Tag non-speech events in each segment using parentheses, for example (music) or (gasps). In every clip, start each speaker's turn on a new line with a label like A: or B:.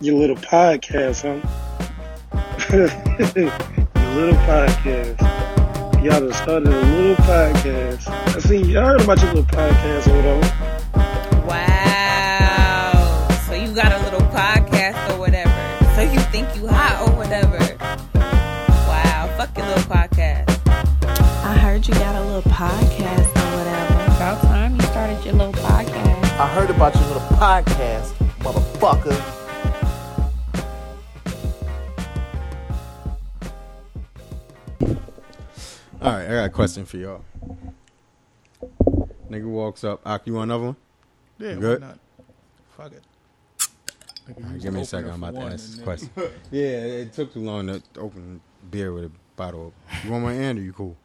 A: Your little podcast, huh? (laughs) Your little podcast. Y'all done started a little podcast. I seen y'all heard about your little podcast over there.
B: Wow. So you got a little podcast or whatever. So you think you hot or whatever. Wow. Fuck your little podcast.
C: I heard you got a little podcast or whatever.
D: About time you started your little podcast.
E: I heard about your little podcast, motherfucker.
F: All right, I got a question for y'all. Nigga walks up. Ak, you want another one?
G: Yeah,
F: Good?
G: why not? Fuck it. I
F: All
G: can
F: right,
G: use
F: give
G: the
F: me
G: opener
F: a second. I'm
G: for
F: about to
G: one
F: ask
G: and
F: this
G: then- (laughs)
F: question. yeah, it took too long to open beer with a bottle. opener. You want my hand or you cool?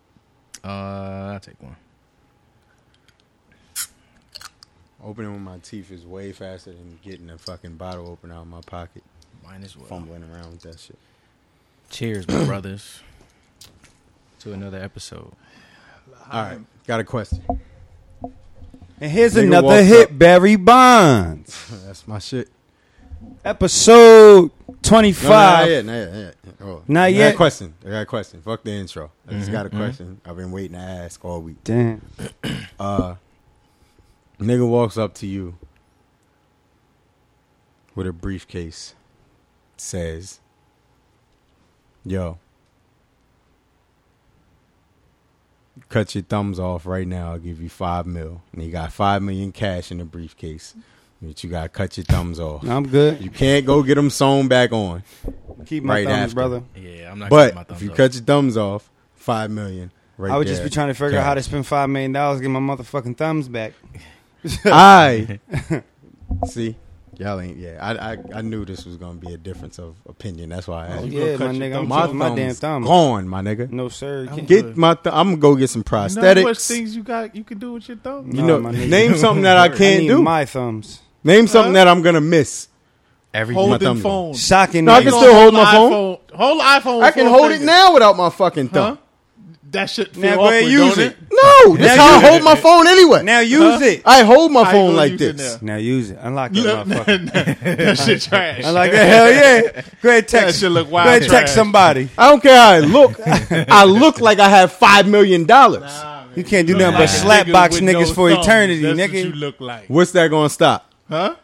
G: Uh, I'll take one.
F: Opening with my teeth is way faster than getting a fucking bottle opener out of my pocket,
G: Mine as well.
F: fumbling around with that shit. (clears throat)
G: Cheers, my brothers, to another episode.
F: All right, got a question. (laughs)
H: And here's
F: Nigga
H: another
F: walks
H: hit,
F: up.
H: Barry Bonds.
F: That's my shit.
H: Episode
F: No, Not
H: 25.
F: yet. Not yet. Not yet. Oh,
H: Not
F: I got
H: yet? Mm-hmm,
F: a question. I got a question. Fuck the intro. I just got a question. I've been waiting to ask all week.
H: Damn.
F: Uh, nigga walks up to you with a briefcase, says, "Yo, cut your thumbs off right now. I'll give you five mil." And you got five million cash in the briefcase, but you gotta cut your thumbs off.
H: No, I'm good.
F: You can't go get them sewn back on.
H: Keep my
F: Right
H: thumbs,
F: after.
H: brother.
G: Yeah, I'm not. cutting my
F: But
G: thumbs
F: if you
G: up.
F: cut your thumbs off, five million. Right
H: I would just
F: there.
H: be trying to figure out how to
F: Cash.
H: spend $5 million, dollars, get my motherfucking thumbs back.
F: I
H: (laughs)
F: see. Y'all ain't yeah. I, I I knew this was gonna be a difference of opinion. That's why I asked.
G: you
H: Oh, yeah, my
G: gonna cut your
H: nigga. I'm
G: thumbs
F: my
G: off?
H: keeping my damn thumb.
F: gone, my nigga.
H: No, sir. You can't-
F: Get my. Th- I'm gonna go get some
G: You know how much
F: prosthetics.
G: things you got you can do with your thumb.
F: You
H: No,
F: know,
H: my nigga.
F: name something that I
H: (laughs)
G: I
H: I
F: can't
H: need
F: do.
H: my thumbs.
F: name something that I'm gonna miss.
G: Every
F: Hold my
G: holding
F: thumbs
G: phone.
H: Shocking.
F: No, I
H: niggas.
F: can
G: Gonna
F: still hold my
G: the
F: phone.
G: iPhone. Hold the iPhone.
F: I can
G: four
F: hold it
G: fingers.
F: now without my fucking
G: Huh?
F: thumb.
G: That shit feel
H: Now go
G: awkward,
H: ahead, use
G: don't (laughs)
H: it.
F: No, that's how I hold my phone anyway.
H: Now use it.
F: I hold my
G: How you
F: phone
G: gonna
F: like
G: use
F: (laughs)
G: it
F: this.
G: now?
H: Now use it. Unlock
F: (laughs)
H: that motherfucker. (laughs)
G: that shit trash.
H: I like that. Hell
G: (laughs)
H: yeah. Go ahead, text.
G: shit look
H: Go ahead,
G: wild trash.
H: text somebody.
F: I don't care how I look. I look like I have five million dollars.
H: You can't do
G: Look
H: nothing
G: like
H: but
G: a
H: slap
G: nigga
H: box
G: with
H: niggas
G: no
H: for
G: thumbs.
H: eternity,
G: That's
H: nigga.
G: What you look like,
F: What's that gonna stop?
G: huh?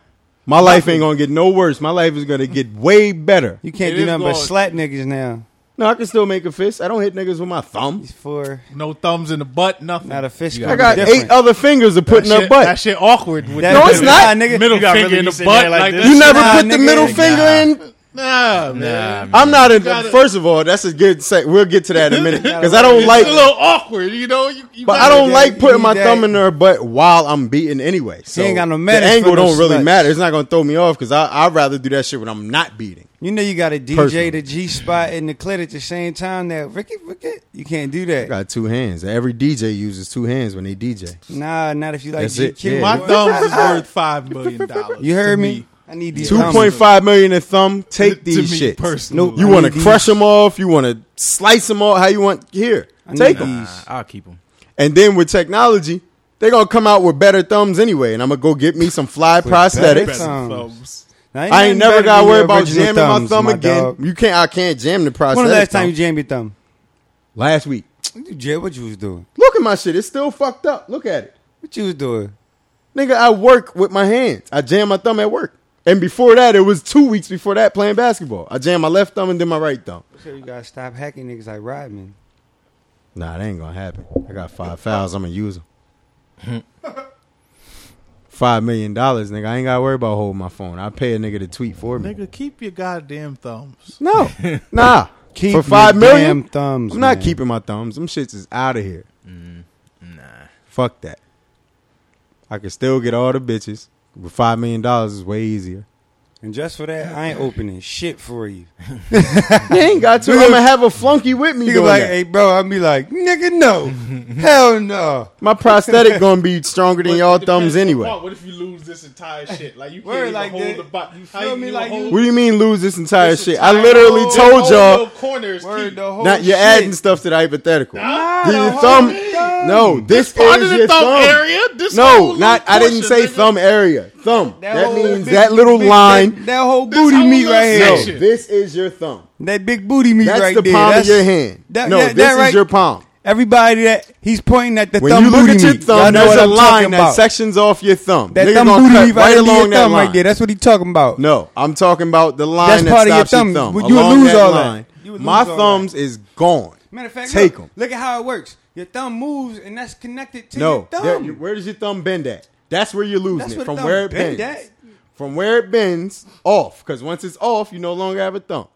F: My life ain't gonna get no worse. My life is gonna get way better.
H: You can't
G: It
H: do
G: is
H: nothing but
G: going-
H: slap niggas now.
F: No, I can still make a fist. I don't hit niggas with my thumb.
H: It's for
G: No thumbs in the butt, nothing.
H: not a fish.
F: I got
H: different.
F: eight other fingers to put
G: that
F: in
G: shit,
F: her butt.
G: That shit awkward. With
H: That-
F: No,
G: the
F: it's
H: nah,
F: not.
H: nigga.
G: middle
D: You gotta
G: finger
D: really
G: in
D: be
G: the
D: sitting
G: butt
D: there like
G: like
D: this.
G: that.
F: you never
H: Nah,
F: put the
H: nigga.
F: middle
H: Nah.
F: finger in.
G: Nah, man.
F: I'm not a. first of all, that's a good. Sec- we'll get to that in a
G: (laughs)
F: minute because I don't
G: It's
F: like.
G: a little awkward, you know. You, you
F: But
G: gotta
F: I don't
H: Yeah,
F: like putting my
H: you
F: thumb
H: that-
F: in her butt while I'm beating anyway. So
H: ain't got no
F: the
H: manners for
F: angle
H: no
F: don't really
H: sluts.
F: matter. It's not gonna throw me off because I'd rather do that shit when I'm not beating.
H: You know you got a DJ
F: Personally.
H: the G spot and the clit at the same time. That Ricky, Ricky, you can't do
F: I
H: that.
F: got two hands. Every DJ uses two hands when they DJ.
H: Nah, not if you like
F: That's it.
H: GQ.
F: Yeah.
G: My thumbs is worth five million dollars.
H: You heard
G: to
H: me? I need these
F: Two point five million in thumb. Take
G: To me
F: these shits.
G: personally. Nope.
F: You
H: I
F: want to
H: need these.
F: crush them off. You want to slice them off. How you want here?
H: I need
F: Take
H: these.
F: them.
G: Nah, I'll keep them.
F: And then with technology, they're gonna come out with better thumbs anyway. And I'm gonna go get me some fly prosthetics.
H: better- Thumbs.
G: Thumbs.
F: I ain't never gotta worry about jamming
H: jamming
F: my thumb again. You can't. I can't jam the prosthetic.
H: When the last time
F: thumb.
H: you jammed your thumb?
F: Last week.
H: What you, jam- what you was doing?
F: Look at my shit. It's still fucked up. Look at it,
H: What you was doing?
F: nigga. I work with my hands. I jam my thumb at work. And before that, it was two weeks before that playing basketball. I jammed my left thumb and then my right thumb.
H: So you gotta stop hacking niggas like Rodman.
F: Nah, that ain't gonna happen. I got five fouls. I'm gonna use them. (laughs) five million dollars, nigga. I ain't gotta worry about holding my phone. I pay a nigga to tweet for me.
G: Nigga, keep your goddamn thumbs.
F: No,
H: (laughs)
F: nah.
H: Keep
F: for five
H: your damn
F: million,
H: thumbs,
F: I'm not
H: man.
F: keeping my thumbs. Them shits is out of here. Fuck that. I can still get all the bitches. With five million dollars is way easier.
H: And just for that, I ain't opening shit for you.
F: you ain't got to. I'm gonna have a flunky with me.
H: You
F: doing
H: like,
F: that.
H: hey, bro, I'll be like, nigga, (laughs) no. Hell no.
F: My prosthetic gonna be stronger than y'all thumbs anyway.
G: What if you lose this entire shit? Like you
H: Word
G: can't even
H: like
G: hold
H: that.
G: the butt.
H: You
G: How
H: feel
G: you
H: me?
G: even
H: Like you-
G: hold
F: What do you mean lose this entire
G: this
F: shit? I
G: entire-
F: literally
G: Your
F: told
G: whole
F: y'all.
G: little corner is key.
H: Word, the whole
F: Now you're
H: shit.
F: adding stuff to the hypothetical.
G: Nah,
F: Do
H: the
F: your
H: whole
F: thumb
H: thing.
F: No, this,
G: Part
F: is
G: of the
F: your
G: thumb,
F: thumb.
G: area. This whole
F: No,
G: little
F: not. I didn't say
G: portion, nigga.
F: thumb area. Thumb. That,
H: whole
F: means
H: big-
F: that little
H: big-
F: line.
H: That, that whole
G: This
H: booty
G: whole
H: meat
G: little
H: right here.
F: no,
G: section.
F: this is your thumb.
H: That big booty meat
F: That's
H: right
F: the
H: there.
F: palm
H: That's
F: of your hand.
H: that-
F: no,
H: that-
F: this
H: that
F: is
H: right-
F: your palm.
H: Everybody that he's pointing at the
F: When
H: thumb
F: you look
H: booty
F: at your
H: meat. Y'all
F: thumb,
H: know
F: there's
H: what
F: a
H: I'm
F: line
H: talking
F: that
H: about.
F: sections off your thumb.
H: That
F: Nigga
H: thumb
F: gonna
H: booty
F: cut
H: meat right, under your
F: along that
H: thumb
F: line.
H: right there. That's what he's talking about.
F: No, I'm talking about the line
H: That's
F: that
H: part of your
F: stops your
H: thumb.
F: thumb.
H: You would
F: Along
H: lose
F: that
H: all that.
F: line.
H: You would
F: My
H: lose all
F: thumbs is gone.
H: Matter of fact,
F: take
H: look,
F: them.
H: Look at how it works. Your thumb moves, and that's connected to your
F: No, there-
H: thumb.
F: you- where does your thumb bend at? That's where you're losing
H: That's
F: it.
H: where
F: From
H: thumb
F: where it
H: bend
F: bends.
H: at.
F: From where it bends off. Because once it's off, you no longer have a thumb.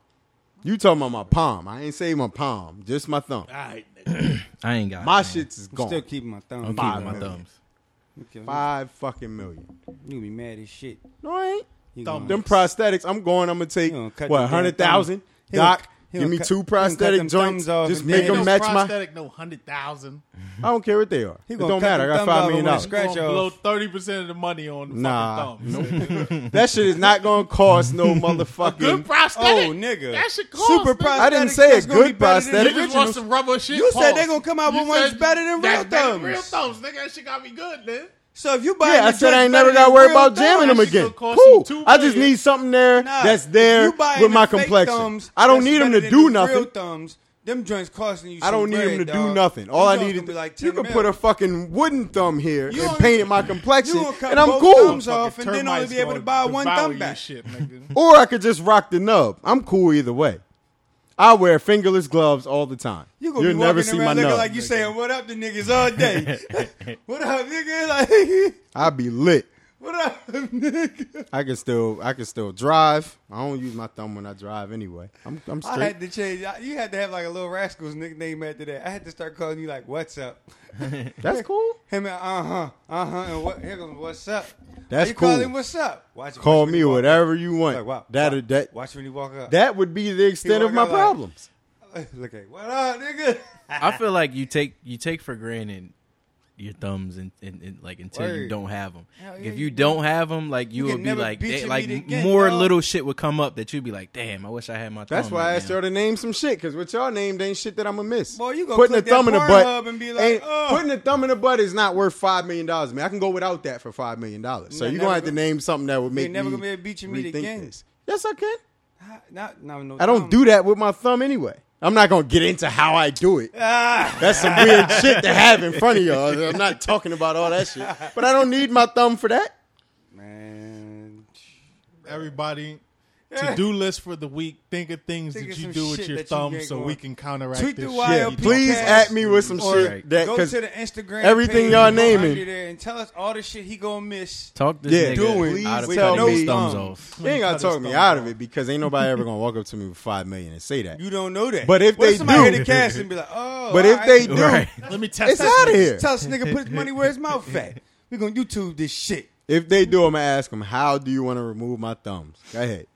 F: You talking about my palm? I ain't say my palm, just my thumb.
I: I ain't got
F: My
I: it, man.
F: shit's is
H: I'm
F: gone.
H: still keeping my thumb.
I: I'm
F: five
I: keeping my
F: million.
I: thumbs.
F: Five fucking million.
H: You be mad as shit.
F: No, I ain't.
H: You gonna-
G: Thumb.
F: Them prosthetics, I'm going. I'm gonna take
H: He gonna cut
F: what
H: your damn
F: hundred thousand.
H: thumb. He gonna
F: Doc,
H: cut- he
F: give
H: gonna
F: me
H: cut-
F: two
H: he gonna cut them
F: prosthetic joints.
H: thumbs off
F: Just
H: and
F: make
H: then-
F: them
G: no
F: match my.
G: prosthetic, no hundred thousand.
F: I don't care what they are.
H: He
F: It
H: gonna
F: don't
H: cut
F: matter.
H: them
F: I got
H: thumbs
F: five
H: off
F: million
H: and
F: dollars.
H: scratch off.
G: Blow thirty percent of the money on the
F: Nah,
G: fucking thumbs.
F: that shit is not
H: (laughs)
F: gonna cost no motherfucking.
G: Good prosthetic.
H: Oh, nigga.
G: that should cost.
H: Super
G: nigga.
H: prosthetic.
F: I didn't say
H: that's
F: a
H: gonna
F: good
H: be better than
F: prosthetic.
G: You
H: the
G: just want
H: original.
G: some rubber shit.
H: You said
G: Pause.
H: they gonna come out
G: You
H: with ones
G: said
H: better than
G: that's
H: real
G: better than
H: thumbs.
G: Real thumbs, nigga. That shit got me good, man.
H: So if you buy,
F: Yeah, I said I ain't never got to worry about jamming them
G: That shit
F: again.
G: gonna cost you
F: Cool.
G: two
F: I just
G: million.
F: need something there
H: Nah,
F: that's
H: you
F: there
H: buying
F: with my
H: the fake
F: complexion.
H: thumbs,
F: I don't
H: that's
F: need them
H: better
F: to
H: than the
F: do
H: Real
F: nothing.
H: thumbs, them joints costing you.
F: I don't
H: some
F: need
H: bread,
F: them to do
H: dog.
F: nothing.
H: Them
F: All I
H: joints
F: need
H: gonna be
F: is
H: like
F: you
H: 10
F: can put
H: mil.
F: a fucking wooden thumb here
H: (laughs) You
F: and
H: only-
F: paint it my complexion,
H: you gonna cut
F: and I'm
H: both
F: cool.
H: thumbs off and
G: Fucking
H: then only
G: termites
H: be able to
G: gonna
H: buy one
G: devour
H: thumb
G: your
H: back.
G: Shit, nigga.
F: Or I could just rock the nub. I'm cool either way. I wear fingerless gloves all the time.
H: You
F: You
H: gonna
F: will
H: be
F: never
H: walking
F: see my
H: around looking
F: nub.
H: like you saying what up to niggas all day. what up, nigga? Like
F: I be lit.
H: what up, nigga?
F: I can still I can still drive. I don't use my thumb when I drive anyway. I'm I'm
H: I
F: straight.
H: had to change. I- You had to have like a little rascal's nickname after that. I had to start calling you like what's up.
F: That's cool.
H: Him and uh huh, uh huh, and what? Here goes what's up.
F: That's
H: you call
F: cool.
H: him what's up. Watch,
F: Call
H: watch when he
F: me
H: walk up.
F: whatever you want.
H: Like, wow,
F: that
H: wow.
F: that
H: Watch when you walk up.
F: that would be the extent
H: He
F: of my
H: walk out like-
F: problems.
H: (laughs) Look at what
F: (laughs)
H: up, nigga.
I: I feel like you take you take for granted your thumbs and, and, and like until you
H: Word.
I: don't have them.
H: Hell yeah,
I: if
H: you-
I: you don't have them, like you,
H: can
I: would be
H: never
I: like
H: beat
I: they-
H: your
I: like
H: meat again,
I: more
H: dog.
I: little shit would come up that you'd be like, damn, I wish I had my.
F: That's
I: thumb
F: why
I: right
F: I asked
I: now.
F: y'all to name some shit, cause what y'all named ain't shit that I'ma miss.
H: Boy, you gonna
F: putting a
H: click that
F: thumb in the
H: Pornhub
F: butt.
H: and be like,
F: ain't-
H: "Ugh."
F: putting a thumb in the butt is not worth five million dollars. Man, I can go without that for five million dollars. So
H: You're
F: you are gonna
H: never
F: have to
H: gonna-
F: name something that would make
H: never
F: me
H: gonna be able to beat your meat
F: rethink
H: again. Um,
F: this. Yes, I can.
H: Not, not no
F: I don't
H: thumb.
F: do that with my thumb anyway. I'm not gonna get into how I do it.
H: Ah,
F: That's some
H: (laughs)
F: weird shit to have in front of y'all. I'm not talking about all that shit, but I don't need my thumb for that.
H: man.
G: Everybody. To do list for the week. Think of things
H: Think of
G: that you
H: some
G: do with
H: shit
G: your
H: that you
G: thumb,
H: ain't
G: so
H: going.
G: we can counteract
H: Tweet
G: this
H: the
G: shit.
H: wire,
G: You
F: Please
H: Podcast.
F: at me with some shit that
H: Go to
F: because
H: the Instagram.
F: everything
H: page,
F: y'all
H: go
F: naming.
H: under there and tell us all the shit he gonna miss.
I: Talk this
F: Yeah,
I: nigga
F: do it.
I: out of
F: Please
I: cutting
F: tell
I: his
F: me.
I: thumbs
H: Um,
I: off.
F: you ain't gotta
G: cut his
F: talk me
G: thumb
F: out of
G: off.
F: it because ain't nobody ever gonna walk up to me with five million and say that.
H: You don't know that.
F: But if
H: What
F: they
H: somebody
F: do-
H: hit the cast and be like, oh,
F: But
H: all
F: if
H: right.
F: they do,
I: (laughs) Right.
G: Let me
F: (laughs)
G: test
F: it's out of here.
H: Tell us, nigga, put his money where his mouth at. We gonna YouTube this shit.
F: If they do, I'm gonna ask them, "How do you want to remove my thumbs?" Go ahead.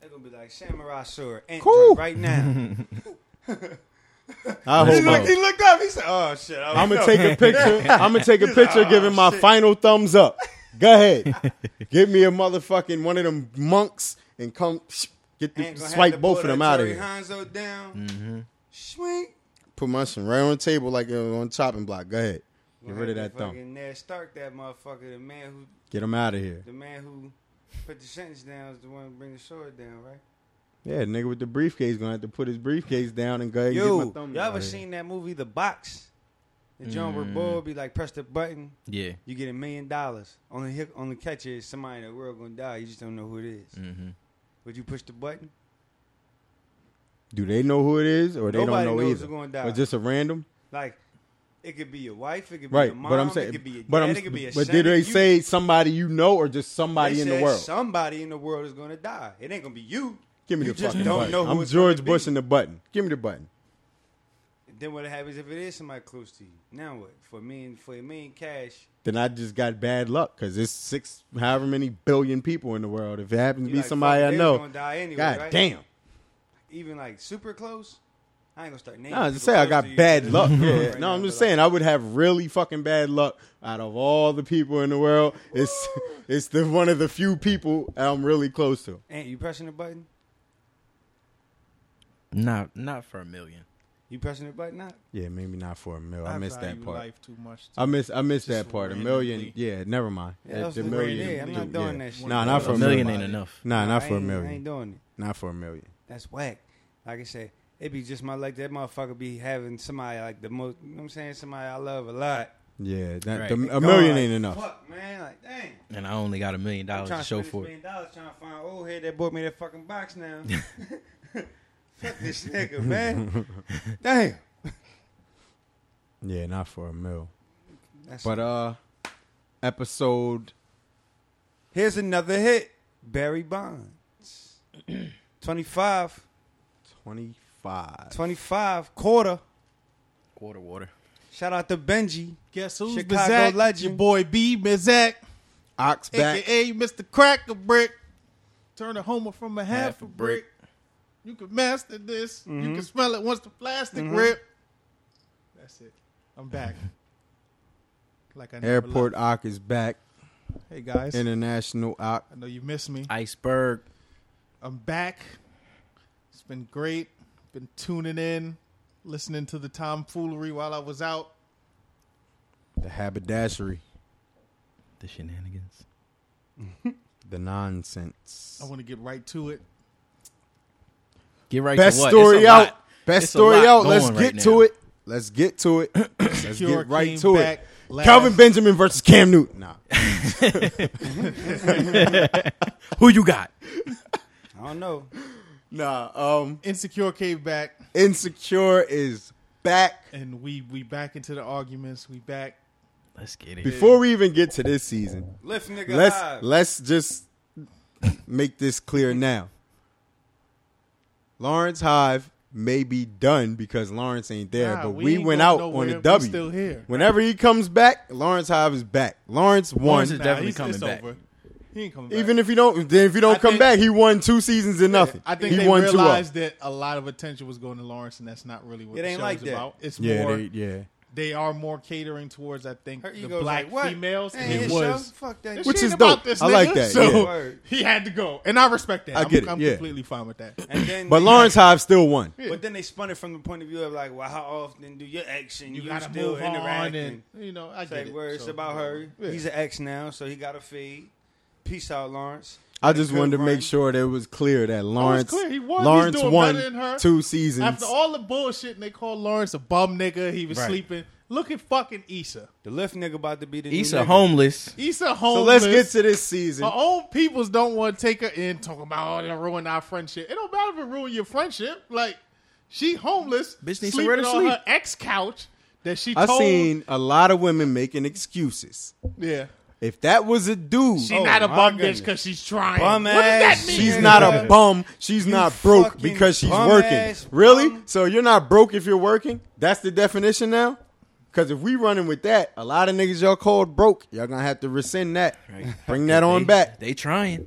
H: They're gonna be like samurai sword. Ant
F: Cool.
H: joint
F: (laughs)
H: right now.
F: I
I: Let's
H: he,
F: hope.
I: go.
H: looked, he
F: I'm
H: looked up. He said, oh shit. I
F: gonna
H: (laughs)
F: take a picture. I'm gonna take a picture, giving my
H: "Oh,
F: final thumbs up. Go
H: (laughs)
F: ahead. Get me a motherfucking one of them monks and come get the,
H: Ain't gonna have to
F: swipe
H: pull
F: both of
H: that
F: them out of
H: Jerry
F: here. Mm-hmm.
H: Hanzo down. Swing.
F: Put my shit right on the table like it was on chopping block. Go ahead. Get rid of that thumb.
H: Fucking Ned Stark, that motherfucker, the man who,
F: Get them out of here.
H: the man who put the sentence down is the one who bring the sword down, right?
F: Yeah, nigga with the briefcase gonna have to put his briefcase down and go ahead and get
H: Yo,
F: my thumb.
H: y'all
F: out
H: ever
F: of here.
H: seen that movie, The Box? The John mm. be like, press the button,
I: Yeah.
H: you get a million dollars. Only hic- only catch is somebody in the world gonna die. You just don't know who it is. Would you push the button?
F: Do they know who it is, or they
H: Nobody
F: don't know
H: knows
F: either?
H: who's gonna die.
F: Or just a random,
H: Like, it could be your wife, it could be
F: right?
H: your mom,
F: but I'm
H: it
F: saying,
H: could be your
F: but
H: dad,
F: I'm,
H: it could be a
F: but
H: son,
F: did
H: it
F: they
H: could-
F: say somebody you know, or just
H: They
F: somebody in the
H: said
F: world?
H: Somebody in the world is gonna die. It ain't gonna be you.
F: Give me
H: you
F: the
H: just
F: fucking
H: don't
F: button.
H: know who
F: I'm
H: it's
F: George
H: gonna
F: Bush
H: be.
F: and the button. Give me the button.
H: Then what happens if it is somebody close to you? Now what? For me and for me and Cash,
F: Then I just got bad luck because there's six, however many billion people in the world. If it happens
H: you
F: to be
H: like,
F: somebody
H: fuck,
F: I
H: they was
F: know,
H: Gonna die anyway,
F: god
H: right?
F: damn.
H: Even like super close. I ain't gonna start naming.
F: No, I just
H: people
F: say I
H: close to
F: got
H: you,
F: bad
H: (laughs) but
F: luck.
H: it's
F: Yeah.
H: right
F: no,
H: now,
F: I'm just
H: but, like,
F: saying I would have really fucking bad luck out of all the people in the world. It's (laughs) it's the one of the few people I'm really close to.
H: Ant, you pressing the button?
I: Not not for a million.
H: You pressing the button now?
F: Yeah, maybe not for a mil. I, missed that
G: value
F: part.
G: Life too much.
F: I miss I missed
G: Just
F: that part. A
G: randomly.
F: million. Yeah, never mind.
H: Yeah, that was the million. I'm not doing that shit.
F: Nah, not for
I: a million
F: Ain't
I: ain't enough.
F: nah, not
H: I
F: for a
H: ain't- I ain't
F: million.
H: doing it.
F: Not for a million.
H: That's whack. Like I said, it be just my luck that motherfucker be having somebody like the most. You know what I'm saying? Somebody I love a lot.
F: Yeah, that,
I: Right.
F: the, a
H: Gone.
F: million ain't enough.
H: Fuck, man. Like, dang.
I: And I only got a million
H: I'm
I: dollars
H: trying
I: to
H: to
I: show
H: spend this
I: for it.
H: million dollars trying to find old head that bought me that fucking box
F: (laughs)
H: now. Fuck this nigga, man. Damn.
F: Yeah, not for a mil.
H: That's
F: But uh, episode.
H: Here's another hit.
F: (clears throat)
H: Barry Bonds. 25.
F: 25.
H: 25. Quarter.
I: Quarter water.
H: Shout out to Benji.
G: Guess who's
H: Chicago
G: Bizak?
H: legend.
G: Your boy B Mizak,
F: Ox back.
G: aka Mr. Cracker Brick. Turn a homer from a half,
I: Half
G: a
I: a
G: brick. You can master this. You can smell it once the plastic rip. That's it. I'm back. Like I never
F: Airport
G: left.
F: Ock is back.
G: Hey guys,
F: International Ock.
G: I know you miss me.
I: Iceberg.
G: I'm back. It's been great. Been tuning in, listening to the tomfoolery while I was out.
F: The haberdashery.
I: The shenanigans.
F: The nonsense.
G: I want to get right to it.
I: Get right
F: Best
I: to what?
F: story
I: It's a
F: out.
I: lot.
F: Best
I: It's a
F: story
I: lot
F: out. Let's
I: going
F: get
I: right now.
F: to it. Let's get to
I: (coughs)
F: it. Let's
G: Cure
F: get right
G: came
F: to it.
G: back last-
F: Calvin Benjamin versus Cam Newton. Nah.
I: (laughs) Who you got?
H: I don't know.
F: Nah. Um
G: Insecure came back,
F: Insecure is back.
G: and we we back into the arguments. We back.
I: Let's get it.
F: Before we even get to this season,
H: Lift nigga
F: let's
H: high.
F: let's just make this clear now. Lawrence Hive may be done because Lawrence ain't there,
G: Nah,
F: but
G: we
F: we,
G: ain't
F: went
G: going
F: out
G: nowhere.
F: on a
G: We
F: W.
G: still here.
F: Whenever he comes back, Lawrence Hive is back. Lawrence won.
I: Lawrence is
G: Nah,
I: definitely
G: he's-
I: coming
G: it's
I: back.
G: Over. He ain't coming back.
F: Even if he don't, then if he don't
G: I
F: come
G: think-
F: back, he won two seasons and nothing.
G: I think
F: he
G: they
F: won two
G: realized
F: of.
G: that a lot of attention was going to Lawrence, and that's not really what
H: It
G: the
H: ain't
G: show's
H: like that.
G: about. It's
F: Yeah,
G: more
F: they, yeah.
G: they are more catering towards I think
H: Her
G: the
H: ego's
G: black
H: like, what?
G: females.
H: Ain't
G: and
H: his
G: it was
H: show? Fuck that
G: This
F: Which
G: shit
F: is
G: about
F: dope.
G: This
F: I like
G: nigga.
F: that,
G: So
H: yeah.
G: he had to go, and I respect that.
F: I
G: I'm-
F: get it,
G: I'm
F: yeah.
G: completely fine with that.
H: And then
F: But Lawrence Hive still won.
H: But then they spun it from the point of view of like, well, how often do your action?
G: You,
H: You,
G: gotta
H: still
G: move on,
H: interact
G: and you know I
H: say
G: get it.
H: words
G: So,
H: about her.
G: yeah.
H: He's an ex now, so he got a feed. Peace out, Lawrence.
F: I just
H: Good
F: wanted to
H: run.
F: make sure that it was clear that Lawrence
G: Oh, clear. He won. He's
F: Lawrence
G: doing
F: won
G: better than her.
F: two seasons.
G: After all the bullshit, and they called Lawrence a bum nigga. He was sleeping. Look at fucking Issa.
H: The left nigga about to be the new
I: Issa
H: nigga.
I: homeless.
G: Issa
F: so
G: homeless.
F: let's get to this season.
G: Her own peoples don't want to take her in. Talking about oh, they ruin our friendship. It don't matter if it ruin your friendship. Like she homeless,
I: Bitch needs
G: sleeping
I: somewhere to
G: on
I: sleep.
G: her ex couch that she
F: I
G: told.
F: seen a lot of women making excuses.
G: yeah,
F: If that was a dude,
G: she not a
H: my
G: bum bitch
H: goodness.
G: because she's trying.
H: Bum
G: what does
H: ass.
G: that mean?
F: she's
H: Yeah.
F: not a bum. She's not broke
H: fucking
F: because she's
H: bum
F: working.
H: ass
F: really?
H: bum.
F: So you're not broke if you're working? That's the definition now? Because if we running with that, a lot of niggas y'all called broke. Y'all gonna have to rescind that. Bring that on
I: They-
F: back.
I: They trying.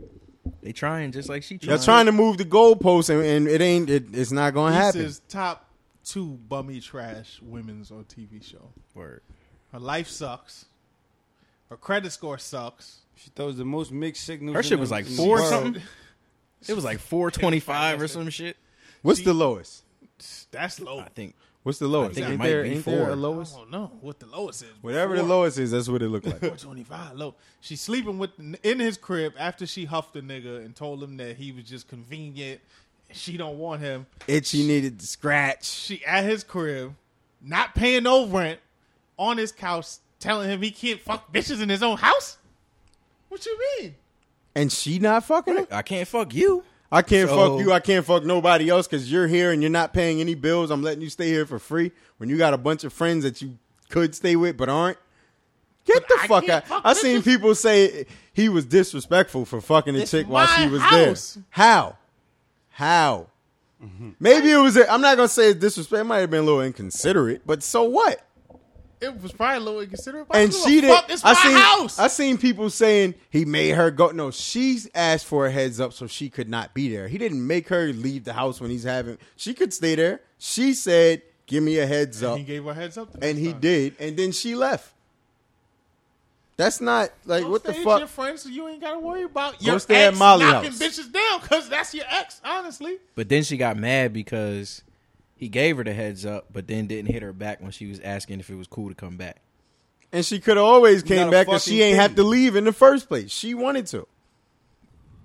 I: They trying just like she trying.
F: Y'all trying to move the goalposts and, and it ain't. It, it's not gonna happen.
G: Issa's top two bummy trash women's on TV show.
I: Word.
G: Her life sucks. Her credit score sucks.
H: She throws the most mixed signals.
I: Her
H: in
I: shit
H: the-
I: was like
H: in the
I: four or
H: world.
I: something. It was like four twenty five or some shit.
F: What's the lowest?
G: (laughs) That's low.
I: I think
F: What's the lowest?
I: I think it
F: ain't
I: might
F: there,
I: be
F: ain't there
I: four.
F: a
G: I
F: lowest?
G: don't know what the lowest is.
F: Whatever the
G: Four-
F: lowest is, that's what it looked (laughs) like.
G: 425 low. She's sleeping with in his crib after she huffed the nigga and told him that he was just convenient. She don't want him.
F: Itchy needed to scratch.
G: She at his crib, not paying no rent, on his couch, telling him he can't fuck bitches in his own house. What you mean?
F: And she not fucking him?
I: I can't fuck you.
F: I can't
I: So-
F: fuck you. I can't fuck nobody else because you're here and you're not paying any bills. I'm letting you stay here for free when you got a bunch of friends that you could stay with but aren't. Get the
G: I
F: fuck
G: can't
F: out.
G: fuck
F: I seen
G: bitches.
F: people say he was disrespectful for fucking a
G: It's
F: chick while she
G: my
F: was
G: house. Mm-hmm.
F: there. How? How? Maybe it was. A, I'm not gonna say it's disrespect. It might have been a little inconsiderate, but so what?
G: It was probably a little inconsiderate.
F: and she did.
G: Fuck, it's my
F: I seen,
G: house.
F: I seen people saying he made her go. No, she asked for a heads up so she could not be there. He didn't make her leave the house when he's having. She could stay there. She said, "Give me a heads up,"
G: he gave her heads up. the
F: and
G: next
F: he
G: time.
F: did. And then she left. That's not like
G: Don't
F: what the
G: stay with
F: fuck.
G: Your friends, so you ain't gotta worry about your
F: stay at
G: ex
F: Molly
G: knocking
F: house.
G: bitches down because that's your ex. Honestly,
I: But then she got mad because He gave her the heads up, but then didn't hit her back when she was asking if it was cool to come back.
F: And she could have always came
H: a
F: back because she
H: fucking
F: ain't have
H: kid.
F: to leave in the first place. She wanted to.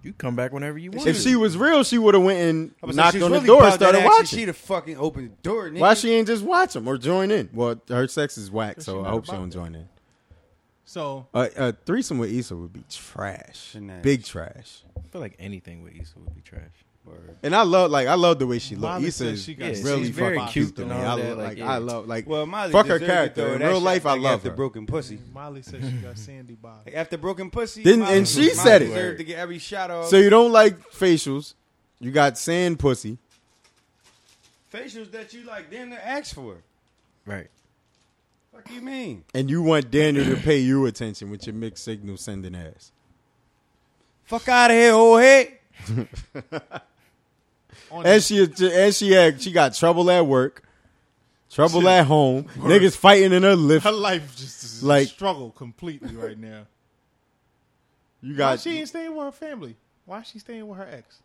I: You come back whenever you want.
F: If she was real, she would have went
H: I
F: and
H: was
F: knocked
H: like, she's
F: on the
H: really
F: door and
H: about that
F: started
H: action.
F: watching.
H: She'd have fucking opened the door. Nigga.
F: Why she ain't just watch them or join in? Well, her sex is whack,
G: she
F: so
G: not
F: I hope she
G: about
F: don't
G: that.
F: join in.
G: So
F: A uh, uh, threesome with Issa would be trash,
H: Trash.
F: big trash.
I: I feel like anything with Issa would be trash.
F: And I love, like, I love the way she looked.
G: Molly
F: Issa
G: says
F: is
G: she got
I: Yeah,
F: really
I: she's very
F: fucking
I: cute
F: to
I: and
F: me.
I: all
F: I
I: that,
F: love, like,
I: like,
F: I
I: yeah.
F: love, like,
H: Well, Molly
F: fuck her
H: deserved it,
F: character.
H: though.
F: In
H: That
F: real
H: shit,
F: life, I
H: like,
F: love
H: after
F: her.
H: broken pussy.
G: Mm, Molly said she got Sandy Bottom.
H: Like, after broken pussy,
F: Didn't-
H: Molly-
F: and she
H: Molly
F: said it.
H: deserved to get every shot off.
F: So you don't like facials? You got sand pussy.
H: facials that you like, damn, they asked for.
I: Right.
H: Fuck you mean?
F: and you want Daniel to pay you attention with your mixed signal sending ass.
H: Fuck out of here, old head.
G: On
F: And she and she had she got trouble at work, trouble
G: Shit.
F: at home,
G: Work.
F: niggas fighting in her lift.
G: her life just is
F: Like-
G: a struggle completely right
F: (laughs)
G: now.
F: You
G: Why
F: got
G: she ain't staying with her family? Why she staying with her ex?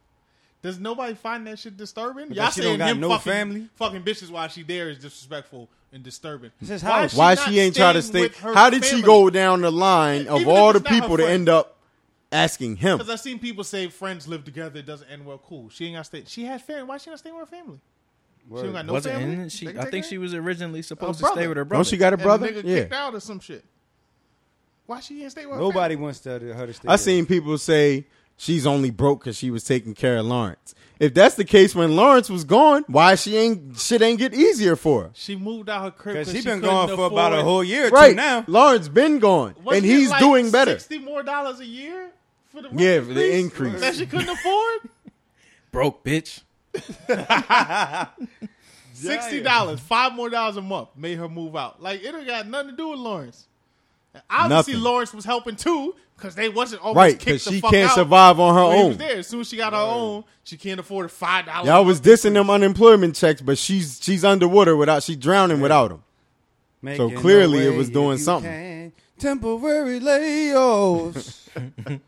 G: Does nobody find that shit disturbing?
H: Because
G: Y'all
H: she don't
G: saying
H: got
G: him
H: no
G: fucking,
H: family?
G: fucking bitches while she there is disrespectful and disturbing.
H: This is
G: Why
H: house.
F: why
G: not
F: she ain't trying to
G: staying
F: stay?
G: with her
F: How did she
G: family?
F: go down the line of
G: Even
F: all
G: if
F: the
G: it's not her
F: people to
G: friend.
F: end up asking him?
G: Because I've seen people say friends live together, it doesn't end well. Cool. She ain't got to stay. She has family. Why she not staying with her family? She don't got no
I: Wasn't
G: family.
I: in it? she?
G: They can
I: I
G: take
I: think
G: her
I: she
G: in.
I: was originally supposed to
G: brother.
I: stay with her brother.
F: Don't she got a
G: And the
F: brother?
G: nigga
F: Yeah.
G: kicked out or some shit. Why she ain't stay with her
H: Nobody wants to, her to stay.
F: I
H: there.
F: seen people say she's only broke because she was taking care of Lawrence. If that's the case, when Lawrence was gone, why she ain't shit ain't get easier for her?
G: She moved out her crib
H: because
G: because
H: she
G: she
H: been
G: couldn't
H: gone for about a
G: afford-
H: whole year or
F: Right
H: two now.
F: Lawrence been gone,
G: Wasn't
F: and
G: it
F: he's
G: like
F: doing better.
G: Sixty more dollars a year for the rent
F: Yeah, for the
G: that
F: increase.
G: she
F: (laughs)
G: couldn't afford.
I: Broke bitch.
G: Sixty dollars, five more dollars a month made her move out. Like it ain't got nothing to do with Lawrence. And obviously,
F: Nothing.
G: Lawrence was helping too because they wasn't always
F: Right,
G: kicked
F: because
G: the
F: she
G: fuck
F: can't
G: out
F: survive on
G: when
F: her
G: he was
F: own.
G: there. As soon as she got her own, she can't afford five dollars.
F: Y'all was dissing them unemployment checks, but she's she's underwater without she drowning without them.
H: Making
F: clearly it
H: way
F: was doing
H: if you
F: something.
H: can. Temporary layoffs.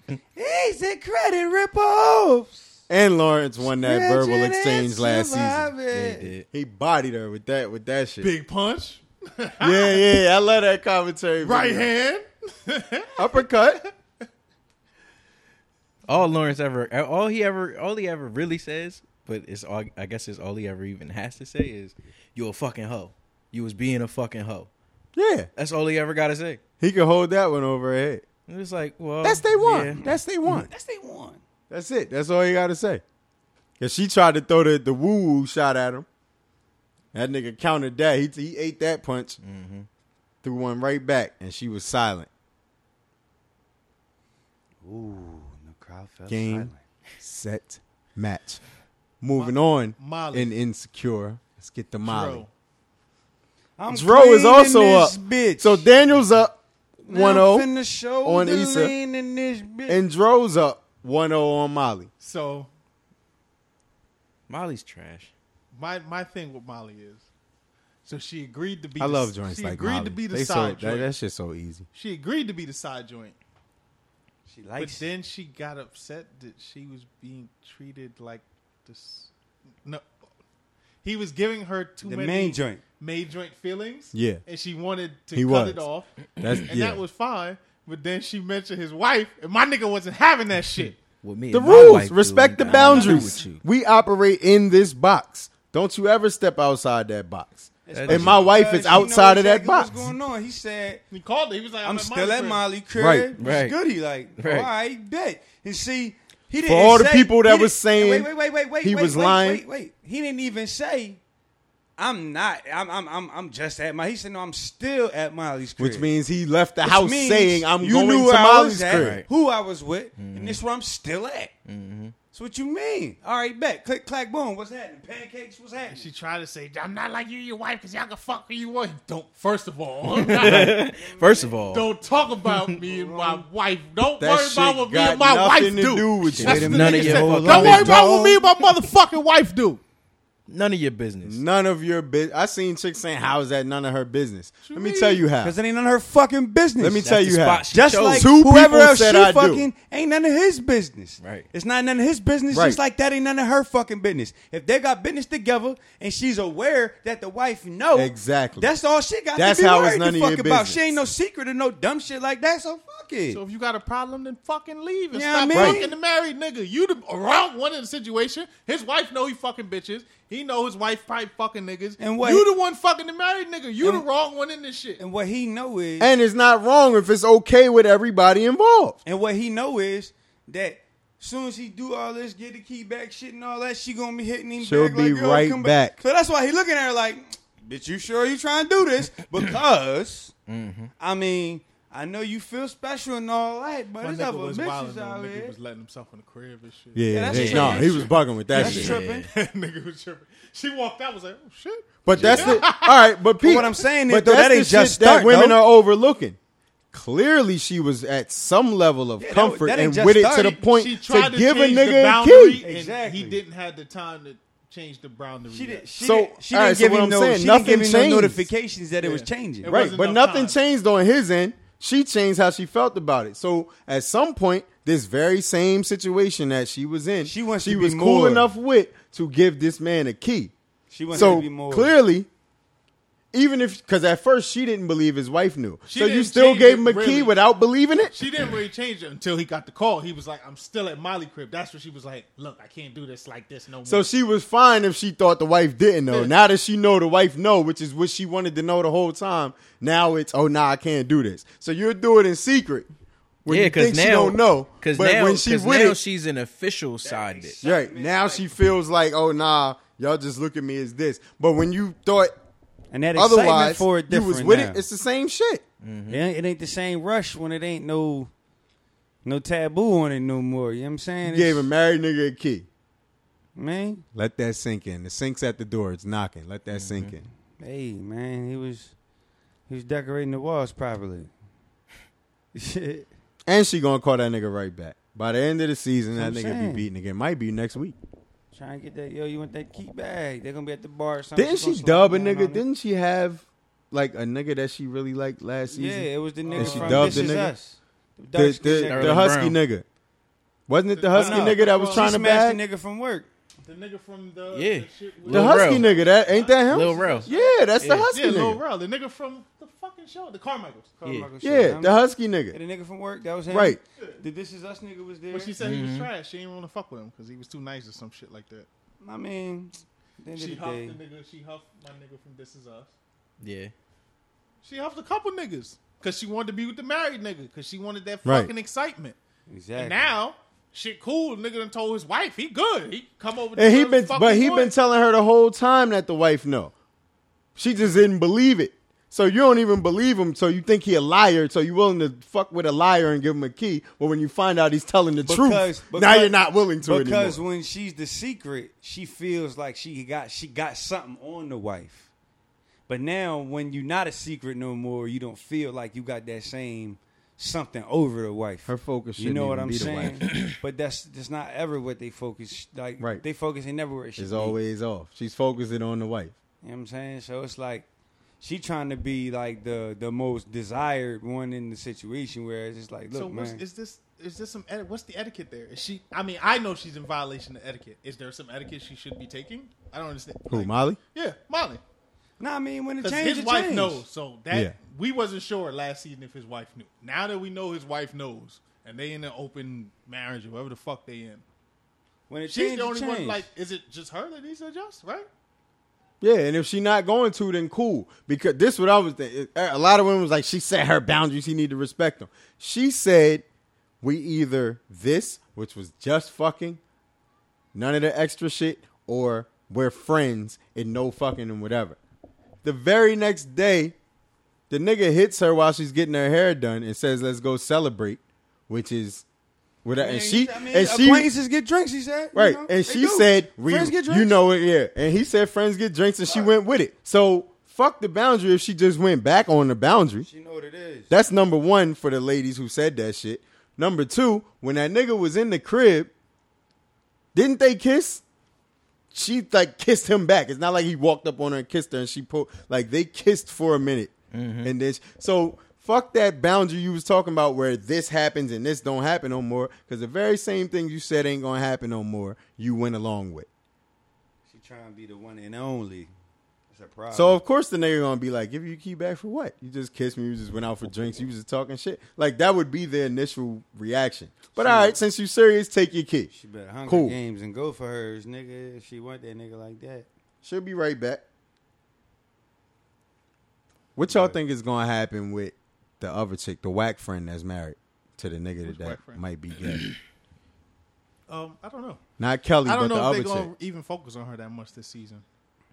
H: Easy credit ripoffs.
F: And Lawrence won that verbal
H: Scratching and
F: exchange last season.
H: surviving.
I: Did.
F: He bodied her with that with that shit.
G: big punch,
F: Yeah, yeah, I love that commentary.
G: right
F: video.
G: hand.
F: uppercut.
I: All Lawrence ever, all he ever, all he ever really says, but it's all, I guess it's all he ever even has to say is, "You a fucking hoe. You was being a fucking hoe."
F: Yeah,
I: That's all he ever got to say.
F: he could hold that one over her head.
I: And It's like, well,
H: Oh,
F: That's they one.
I: yeah.
F: That's they one.
H: That's they one.
F: That's it. That's all you got to say. Cause she tried to throw the the woo woo shot at him. That nigga countered that. He he ate that punch,
H: Mm-hmm.
F: threw one right back, and she was silent.
H: Ooh, the crowd fell
F: Game,
H: silent.
F: set,
H: (laughs)
F: match. Moving on
G: Molly.
F: in insecure. Let's get to Molly.
G: Bro,
H: I'm
F: Dro is
H: cleaning
F: also
H: this
F: up.
H: Bitch.
F: So Daniel's up 1
H: I'm
F: 0,
H: finna show
F: on
H: the
F: Issa.
H: lean in this bitch.
F: and Dro's up 1 0 on Molly.
G: so
I: Molly's trash.
G: my my thing with Molly is, so she agreed to be.
F: I
G: the-
F: love joints
G: she
F: like
G: agreed
F: Molly.
G: to be the
F: they so,
G: side
F: that,
G: joint.
F: that shit's so easy.
G: she agreed to be the side joint.
H: she
G: But
H: likes it.
G: then she got upset that she was being treated like this. No, he was giving her too
H: the
G: many
H: main joint.
G: maid joint feelings.
F: Yeah.
G: and she wanted to
F: He
G: cut
F: was.
G: it off,
F: That's,
G: and
F: (clears throat) yeah.
G: that was fine. But then she mentioned his wife, and my nigga wasn't having that shit.
I: With me,
F: the
I: and my wife,
F: rules.
I: dude,
F: Respect the
I: I don't do
F: boundaries.
I: with you.
F: We operate in this box. Don't you ever step outside that box.
I: That's
F: and my
I: just-
F: wife is
H: Because he
F: outside
H: know
F: of that
H: exactly
F: box.
H: What's going on? He said,
G: He called her. He was like, "I'm,
H: I'm still at
G: crib.
H: Molly crib.
F: Right,
H: It's
I: right.
H: Goody, like,
I: Right.
H: all right, bet. And see, he didn't.
F: For all the
H: say-
F: people that
H: he
F: was
H: didn't-
F: saying
H: wait, wait, wait, wait, wait,
F: he
H: wait,
F: was
H: wait,
F: lying.
H: Wait, wait, he didn't even say, "I'm not. I'm. I'm. I'm, I'm just at my." He said, "No, I'm still at Molly's crib."
F: Which means he left the
H: Which
F: house
H: means
F: saying, I'm
H: you
F: going
H: knew
F: to
H: where I
F: Molly's
H: was at,
F: crib. Mm-hmm.
H: who I was with, and this where I'm still at. So what you mean? All right, bet. Click, clack, boom. What's happening? Pancakes. What's happening?
G: She tried to say, "I'm not like you, and your wife, because y'all can fuck who you want." Don't. First of all, (laughs) don't
I: First of all,
G: talk about me and my wife. Don't
F: That
G: worry
F: shit
G: about what me
F: got
G: and my wife
F: nothing to do with you.
G: That's
I: Wait a minute.
G: what the nigga
I: None of your
G: said.
I: whole life,
G: Don't worry about what me and my motherfucking wife do.
I: None of your business.
F: None of your business. I seen chicks saying, "How is that none of her business?" Let me tell you how.
H: Because it ain't none of her fucking business.
F: Let me tell
I: the
F: you how.
I: spot she
H: Just
I: chose.
H: like
F: Two
H: whoever
F: people
H: else
F: said
H: she
F: I do.
H: fucking ain't none of his business.
I: Right.
H: It's not none of his business.
F: Right.
H: Just like that ain't none of her fucking business. If they got business together and she's aware that the wife know
F: Exactly.
H: that's all she got
F: That's
H: to be
F: how it's
H: worried
F: none
H: the
F: of your
H: fuck about. She
F: business.
H: ain't no secret or no dumb shit like that. So fuck it.
G: So if you got a problem, then fucking leave and
H: Yeah, I
G: stop
H: mean-
G: fucking the married nigga. You the wrong one in the situation. His wife know he fucking bitches. He know his wife probably fucking niggas.
H: And what-
G: You the one fucking the married nigga. You the
H: And-
G: wrong one in this shit.
H: and what he know is
F: And it's not wrong if it's okay with everybody involved.
H: And what he know is that soon as he do all this, get the key back, shit and all that, she gonna be hitting him.
F: She'll
H: back
F: be
H: like, "Yo,
F: right
H: come
F: back.
H: So that's why he looking at her like, "Bitch, you sure you trying to
F: (coughs)
H: do this?" Because
F: Mm-hmm.
H: I mean, I know you feel special and all that, but
G: My
H: it's
G: nigga
H: other
G: was wilding
H: bitches
G: though.
H: out
G: Nigga
H: here.
G: was letting himself in the crib and shit.
F: Yeah,
H: that's
F: they-
H: true.
F: no, he was bugging with that
H: That's
F: shit.
H: tripping.
F: (laughs)
G: nigga was tripping. She walked out. Was like, oh shit.
F: But that's the all right. But, Pete,
H: what I'm saying is,
F: but
H: though,
F: that's
H: that
F: the
H: ain't just
F: shit that
H: stunt,
F: women
H: though.
F: are overlooking. Clearly, she was at some level of
H: that-
F: comfort
H: that ain't
F: and
H: just
F: with it to
H: stunt.
F: the point
G: she
F: to
G: tried to,
F: give a
G: change the
F: nigga a
G: boundary,
F: key.
G: and
H: Exactly.
G: he didn't have the time to change the boundary.
H: She
G: yet.
H: didn't. She
F: So,
H: didn't, she
F: all
H: didn't
F: right, so
H: give
F: what
H: him
F: I'm
H: no.
F: saying,
H: she didn't give
F: nothing
H: him no
F: changed.
H: notifications that it was
G: Yeah.
H: changing.
G: It
F: Right,
G: wasn't
F: but
G: enough
F: nothing
G: time.
F: changed on his end. She changed how she felt about it. So at some point, this very same situation that she was in,
H: She wants to be
F: was cool
H: more.
F: enough with to give this man a key.
H: She wanted
F: so
H: to be more.
F: clearly, even if because at first she didn't believe his wife knew,
G: She
F: so you
G: didn't
F: still
G: change
F: gave
G: it,
F: him a key
G: really.
F: without believing it.
G: She didn't really change it until he got the call. He was like, "I'm still at Molly crib." That's where she was like, "Look, I can't do this like this no more."
F: So she was fine if she thought the wife didn't know. Now that she know the wife know, which is what she wanted to know the whole time. Now it's oh nah, I can't do this. So you'll do it in secret. When
I: yeah,
F: you
I: because
F: think
I: now
F: she don't know.
I: Because
F: But
I: now,
F: when she
I: 'cause
F: with
I: now
F: it,
I: she's an official side dick.
F: right now she feels like oh nah, y'all just look at me as this. But when you thought
H: and that excitement
F: otherwise,
H: for it
F: you
H: different
F: was with
H: now.
F: it. It's the same shit.
H: It ain't, it ain't the same rush when it ain't no no taboo on it no more. You know what I'm saying?
F: You gave a
H: It's-
F: married nigga a key.
H: man.
F: Let that sink in. The sink's at the door. It's knocking. Let that sink in.
H: Hey, man, he was he was decorating the walls properly. (laughs) Shit.
F: And she gonna call that nigga right back. By the end of the season, that
H: That's
F: nigga
H: what I'm
F: be
H: saying.
F: beating again. Might be next week.
H: Trying to get that yo, you want that key bag. They're gonna be at the bar or something.
F: Didn't she
H: gonna slap
F: dub a
H: down on
F: nigga?
H: it.
F: Didn't she have like a nigga that she really liked last
H: Yeah,
F: season?
H: it was the nigga
F: she
H: from
F: dubbed
H: This
F: the
H: Is
F: nigga?
H: Us. The,
F: the,
H: dark-skinned
F: the,
H: nigga.
F: the
I: Sterling
F: husky
I: Brown.
F: nigga. Wasn't it the
G: Oh,
F: husky
H: no.
F: nigga that was
G: She
F: trying
H: she
F: to bag?
H: smashed the nigga from work.
G: the nigga from the
I: Yeah.
G: the shit with-
F: The
I: Lil
F: husky
I: Rel.
F: nigga, that ain't that him?
I: Lil Rel.
F: Yeah, that's the
I: Yeah.
F: husky
G: yeah, Lil
F: nigga.
G: Rel, the nigga from the fucking show, the Carmichaels.
I: Yeah.
H: Motherfucker, shit,
F: Yeah,
H: huh?
F: the husky
H: Yeah,
F: nigga.
H: the nigga from work. That was him.
F: Right.
H: The This Is Us nigga was there.
G: When she said he was
H: Mm-hmm.
G: trash, she didn't want to fuck with him because he was too nice or some shit like that.
H: I mean, at the end
G: She
H: of the
G: huffed
H: day.
G: the nigga. She huffed my nigga from This Is Us.
I: Yeah.
G: She huffed a couple niggas because she wanted to be with the married nigga because she wanted that
F: Right.
G: fucking excitement.
H: Exactly.
G: And now. Shit cool, nigga done told his wife he good. He come over to
F: And he
G: her
F: been,
G: fucking
F: but he been
G: wood.
F: telling her the whole time that the wife know. She just didn't believe it. So you don't even believe him. So you think he a liar. So you willing to fuck with a liar and give him a key. But when you find out he's telling the
H: Because-
F: truth, now
H: because-
F: you're not willing to
H: because
F: anymore.
H: when she's the secret, she feels like she got she got something on the wife. But now when you're not a secret no more, you don't feel like you got that same something over the wife.
F: Her focus
H: you
F: shouldn't
H: know what
F: even
H: I'm
F: be the
H: saying? (clears throat)
F: (clears throat)
H: but that's that's not ever what they focus like.
F: Right.
H: They focus ain't never where it should
F: It's
H: be.
F: always off. She's focusing on the wife.
H: You know what I'm saying? So it's like she trying to be like the the most desired one in the situation, whereas it's like, look,
G: so what's,
H: man,
G: is this is this some eti- what's the etiquette there? Is she? I mean, I know she's in violation of etiquette. Is there some etiquette she should be taking? I don't understand.
F: Who,
G: Like,
F: Molly?
G: Yeah, Molly.
H: nah, I mean, when it
G: Because
H: changes,
G: his
H: it
G: wife
H: change.
G: knows. So that
F: Yeah.
G: we wasn't sure last season if his wife knew. Now that we know his wife knows, and they in an open marriage or whatever the fuck they in,
H: When it
G: she's
H: changes,
G: the only one.
H: change.
G: Like, is it just her that needs to adjust? Right?
F: Yeah, and if she not going to, then cool. Because this what I was thinking. A lot of women was like, she set her boundaries. He need to respect them. She said, we either this, which was just fucking, none of the extra shit, or we're friends and no fucking and whatever. The very next day, the nigga hits her while she's getting her hair done and says, "Let's go celebrate," which is. Whatever. and she
H: I mean,
F: and she
H: acquaintances get drinks. He said,
F: Right.
H: You know,
F: and
H: they
F: she
H: do.
F: said, we,
H: friends get drinks.
F: you know it, yeah. And he said, friends get drinks, and she went with it. So, fuck the boundary if she just went back on the boundary.
H: she know what it is.
F: That's number one for the ladies who said that shit. Number two, when that nigga was in the crib, didn't they kiss? she like kissed him back. It's not like he walked up on her and kissed her and she pulled like they kissed for a minute and then she, so fuck that boundary you was talking about where this happens and this don't happen no more because the very same thing you said ain't gonna happen no more you went along with.
H: She trying to be the one and only. It's a problem.
F: So of course the nigga gonna be like, give you your key back for what? You just kissed me. You just went out for drinks. You was just talking shit. Like that would be their initial reaction. But all right, since you serious, take your key.
H: she better hunger
F: Cool.
H: games and go for hers, nigga. If she want that nigga like that.
F: She'll be right back. What y'all think is gonna happen with the other chick, the whack friend that's married to the nigga
G: Which whack
F: that
G: friend?
F: might be gay?
G: Um, I don't know.
F: Not Kelly,
G: I
F: but
G: don't
F: the
G: know if
F: other
G: they're
F: chick.
G: gonna even focus on her that much this season.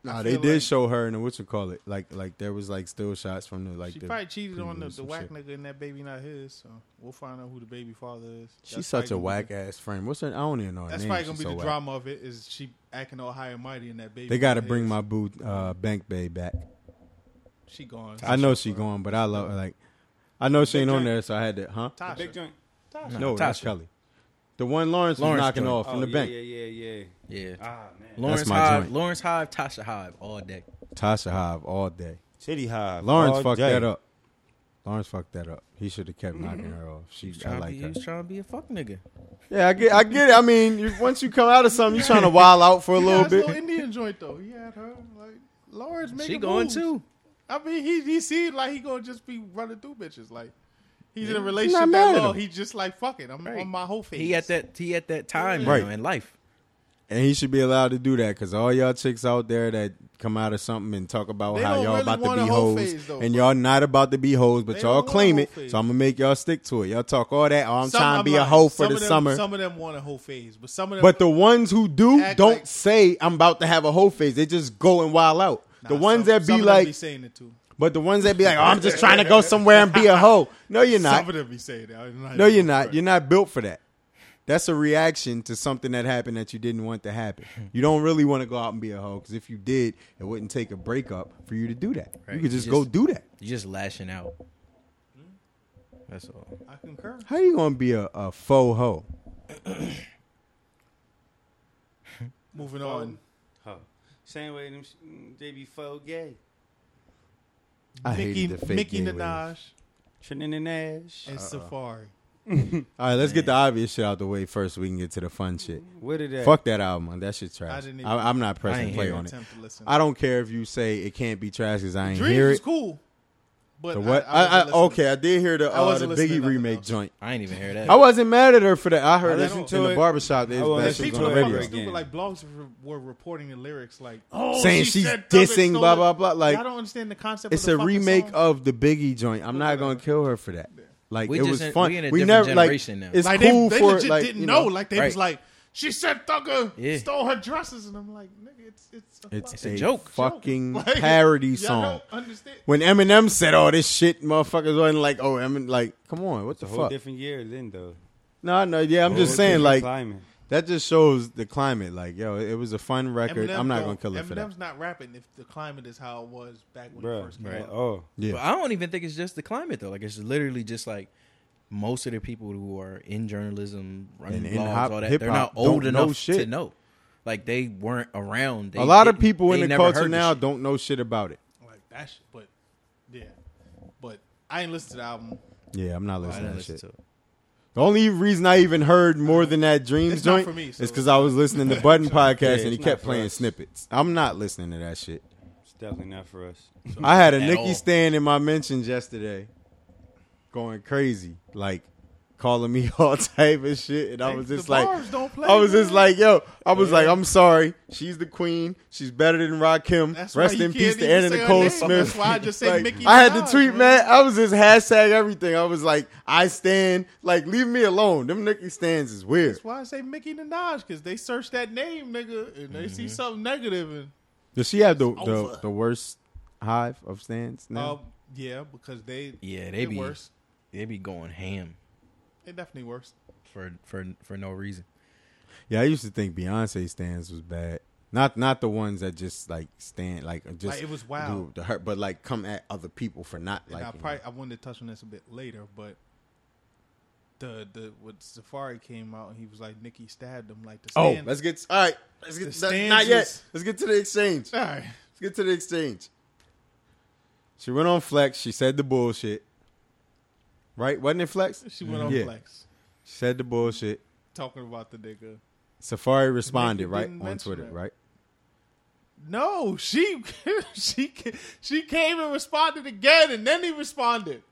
F: nah,
G: I
F: they
G: feel
F: did
G: like-
F: show her in the what you call it. Like like there was like still shots from the like
G: she
F: the
G: probably cheated on the,
F: previews
G: the
F: and
G: whack
F: shit.
G: nigga and that baby not his. So we'll find out who the baby father is.
F: She's such a whack
G: ass.
F: ass friend. What's her? I don't even know her
G: That's
F: name.
G: probably
F: She's
G: gonna be
F: so
G: the
F: whack.
G: drama of it. Is she acting all high and mighty in that baby?
F: They got to
G: not
F: bring
G: his.
F: my boo uh, Bank Bay back.
G: She gone.
F: I know she going, but I love like I know she ain't on there, so I had to, huh?
G: Tasha.
H: Big joint.
F: No, that's
I: Tasha.
F: Kelly. The one Lawrence,
I: Lawrence
F: was knocking
I: joint.
F: off in
H: Oh,
F: the
H: yeah,
F: bank.
H: Yeah, yeah, yeah.
I: Yeah.
H: Ah man.
I: Lawrence
F: my
I: Hive,
F: joint.
I: Lawrence Hive, Tasha Hive all day.
F: Tasha Hive all day.
H: Titty high.
F: Lawrence
H: all
F: fucked
H: day.
F: that up. Lawrence fucked that up. He should have kept knocking her off. She, I
I: Trying
F: like
I: to be,
F: her.
I: he's trying to be a fuck nigga.
F: Yeah, I get, I get it. I mean, you, once you come out of something, you trying to wild out for a
G: He
F: little
G: got his
F: bit.
G: Little Indian joint though. He had her like Lawrence making
I: She going
G: moves.
I: too.
G: I mean, he he seemed like he gonna just be running through bitches. Like he's in a
F: not
G: relationship
F: mad at
G: that long.
F: him.
G: He just like fuck it. I'm
I: Right.
G: on my whole face.
I: He at that he at that time
F: Right.
I: now in life.
F: And he should be allowed to do that because all y'all chicks out there that come out of something and talk about
G: They
F: how
G: don't
F: y'all
G: really
F: about to
G: want
F: be
G: a whole
F: hoes
G: phase, though,
F: and
G: bro.
F: y'all not about to be hoes, but
G: They don't
F: y'all
G: want a
F: claim
G: whole
F: it.
G: phase.
F: So I'm gonna make y'all stick to it. Y'all talk all that. Oh, I'm
G: Some-
F: trying to
G: I'm
F: be a
G: lying.
F: hoe for
G: Some
F: the
G: of them-
F: summer.
G: Some of them want a whole phase, but some of them.
F: But the ones who do
G: Act
F: don't
G: like-
F: say I'm about to have a whole phase. They just go and wild out.
G: Nah,
F: the ones
G: some-
F: that
G: some
F: be
G: of them
F: like,
G: be saying it too.
F: but the ones that be like, oh, I'm
G: (laughs)
F: just trying to go somewhere and be a hoe. No, you're
G: Some
F: not.
G: of them be saying that. I'm
F: (laughs) No, you're
G: even-
F: not. You're not built for that. That's a reaction to something that happened that you didn't want to happen. You don't really want to go out and be a hoe because if you did, it wouldn't take a breakup for you to do that.
I: Right.
F: You could just,
I: You
F: go
I: just-
F: do that.
I: You just lashing out. That's all.
G: I concur.
F: How you gonna be a, a faux hoe?
G: Moving on.
H: Huh. Same way them, sh- mm, they be faux gay.
F: I
G: Mickey,
F: hated the fake
G: Mickey
F: gay waves.
G: Minaj
H: Trinidad and Nash.
G: and Safari.
F: All right, let's get the obvious shit out the way first. So we can get to the fun shit.
H: Where did that?
F: Fuck that album. That shit trash. I
G: I didn't even-
F: I, am not
I: I
F: pressing
I: ain't
F: play
I: hear
F: on it.
G: Attempt to listen.
F: I don't care if you say it can't be trash because I ain't
G: Dreams
F: hear
G: is
F: it.
G: cool, but
F: The what?
G: I,
F: I, I,
G: wasn't listening.
F: okay, I did hear the,
G: I
F: uh, the
G: wasn't listening to
F: Biggie
G: nothing
F: remake
G: else.
F: joint.
I: I ain't even hear that.
F: I wasn't mad at her for that. I heard
H: I
F: it
H: listened
F: in
H: to
F: the
H: it.
F: barbershop. They
H: I
F: was
H: wasn't
F: bad
G: Because
H: That
F: shit
H: listening
F: on
G: people
H: to
F: the
H: it
G: were
F: radio.
H: ever
G: fucking stupid,
H: again.
G: like blogs were, were reporting the lyrics, like oh,
F: Saying
G: she
F: she's
G: said Thug
F: dissing,
G: stole
F: blah,
G: it.
F: blah, blah, like-
G: I don't understand the concept.
F: It's
G: of the
F: a
G: fucking
F: remake
G: song.
F: of the Biggie joint. I'm not gonna kill her for that. Like
I: We
F: it
I: just
F: was
I: in-
F: fun.
I: we in a
F: We
I: different
F: never like
I: generation now.
F: it's
G: like
F: cool
G: they, they
F: for
G: legit
F: like
G: didn't
F: you
G: know.
F: know
G: like they
I: right.
G: was like she said Thugger
I: Yeah.
G: stole her dresses, and I'm like nigga, it's it's a,
F: It's,
G: fucking
F: a,
I: joke.
F: fucking
G: joke. (laughs) Like,
F: parody
G: y'all
F: song.
G: Don't understand.
F: When Eminem said all this shit, motherfuckers wasn't like, oh, Eminem, like, come on, what the
H: A whole
F: fuck?
H: different year then though.
F: No, no, yeah, I'm just
H: Whole
F: saying,
H: different
F: like,
H: climate.
F: that just shows the climate. Like, yo, it was a fun record. I'm not gonna
G: don't-
F: kill her for that.
G: Eminem's not rapping if the climate is how it was back when he
H: Bruh, Oh,
G: first came
H: at
G: out.
H: all.
I: But I don't even think it's just the climate though. Like it's literally just like most of the people who are in journalism,
F: And
I: running
F: in
I: blogs,
F: hop-
I: all that,
F: hip
I: they're not
F: hop
I: old
F: don't know
I: enough to
F: shit.
I: know. Like they weren't around. They
F: A lot of
I: didn't-
F: people in
I: they
F: the
I: never
F: culture
I: heard
F: now
I: shit.
F: don't know shit about it.
G: Like that shit, but yeah, but I ain't listened to the album.
F: Yeah, I'm not
I: I
F: listening
I: didn't
F: to that
I: listen
F: shit.
I: to it.
F: The only reason I even heard more than that Dreams
G: It's not
F: joint
G: for me, so-
F: is because I was listening
G: (laughs)
F: to Button podcast
H: Yeah,
F: and he
H: it's
F: kept
H: not for
F: playing
H: us.
F: snippets. I'm not listening to that shit.
H: It's definitely not for us.
F: I had a
I: At
F: Nicki
I: all.
F: stand in my mentions yesterday, going crazy, like calling me (laughs) all type of shit, and I was
G: The
F: just like,
G: bars don't play,
F: I was just
G: man.
F: like, yo, I was like, I'm sorry, she's the queen, she's better than Rakim.
G: That's why
F: Rest
G: you
F: in peace
G: can't
F: to
G: even
F: Anna
G: say her
F: Nicole
G: name.
F: Smith.
G: That's why
F: (laughs)
G: I just said
F: Like,
G: Nicki
F: I had to
G: Minaj,
F: tweet,
G: man.
F: man. I was just hashtag everything. I was like, I stand, like leave me alone. Them Nicki stands is weird.
G: That's why I say Mickey Minaj because they search that name, nigga, and they see something negative and.
F: Does she have the
G: over.
F: the, the worst hive of stands now?
G: Um, yeah, because they
I: Yeah, they
G: it
I: be-
G: worse.
I: They be going ham
G: It definitely worse.
I: for for for no reason.
F: yeah, I used to think Beyonce stands was bad. Not not the ones that just like stand like just
G: Like, it was wild.
F: do the hurt, but like come at other people for not
G: And I
F: like.
G: probably I wanted to touch on this a bit later, but the the when Safari came out and he was like Nikki stabbed him like the
F: Oh,
G: stand.
F: let's get all right. Let's get
G: The
F: not- not yet.
G: stanzas.
F: Let's get to the exchange.
G: (laughs) all right.
F: Let's get to the exchange. She went on flex. She said the bullshit. Right? Wasn't it flex?
G: She went on
F: Yeah.
G: flex
F: She said the bullshit.
G: talking about the nigga.
F: Safari responded
G: Nikki
F: right
G: didn't
F: on
G: mention
F: Twitter,
G: that.
F: right?
G: No, she (laughs) she ca- she came and responded again, and then he responded.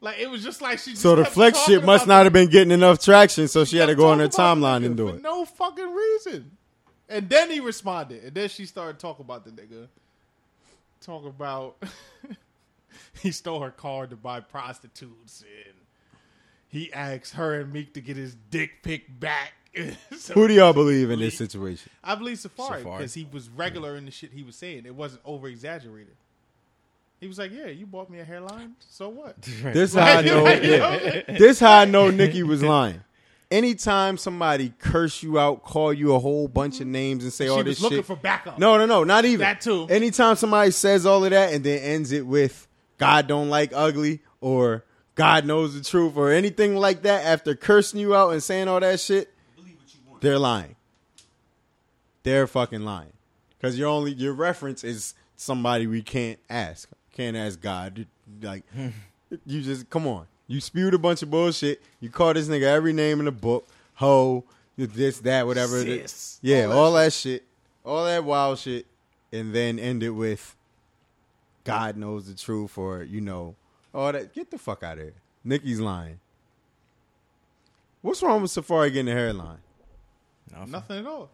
G: Like it was just like she.
F: So the
G: kept
F: flex
G: talking
F: shit must
G: about
F: not have been getting enough traction, so she
G: the-
F: had to
G: kept
F: go on her
G: talking about
F: timeline
G: the
F: and do
G: nigga for
F: it.
G: No fucking reason. And then he responded, and then she started talking about the nigga. Talk about (laughs) he stole her car to buy prostitutes, and he asked her and Meek to get his dick pic back. (laughs) So-
F: Who do y'all believe in this situation?
G: I believe Safari
I: Safari.
G: because he was regular in the shit he was saying. It wasn't over exaggerated. He was like, "Yeah, you bought me a hairline.
F: (laughs)
G: So what? (laughs)
F: This how I know.
G: Like, you
F: yeah. (laughs) This how I know Nikki was lying. Anytime somebody curse you out, call you a whole bunch of names, and say
G: She
F: all
G: was
F: this
G: looking
F: shit,
G: for backup.
F: No, no, no, not even
G: That too.
F: Anytime somebody says all of that and then ends it with "God don't like ugly" or "God knows the truth" or anything like that after cursing you out and saying all that shit, they're lying. They're fucking lying because your only your reference is somebody we can't ask. Can't ask God.
G: (laughs)
F: Like you just come on. You spewed a bunch of bullshit. You call this nigga every name in the book, hoe, this, that, whatever. the-
G: Sis.
F: yeah, all, that shit, all that wild shit, and then end it with God knows the truth, or you know, all that. Get the fuck out of here. Nikki's lying. What's wrong with Safari getting a hairline?
G: Nothing at all.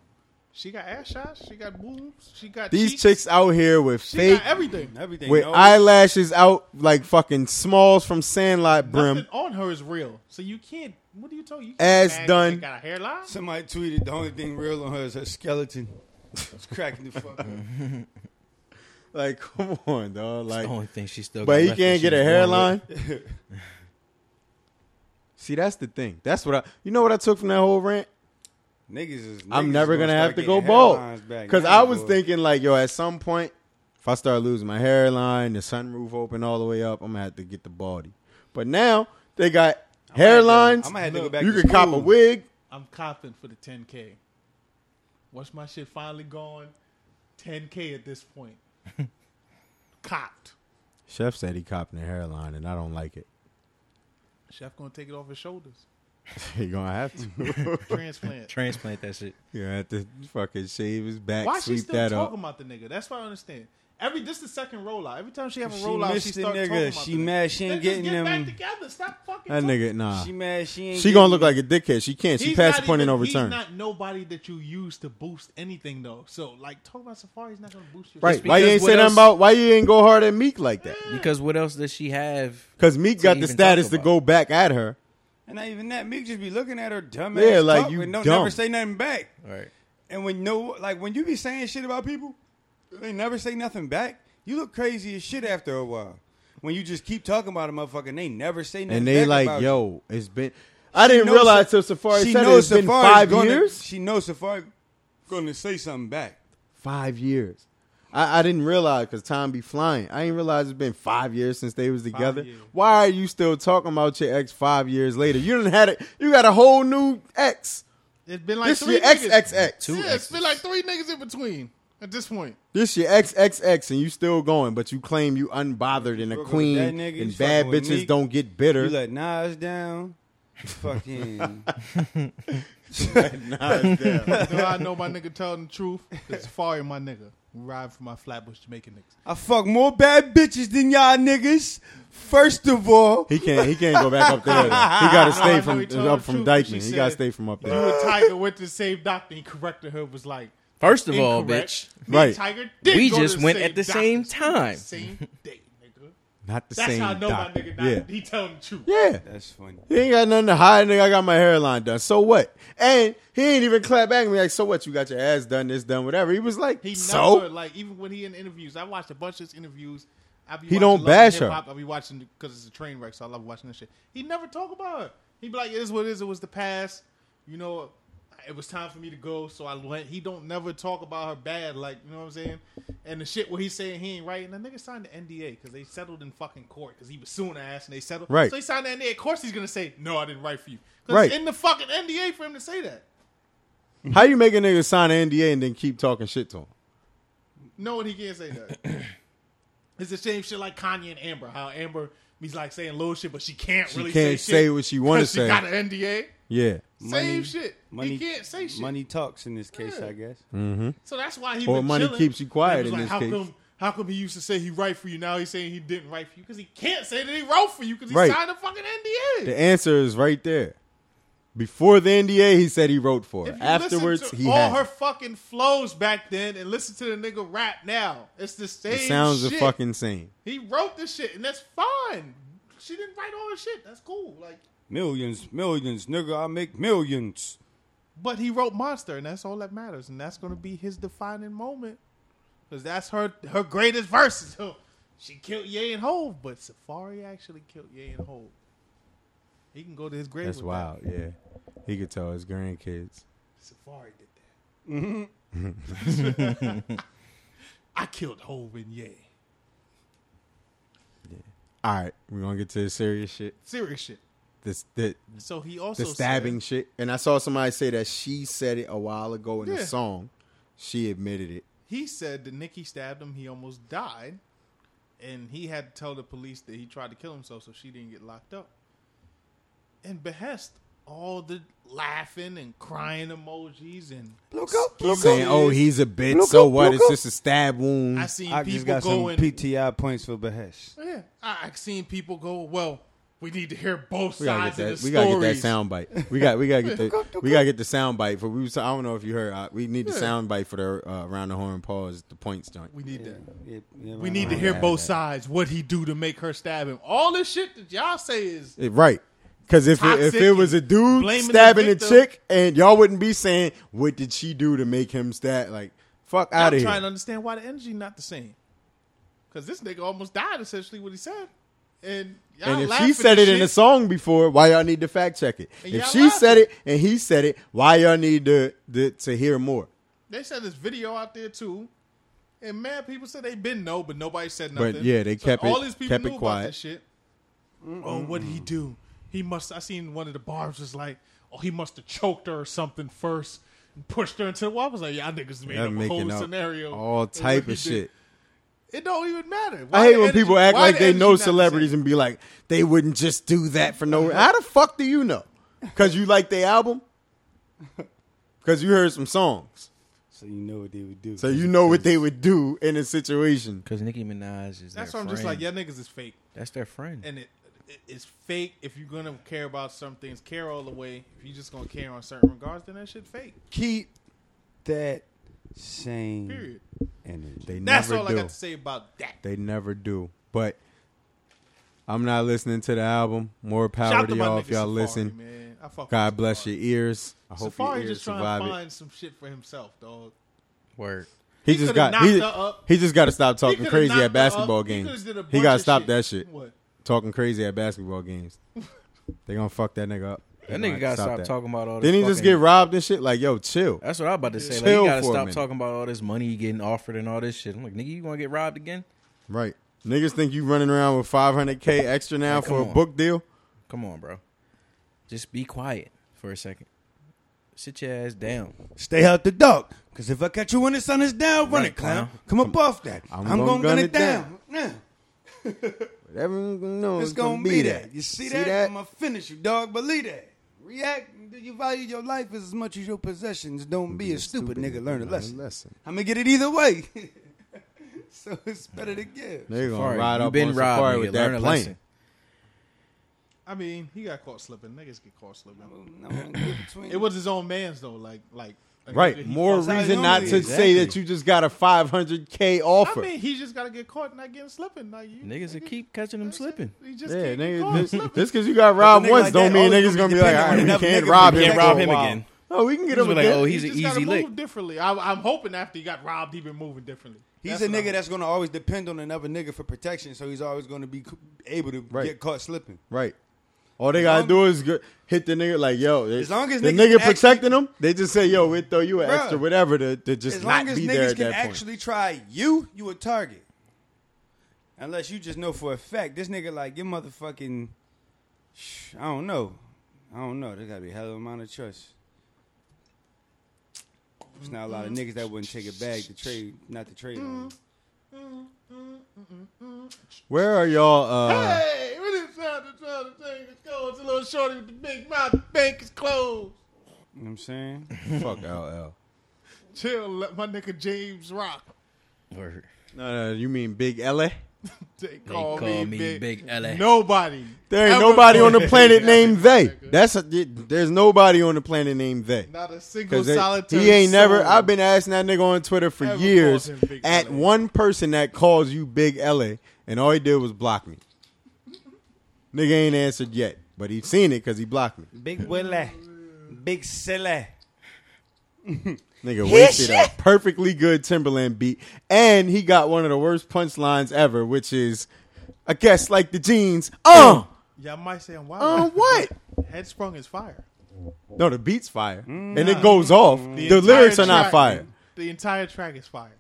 G: She got ass shots. She got boobs. She got
F: These
G: cheeks,
F: chicks out here with
G: She
F: fake,
G: got everything.
H: Everything.
F: with
H: knows.
F: eyelashes out like fucking smalls from Sandlot brim. (laughs)
G: Nothing on her is real. So you can't. What do you tell you? can't
F: Ass
G: act
F: done.
G: like Got a hairline.
H: Somebody tweeted the only thing real on her is her skeleton. It's cracking
F: (laughs)
H: the fuck up.
F: Like, come on, dog. Like,
I: the only thing she still.
F: but
I: got
F: he
I: left when
F: can't
I: she
F: get a
I: was born
F: hairline. (laughs) See, that's the thing. That's what I. You know what I took from that whole rant?
H: Niggas is. Niggas
F: I'm never
H: is
F: gonna, have
H: start
F: to go
H: getting
F: bald
H: headlines back
F: because
H: now,
F: I was
H: boy.
F: thinking like, yo, at some point, if I start losing my hairline, the sunroof open all the way up, I'm gonna have to get the baldy. But now they got hairlines.
H: I'm gonna have to go back
F: You
H: to
F: can cop a
H: school.
F: wig.
G: I'm copping for the 10k. Once my shit finally gone, 10k at
F: (laughs)
G: this point. Copped.
F: Chef said he copping a hairline, and I don't like (laughs) it.
G: Chef gonna take it off
F: (laughs)
G: his shoulders.
F: You're gonna have to. (laughs)
G: Transplant.
I: Transplant that shit.
F: You're gonna have to fucking shave his back,
G: Why she
F: sweep
G: still
F: that
G: talking
F: up.
G: about the nigga? That's what I understand. Every this the second rollout. Every time she have a
H: She
G: rollout, she
H: missed the
G: start
H: nigga.
G: talking about
H: She
G: the nigga.
H: mad she ain't
G: Then just
H: getting
G: get
H: them-
G: back together. Stop fucking.
F: That
G: talking.
F: nigga, nah.
H: She mad. She ain't.
F: She
H: getting
F: gonna look like a dickhead. She can't. She
G: He's
F: passed
G: not
F: the point of
G: even-
F: no return.
G: He's not nobody that you use to boost anything though. So like talk about Safari's not gonna boost your
F: Right?
I: Just
F: Why you
I: because
F: ain't
I: what
F: say nothing
I: else-
F: about? Why you ain't go hard at Meek like that?
I: Because what else does she have?
F: Because Meek
I: To
F: got the
I: even
F: status
I: talk
F: to
I: about.
F: go back at her.
H: And not even that. Meek just be looking at her dumb
F: Yeah,
H: ass
F: like,
H: talk
F: you
H: and don't
F: dumb.
H: never say nothing back.
I: All right.
H: And when no, like when you be saying shit about people, they never say nothing back. You look crazy as shit after a while. When you just keep talking about a motherfucker, and they never say nothing.
F: and they
H: back
F: like,
H: about you.
F: yo, it's been. I didn't
H: knows
F: realize
H: Sa-
F: till Safari
H: she
F: said it,
H: knows
F: it's been
H: Safari's
F: five
H: gonna-
F: years.
H: She knows Safari going to say something back.
F: Five years. I, I didn't realize because time be flying. I didn't realize it's been five years since they was together.
G: years.
F: Why are you still talking about your ex five years later? You didn't had it. You got a whole new ex.
G: It's been like
F: This
G: three
F: your
G: niggas.
F: XXX.
I: Two
G: Yeah, it's
I: exes.
G: been like three niggas in between at this (laughs) point.
F: This your XXX, and you still going, but you claim you unbothered and a
H: fucking with
F: queen,
H: that nigga, you
F: and bad
H: fucking with
F: bitches
H: Meek.
F: don't get bitter.
H: You let Nas down. (laughs) Fucking.
F: Nah, it's down.
G: Do I know my nigga telling the truth? It's Safari, my nigga. Ride for my Flatbush Jamaican niggas.
H: I fuck more bad bitches than y'all niggas. First of all,
F: he can't. He can't go back up there. though. He got to
G: I
F: stay
G: know he told
F: from
G: the
F: up from
G: truth, but
F: Dykeman.
G: she
F: He got to
G: said-
F: stay from up
G: You
F: there.
G: and Tiger went to the same doctor. He corrected her. Was like,
I: First of all, bitch.
G: incorrect. Me
F: Right.
G: and Tiger did
I: We
G: go to
I: just
G: the
I: went
G: same
I: at the
G: doctor.
I: same time.
G: Same day,
I: (laughs)
G: nigga.
F: Not the
G: That's
F: same.
G: how I know
F: doctor.
G: my nigga. Not,
F: Yeah.
G: He telling the truth.
F: Yeah.
H: that's funny.
F: He ain't got nothing to hide, nigga. I got my hairline done. So what? And he ain't even clap back at me like, so what? You got your ass done, this done, whatever. He was like,
G: He
F: so
G: never like even when he in interviews. I watched a bunch of his interviews. I be
F: He
G: watching
F: don't
G: Love
F: bash
G: and Hip
F: her.
G: Hop. I be watching because it's a train wreck, so I love watching that shit. He never talk about her. He be like, "It is what it is. It was the past. You know, it was time for me to go, so I went." He don't never talk about her bad, like you know what I'm saying. And the shit where he's saying he ain't right, and the nigga signed the NDA because they settled in fucking court because he was suing ass and they settled.
F: Right.
G: So he signed the NDA. Of course he's gonna say no, I didn't write for you. 'Cause
F: Right.
G: It's in the fucking NDA for him to say that.
F: How you make a nigga sign an NDA and then keep talking shit to him?
G: No, and he can't
F: (clears throat)
G: say that. it's the same shit like Kanye and Amber. How Amber he's like saying little shit, but she can't
F: She
G: really
F: can't
G: say,
F: say
G: shit
F: what she wanna
G: 'cause
F: say.
G: She got an NDA.
F: Yeah.
H: Money-
G: same shit.
H: money-
G: he can't say shit.
H: Money talks in this case,
G: Yeah.
H: I guess.
G: So that's why he
F: Or
G: been
F: money
G: chilling.
F: keeps you quiet
G: And it was
F: in this
G: how
F: case.
G: Come, how come he used to say he write for you? Now he's saying he didn't write for you because he can't say that he wrote for you because he
F: Right.
G: signed a fucking NDA.
F: The answer is right there. Before the NDA, he said he wrote for
G: If
F: it.
G: you
F: Afterwards,
G: listen to
F: he
G: all
F: had
G: her
F: it.
G: fucking flows back then, and listen to the nigga rap now. It's the same.
F: it sounds
G: shit.
F: the fucking same.
G: He wrote this shit, and that's fine. She didn't write all the shit. That's cool. Like,
H: Millions, millions, nigga, I make millions.
G: but he wrote Monster, and that's all that matters. And that's gonna be his defining moment, because that's her her greatest verses. (laughs) she killed Ye and Hove, but Safari actually killed Ye and Hove. He can go to his grave.
F: That's
G: with
F: wild. Yeah, he could tell his grandkids.
G: That. Safari did that. Mm-hmm. (laughs) I killed Hove and Ye.
F: All right, we're gonna get to the serious shit.
G: Serious shit.
F: This the
G: So he also
F: the stabbing shit. And I saw somebody say that she said it a while ago in
G: Yeah.
F: a song. She admitted it.
G: he said that Nikki stabbed him. He almost died, and he had to tell the police that he tried to kill himself, so she didn't get locked up. And behest all the laughing and crying emojis, and
F: Saying, "Oh, he's a bitch. so what? It's just a stab wound."
G: I seen
H: I just
G: people
H: got some
G: going.
H: PTI points for Behest.
G: yeah, I, I seen people go. Well, we need to hear both
F: we gotta
G: sides
F: get that.
G: of the
F: We
G: stories.
F: gotta get that sound bite. We got. We gotta
G: (laughs)
F: get the. we gotta get the sound bite for. We was. I don't know if you heard. uh, we need the
G: Yeah.
F: sound bite for the uh, around the horn pause. The points joint.
G: We need that.
H: Yeah, yeah,
G: We
H: man,
G: need
H: I
G: to hear
H: had
G: both
H: that.
G: sides. What he do to make her stab him? All this shit that y'all say is
F: It- right. Because if it, if
G: Toxic
F: it was a
G: and
F: dude
G: blaming the
F: stabbing a
G: victim.
F: chick, and y'all wouldn't be saying, "What did she do to make him stab?" Like, fuck out
G: I'm
F: of
G: trying
F: here.
G: to understand why the energy not the same. Because this nigga almost died, essentially, what he said. And, y'all
F: And if
G: laughing
F: she said it
G: and
F: in a
G: shit,
F: song before, why y'all need to fact check it?
G: And
F: If
G: y'all
F: she said
G: laughing.
F: it and he said it, why y'all need to to, to hear more?
G: they said this video out there too. And man, people said they been know, but nobody said nothing.
F: But yeah, they
G: So
F: kept it-
G: all these people
F: kept it
G: knew
F: quiet.
G: About this shit. Oh, what did he do? He must. I seen one of the barbs was like, oh, he must have choked her or something first, and pushed her into the wall. I was like, y'all niggas made
F: Y'all
G: up a whole
F: making up
G: scenario,
F: all
G: and what
F: type
G: he
F: of
G: did.
F: shit.
G: It don't even matter. Why
F: I hate
G: the
F: when
G: energy-
F: people act
G: why
F: like
G: the
F: they
G: energy
F: know
G: not the same?
F: celebrities and be like, they wouldn't just do that for no. How the fuck do you know? Because you like their album? (laughs) Because you heard some songs,
H: So you know what they would do.
F: so you know what they would do in a situation.
I: Because Nicki Minaj is
G: That's why
I: their
G: I'm
I: friend.
G: just like, y'all niggas is fake.
I: That's their friend.
G: and it, it it's fake. If you're gonna care about some things, care all the way. If you're just gonna care on certain regards, then that shit fake.
H: keep that same
G: Period.
H: energy.
F: They
G: That's
F: never
G: all
F: do.
G: I got to say about that.
F: They never do. But I'm not listening to the album. More power
G: Shout
F: to
G: to my
F: y'all
G: nigga
F: if y'all
G: Safari,
F: listen.
G: man. I fuck
F: God
G: with
F: bless your
G: Safari.
F: ears. I hope
G: Safari
F: your ears
G: just trying to
F: survive it.
G: find some shit for himself, dog.
I: Word.
F: He,
G: He
F: just
G: coulda
F: got he,
G: knocked her up.
F: he just got to stop
G: He
F: talking
G: coulda
F: crazy
G: knocked her
F: at
G: up.
F: basketball
G: He coulda
F: games.
G: did
F: He
G: a bunch
F: got to
G: of
F: stop that shit.
G: What?
F: Talking crazy at basketball
H: (laughs)
F: games. They gonna fuck that nigga up. They
I: That
F: gonna
I: nigga gotta stop,
F: that.
I: talking about all this.
F: Didn't he just
I: fucking-
F: get robbed and shit? Like, yo, chill.
I: That's what I was about to say. Like,
F: Chill
I: you gotta
F: for a
I: stop
F: minute.
I: talking about all this money you getting offered and all this shit. I'm like, nigga, you gonna get robbed again?
F: Right. Niggas think you running around with 500k extra now
I: Like,
F: for a
I: come on.
F: book deal.
I: Come on, bro. Just be quiet for a second. Sit your ass down.
H: Stay out the dark. Cause if I catch you when the sun is down, run
I: Right,
H: it, clown.
I: clown.
H: Come above that.
F: I'm
H: I'm,
F: gonna
H: gonna,
F: gun
H: gun
F: it
H: it
F: down.
H: down.
F: Everyone gonna know
H: Nah, it's gonna be that. You see, that?
F: that?
H: I'm gonna finish you, dog. Believe that. React. You value your life as much as your possessions. Don't be, a stupid, nigga. Learn a lesson. I'm gonna get it either way. (laughs) so it's better to give.
F: They're gonna
I: Safari,
F: ride
I: you
F: up
I: been
F: on
I: robbed,
F: Safari
I: nigga.
F: with
I: Learn
F: that
I: a
F: plane.
I: lesson.
G: I mean, he got caught slipping. Niggas get caught slipping.
H: No, I'm gonna get between
G: It was his own man's though. Like, like a nigga
F: Right.
G: he
F: More
G: fucked-
H: fucks out
F: reason
H: his
F: not to
H: own way.
F: say that you just got a 500k
G: I
F: offer.
G: mean, he just gotta get caught not getting slipping. Like you,
I: Niggas that
G: nigga,
I: keep catching them
G: that's it.
I: slipping.
G: He just
F: yeah,
G: can't get
F: nigga,
G: caught
F: just
G: slipping.
F: because you got robbed
H: nigga
F: once
H: like
F: don't
H: that
F: mean
H: always
F: niggas gonna
H: gonna be
F: be like,
H: dependent
F: all
H: on
F: right, we
H: another
F: can't
H: nigga
F: rob
H: to
F: him.
H: get
I: Can't
H: Can't
I: rob
H: rob
I: him
H: him
I: again.
F: Oh, we can get
I: Just
F: him
I: be like,
F: again.
I: oh,
G: He
I: he's an
G: just gotta
I: easy lick.
G: Move differently. I, I'm hoping after he got robbed, he been moving differently.
H: He's
G: That's
H: a
G: what
H: nigga
G: I'm-
H: that's gonna always depend on another nigga for protection, so he's always gonna be c- able to
F: Right.
H: get caught slipping.
F: Right. All they gotta do is go- hit the nigga like yo. They,
H: As long as
F: the
H: niggas
F: nigga
H: actually-
F: protecting them, they just say yo, we throw you an
H: Bruh.
F: extra whatever to, to just
H: as long
F: not
H: as
F: be there
H: niggas
F: at
H: can
F: that point.
H: actually try you, you a target. Unless you just know for a fact this nigga like your motherfucking. I don't know, I don't know. There gotta be a hell of a amount of trust. There's not a lot of niggas that wouldn't take a bag to trade, not to trade on.
F: Where are y'all?
H: (laughs)
F: Uh,
G: Hey, what is that? The trying to change the clothes. A little shorty with the big mouth. Bank is closed.
H: You know what I'm saying?
F: fuck LL.
G: Chill, let my nigga James rock.
I: Word.
F: No, no, you mean Big LA?
G: They
I: They
G: call, me, big.
I: LA.
G: Nobody.
F: There ain't
G: ever
F: nobody on the
H: (laughs)
G: called
F: planet
G: me
F: named they.
G: that, nigga.
F: That's a, there's nobody on the planet named they.
G: Not a single
F: Cause it-
G: solitary.
F: he ain't never.
G: soul.
F: I've been asking that nigga on Twitter for
G: Ever
F: years.
G: calls him Big
F: At
G: LA.
F: one person that calls you Big LA, and all he did was block me. nigga ain't answered yet, but he seen it because he blocked me.
H: Big Willie, Big Silly.
F: Nigga wasted a perfectly good Timberland beat, and he got one of the worst punchlines ever, which is, I guess like the jeans. Uh,
G: Y'all might say I'm wild.
F: uh, what?
G: Headsprung is fire.
F: No, the beat's fire, and it goes off. The,
G: entire
F: lyrics are not
G: track-
F: fire.
G: The entire track is fire.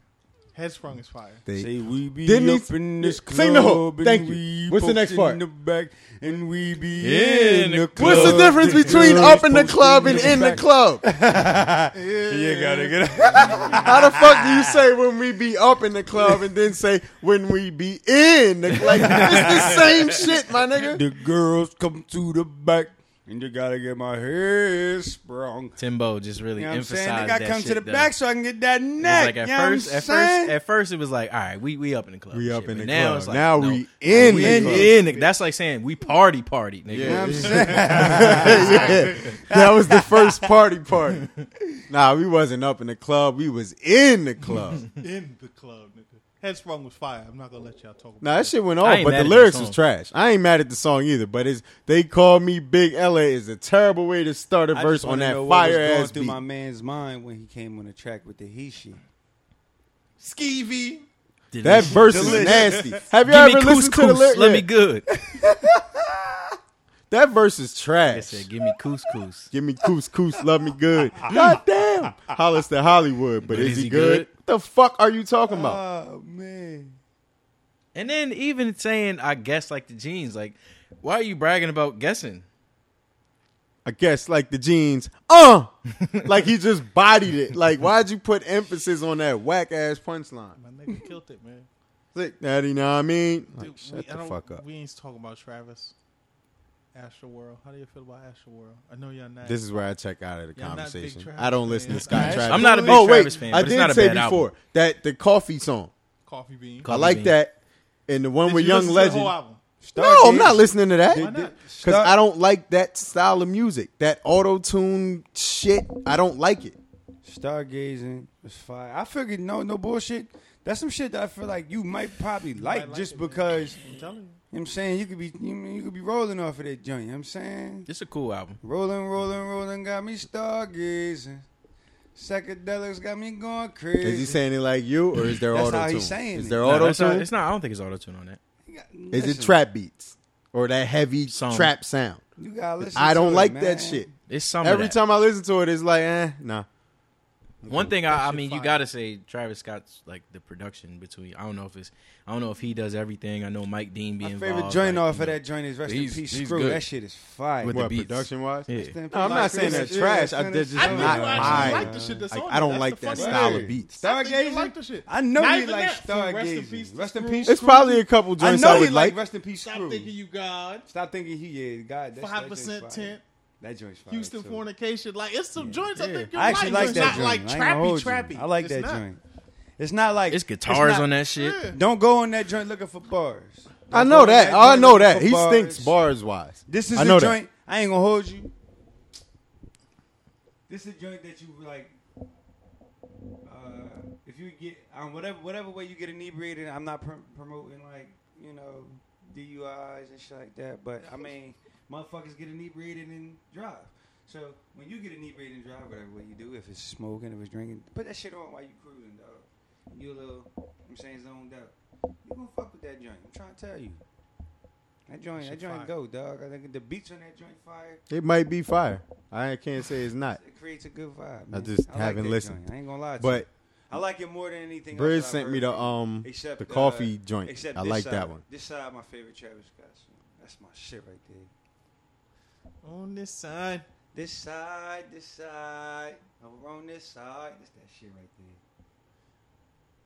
G: Headsprung
F: (laughs)
G: is fire.
F: They-
H: Say we be
F: Didn't he-
H: up in this club.
F: Sing the hook.
H: and
F: Thank you.
H: we
F: What's the
H: folks
F: next part?
H: In the back, and we be
I: Yeah,
H: in
I: the
H: the club.
F: What's the difference between
H: girls
F: up in the
H: folks
F: club and in the
I: (laughs)
H: back. (laughs)
F: club?
H: You gotta get
F: (laughs) How the fuck do you say when we be up in the club and then say when we be in the club? Like,
H: (laughs)
F: it's the same shit, my nigga.
H: The girls come to the back, and you gotta get my hair sprung.
I: Timbo just really
H: You know what I'm
I: emphasized
H: saying? They gotta
I: that
H: come
I: shit,
H: to the
I: though.
H: back so I can get that neck.
I: It's like at
H: you know what I'm
I: first, at
H: saying?
I: first, at first, it was like, all right, we we up in the club.
F: We
I: and
F: up
I: shit,
F: in
I: but
F: the
I: now
F: club.
I: It's like,
F: Now
I: no,
F: we in
I: we
F: the
I: in,
F: club.
I: in the- That's like saying we party party, nigga.
F: Yeah, (laughs) yeah. that was the first party party. Nah, we wasn't up in the club. We was in the club.
G: In the club, nigga. Headsprung was fire. I'm not gonna let y'all talk about.
F: Nah, that
G: it.
F: shit went
I: I
F: off,
I: ain't
F: but
I: mad
F: the
I: at the
F: lyrics was
I: song.
F: trash. I ain't mad at the song either, but it's they call me Big LA is a terrible way to start a
H: I
F: verse
H: just
F: on
H: wanna know
F: that
H: what was
F: fire
H: going
F: ass
H: through
F: beat.
H: my man's mind when he came on the track with the he shit.
G: skeevy.
F: That verse is
H: Delicious.
F: nasty. Have you
I: Give me
F: ever listened to the
I: couscous.
F: lyrics?
I: Let me good.
F: That verse is
I: (laughs) I
F: trash.
I: said, give me couscous.
F: Give me couscous, love me good. God damn. Hollis to Hollywood, but, is, he good? The fuck are you talking about?
H: Oh man.
I: And then even saying, I guess like the jeans. Like, why are you bragging about guessing?
F: I guess like the jeans. Uh (laughs) like he just bodied it. Like why'd you put emphasis on that whack ass punchline?
G: My nigga killed it, man.
F: Like, that you know what I mean? Like,
G: Dude,
F: shut
G: we, I
F: the
G: don't,
F: fuck up.
G: We ain't talking about Travis. Astro World. How do you feel about Astro World? I know y'all not.
F: This is where I check out of the
G: Yeah, I'm not big
F: conversation.
G: Travis
F: I don't
G: fan.
F: listen to
G: I'm
F: Scott
G: not
F: Travis.
I: I'm not a big
F: oh, wait,
I: Travis fan,
F: I
I: but it's
F: did
I: not a
F: say
I: bad album.
F: before that the coffee song.
G: coffee bean.
F: I
I: Coffee
F: like
I: Bean.
F: that. And the one
G: Did
F: with
G: you
F: Young
G: listen to the whole
F: Legend.
G: album?
F: No, I'm not listening to that.
G: Why not?
F: Because I don't like that style of music. That auto tune shit. I don't like it.
H: Stargazing was fire. I figured no, no bullshit. That's some shit that I feel like you might probably like,
G: like
H: just
G: it, man.
H: because you
G: I'm telling you.
H: know what I'm saying you could be you, mean, you could be rolling off of that joint. You know what I'm saying
I: It's a cool album.
H: rolling, rolling, rolling got me stargazing. Psychedelics got me going crazy.
F: Is he saying it like you, or is there
H: That's
F: auto tune?
H: how he's saying
F: Is
H: it.
F: there
I: Nah,
F: auto
I: that's not,
F: tune?
I: it's not. I don't think it's auto tune on that.
F: Is it
H: Listen,
F: trap beats or that heavy
I: Song.
F: trap sound?
H: You gotta listen.
F: I don't
H: to it,
F: like
H: man.
F: that shit.
I: It's some
F: Every
I: of that.
F: time I listen to it, it's like, eh, nah.
I: One thing I, I mean, you
G: fire.
I: gotta say Travis Scott's like the production between. I don't know if it's. I don't know if he does everything. I know Mike Dean
H: My
I: being
H: favorite
I: involved.
H: joint
I: like,
H: off
I: you
H: of
I: know.
H: that joint is Rest in
I: he's-
H: Peace.
I: he's
H: Screw
I: good.
H: that shit is fire.
I: With the
F: What
I: beats.
F: production wise?
I: Yeah.
H: Rest in
F: No, I'm
H: peace,
F: not saying
H: Chris.
F: that trash. I
H: Yeah,
F: did just
G: I think you
F: not buy.
G: actually like the shit that's
F: Like,
G: on
F: I don't
G: there.
F: like that
G: That's the funny
F: style
G: thing.
F: of beats.
G: I think you
H: Stargazing.
G: like the shit.
H: I know
G: Not
H: you
G: even
H: like
G: that, from Rest in Peace
H: Stargazing.
G: to
H: Rest in
G: Screw.
H: peace.
F: It's
H: Screw.
F: probably a couple
H: I
F: joints I,
H: know you
F: would
H: like
F: like.
H: Rest in Peace. Screw.
G: Stop thinking you God.
H: Stop thinking he yeah, God. That's,
G: Five
H: that joint's
G: percent
H: fire.
G: tent.
H: That joint's fire.
G: Houston
H: too.
G: fornication. Like it's some joints I think you
H: I actually like
G: it's
H: that
G: not
H: joint.
G: like
H: I ain't gonna
G: trappy,
H: hold you.
G: trappy.
H: I like
G: It's
H: that
G: not.
H: joint. It's not like
I: It's guitars
H: not-
I: on that shit.
H: Don't go on that joint looking for bars.
F: I
H: Don't
F: know
H: go on
F: that. Oh, I
H: joint
F: know
H: looking
F: that.
H: for
F: He
H: bars.
F: stinks bars wise.
H: This is
F: I
H: a
F: know that.
H: joint. I ain't gonna hold you. This is a joint that you like. Uh, if you get on whatever whatever way you get inebriated, I'm not prom- promoting like you know DUIs and shit like that. But I mean, motherfuckers get inebriated and drive. So when you get inebriated and drive, whatever way you do, if it's smoking, if it's drinking, put that shit on while you cruising, dog. You a little, I'm saying zoned out. You gonna fuck with that joint? I'm trying to tell you. That joint, that joint go, dog. I think the beats on that joint fire.
F: It might be fire. I can't say it's not.
H: It creates a good vibe.
F: I
H: Man.
F: just
H: like
F: haven't
H: that
F: listened.
H: joint. I ain't gonna lie, to you.
F: But
H: I like it more than anything.
F: Bridge
H: else I've
F: sent me
H: heard
F: the
H: from
F: um
H: him, except,
F: the
H: uh,
F: coffee joint.
H: except
F: I
H: this
F: like
H: side.
F: that one.
H: This side, my favorite Travis Scott song. That's my shit right there.
G: On this side.
H: This side, this side, over on this side. That's that shit right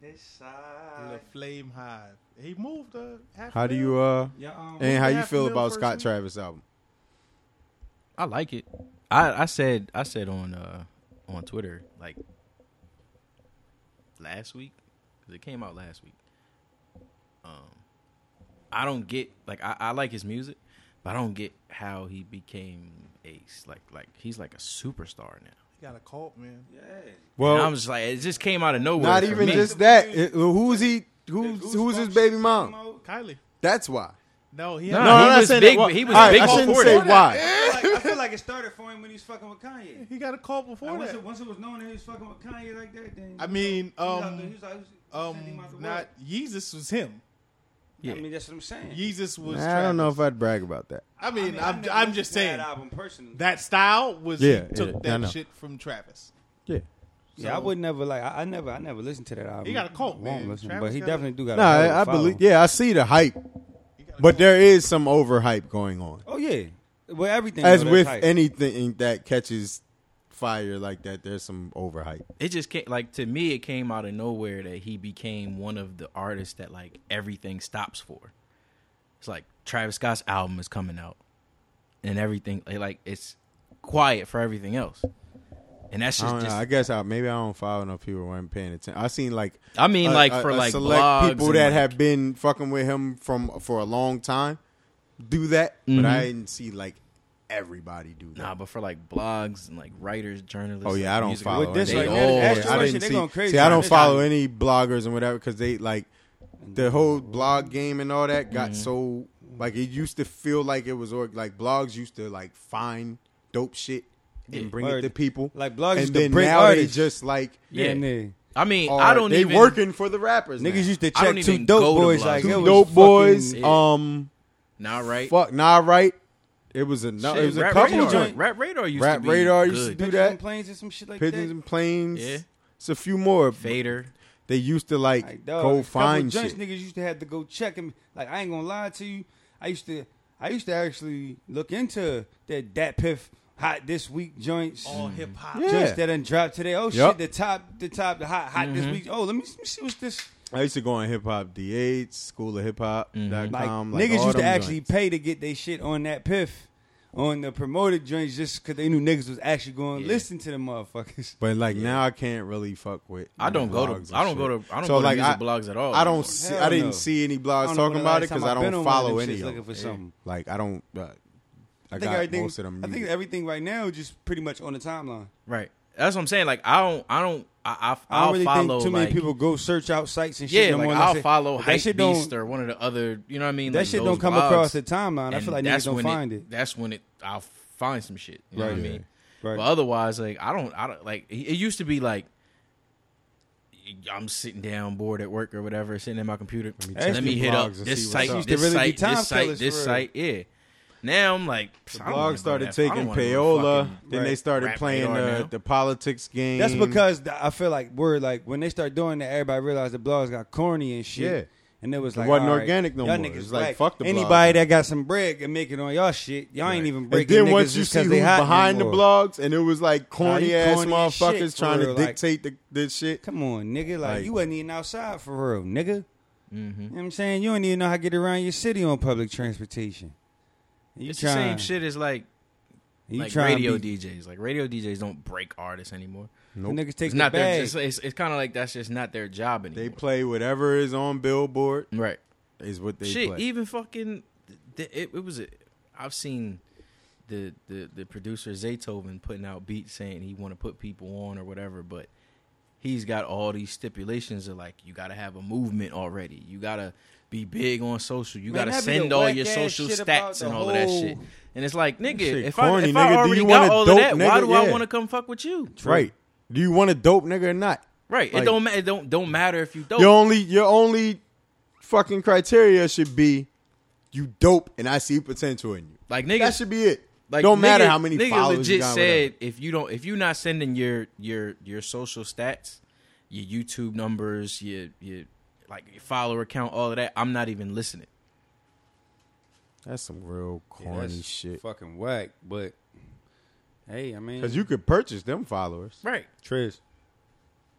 H: there. This
G: The
H: side.
G: Flame Hive. He moved uh, half
F: How
G: a
F: do
G: mil.
F: you uh
H: Yeah, um,
F: and how you
G: half
F: feel
G: mil
F: about
G: first
F: Scott
G: week?
F: Travis album?
I: I like it. I I said I said on uh on Twitter like last week because it came out last week. Um, I don't get like I, I like his music, but I don't get how he became ace. Like like he's like a superstar now.
G: He got a cult, man.
H: yeah.
I: and
F: Well,
I: I'm just like it just came out of nowhere.
F: not
I: for
F: even
I: me.
F: just that. It- who's he? Who's
H: The
F: who's his
H: Goosebumps
F: baby
H: emo.
F: mom?
G: Kylie.
F: That's why.
G: No, he
I: No,
G: had,
F: No, I'm
I: he,
F: not
I: was
F: saying
I: big,
F: that-
I: but he was
F: All right,
I: big.
F: I shouldn't
I: before
F: say
I: that.
F: why.
H: I feel, like, I feel
G: (laughs)
H: like it started for him when he was fucking with Kanye.
G: he got a cult before
H: Like, once,
G: that.
H: it, once it was known that he was fucking with Kanye like that, then
G: I mean,
H: he was out
G: um,
H: there- he was out- he was sending him
G: um,
H: out the
G: not
H: work.
G: Yeezus was him.
I: Yeah.
H: I mean, that's what I'm saying.
G: Yeezus was.
F: I don't know
G: Travis.
F: if I'd brag about that.
G: I mean, I
H: mean, I
G: am
H: never
G: I'm
H: listened
G: just
H: to
G: saying
H: that album personally.
G: that style was.
F: Yeah,
G: he
F: yeah,
G: took
F: I know.
G: that shit from Travis.
F: Yeah.
H: yeah, I would never like. I, I never, I never listened to that album.
G: He got a cult,
H: I
G: man.
H: Won't listen,
G: Travis
H: but he
G: got a-
H: definitely do got.
F: No,
H: a hell of a
F: I, I
H: following.
F: believe. Yeah, I see the hype, but there is some overhype going on.
H: Oh yeah. Well, everything
F: As
H: though, that's
F: with
H: hype.
F: anything that catches fire like that, there's some overhype.
I: it just came like to me it came out of nowhere that he became one of the artists that like everything stops for it's like travis scott's album is coming out and everything like it's quiet for everything else and
F: I
I: that's just,
F: don't know.
I: just
F: I guess I maybe I don't follow enough people who weren't paying attention. I seen like
I: I mean,
F: a-
I: like,
F: a-
I: for,
F: a
I: like,
F: select
I: blogs
F: people
I: and,
F: that
I: like-
F: have been fucking with him from for a long time do that,
I: Mm-hmm.
F: but I didn't see like everybody do that.
I: nah but for like blogs and like writers journalists
F: Oh yeah,
I: like,
F: I don't
I: music-
F: follow.
H: uh, With this
F: any-
H: right
F: Oh,
H: now, that's the
F: I
H: way
F: didn't
H: shit, they
F: see.
H: going crazy
F: see, I
H: on
F: don't
H: this
F: follow
H: album.
F: any bloggers and whatever because they like the whole blog game and all that got
H: Mm-hmm.
F: so like it used to feel like it was org- like blogs used to like find dope shit and bring it
H: Word.
F: to people.
H: Like, blogs
F: and
H: used to
F: then
H: bring
F: now
H: artists.
F: they just like
I: yeah,
H: Yeah, nigga.
I: i mean
F: are-
I: i don't
F: they
I: even
F: working for the rappers. now.
H: Niggas used to
I: I don't
H: check
I: even
H: two dope
I: go to
H: boys
I: blogs.
H: like
I: Two
H: it
F: Two
H: was
F: dope
H: fucking-
F: boys.
I: fucking-
F: Um,
I: nah right
F: fuck, nah, right. It was a no,
I: Shit,
F: it was a
I: rap
F: couple
I: radar,
F: of joints.
I: rap radar used
F: Rap
I: to be
F: Radar used
I: good.
F: to do
H: Pigeons
F: that.
H: and planes and some shit like
F: Pigeons
H: that.
F: and planes.
I: Yeah.
F: It's a few more.
I: fader
F: They used to like,
H: Like, dog,
F: go
H: a couple
F: find
H: joints
F: shit.
H: Niggas used to have to go check him. Like I ain't gonna lie to you, I used to, I used to actually look into that Dat Piff hot this week joints.
G: All hip hop.
F: Oh, Mm-hmm. Yeah.
H: Joints that done dropped today. Oh
F: Yup. Mm-hmm.
H: shit, the top, the top, the hot, hot this week. Oh, let me, let me see what's this.
F: I used to go on Hip Hop DH, School of Hip Hop
I: Mm-hmm.
F: dot
H: Like,
F: com. like,
H: niggas
F: all
H: used to
F: them
H: actually
F: joints.
H: pay to get their shit on that piff, on the promoted joints, just because they knew niggas was actually going to
I: Yeah.
H: listen to the motherfuckers.
F: But like now, I can't really fuck with.
I: I don't go to-
F: blogs and
I: I don't
F: shit.
I: go to- I don't
F: so,
I: go to
F: like,
I: music
F: I,
I: blogs at all
F: I
I: anymore.
F: don't. See,
H: Hell
F: I didn't
H: no.
F: see any
H: I
F: blogs
H: don't know
F: talking
H: when
F: about
H: the
F: it
H: last time
F: because I
H: I've been
F: don't
H: on one of
F: follow
H: them
F: any
H: shits
F: of
H: looking
F: them.
H: for
F: Yeah.
H: something.
F: Like I don't. uh, I,
H: I think
F: got
H: everything.
F: most of them.
H: I think
F: muted.
H: everything right now is just pretty much on the timeline.
I: right that's what i'm saying like i don't i don't i, I,
H: I
I: I'll
H: don't really
I: follow
H: think too many
I: like,
H: people go search out sites and shit.
I: Yeah,
H: no
I: like
H: more
I: I'll
H: shit.
I: follow
H: But
I: Hype
H: shit don't-
I: Beast or one of the other. You know what I mean?
H: That
I: Like,
H: shit
I: those
H: don't come
I: blogs.
H: across the timeline. I
I: And
H: feel like
I: that's
H: niggas don't
I: when
H: find it.
I: That's when it. I'll find some shit. You know
H: Right.
I: what I mean?
H: Right.
I: But otherwise, like I don't. I don't like. It it used to be like. I'm sitting down, bored at work or whatever, sitting at my computer. Let me,
H: check these
I: hit up
F: blogs and see
I: this
F: what's
I: site,
F: up.
I: this
H: Used to really be
I: site,
H: time
I: this site,
H: killers
I: this
H: for
I: site. Yeah. Now I'm like,
F: The
I: the
F: blog started taking payola. Then they
H: Right.
F: started
I: Rap
F: playing
I: radar
H: uh,
F: the,
I: now.
F: the politics game.
I: Mm.
H: That's because th- I feel like we're like when they start doing that, everybody realized the blogs got corny and shit.
F: Yeah.
H: And it was
F: It
H: like
F: wasn't
H: all right,
F: organic no
H: y'all
F: more.
H: Niggas
F: It's like,
H: whack.
F: fuck the blog.
H: anybody that got some bread can make it on y'all shit. Y'all ain't even
F: And
H: breaking
F: then
H: niggas
F: once you
H: just
F: see
H: 'cause
F: who's
H: they hot
F: behind
H: anymore.
F: the blogs, and it was like corny
H: Nah, you
F: ass
H: corny as shit,
F: motherfuckers
H: for
F: trying to
H: real, like-
F: dictate the, this shit.
H: Come on, nigga. Like,
F: Like-
H: you wasn't even outside for real, nigga.
I: Mm-hmm.
H: You know what I'm saying? You don't even know how to get around your city on public transportation. And You
I: It's the same
H: trying,
I: shit as like
H: and You
I: like
H: trying to
I: radio
H: be-
I: DJs. Like radio DJs don't break artists anymore.
H: the Niggas take
I: It's
H: the
I: not their.
H: bag.
I: It's, it's, it's kind of like that's just not their job anymore.
F: They play whatever is on Billboard
I: right.
F: is what they
I: Shit,
F: play.
I: even fucking, th- it, it was. A, I've seen the, the the producer Zaytoven putting out beats saying he want to put people on or whatever, but he's got all these stipulations of like you got to have a movement already, you gotta be big on social, you
H: Man,
I: gotta
H: that be the
I: send all
H: whack
I: your
H: ass
I: social
H: shit about
I: stats
H: the
I: and all of that
H: whole-
I: shit. And it's like, nigga,
F: shit
I: if I
F: corny,
I: if
F: nigga.
I: I
F: Do
I: already
F: you
I: got
F: want a
I: all
F: dope
I: of that, why
F: nigga?
I: do I
F: Yeah.
I: want to come fuck with you?
F: right? Do you want a dope nigga or not?
I: Right.
F: Like-
I: it don't ma- it Oh. don't don't matter if you dope.
F: Your only your only fucking criteria should be you dope and I see potential in you.
I: Like niggas,
F: that should be it.
I: like
F: don't matter
I: nigga-
F: how many
I: nigga
F: followers
I: legit
F: you got.
I: said
F: whatever.
I: if you don't if you're not sending your your your social stats, your YouTube numbers, your your like your follower count, all of that, I'm not even listening.
F: That's some real
H: Yeah,
F: corny
H: that's
F: shit.
H: Fucking whack. But hey, I mean,
F: Because you could purchase them followers.
I: Right.
H: Trish,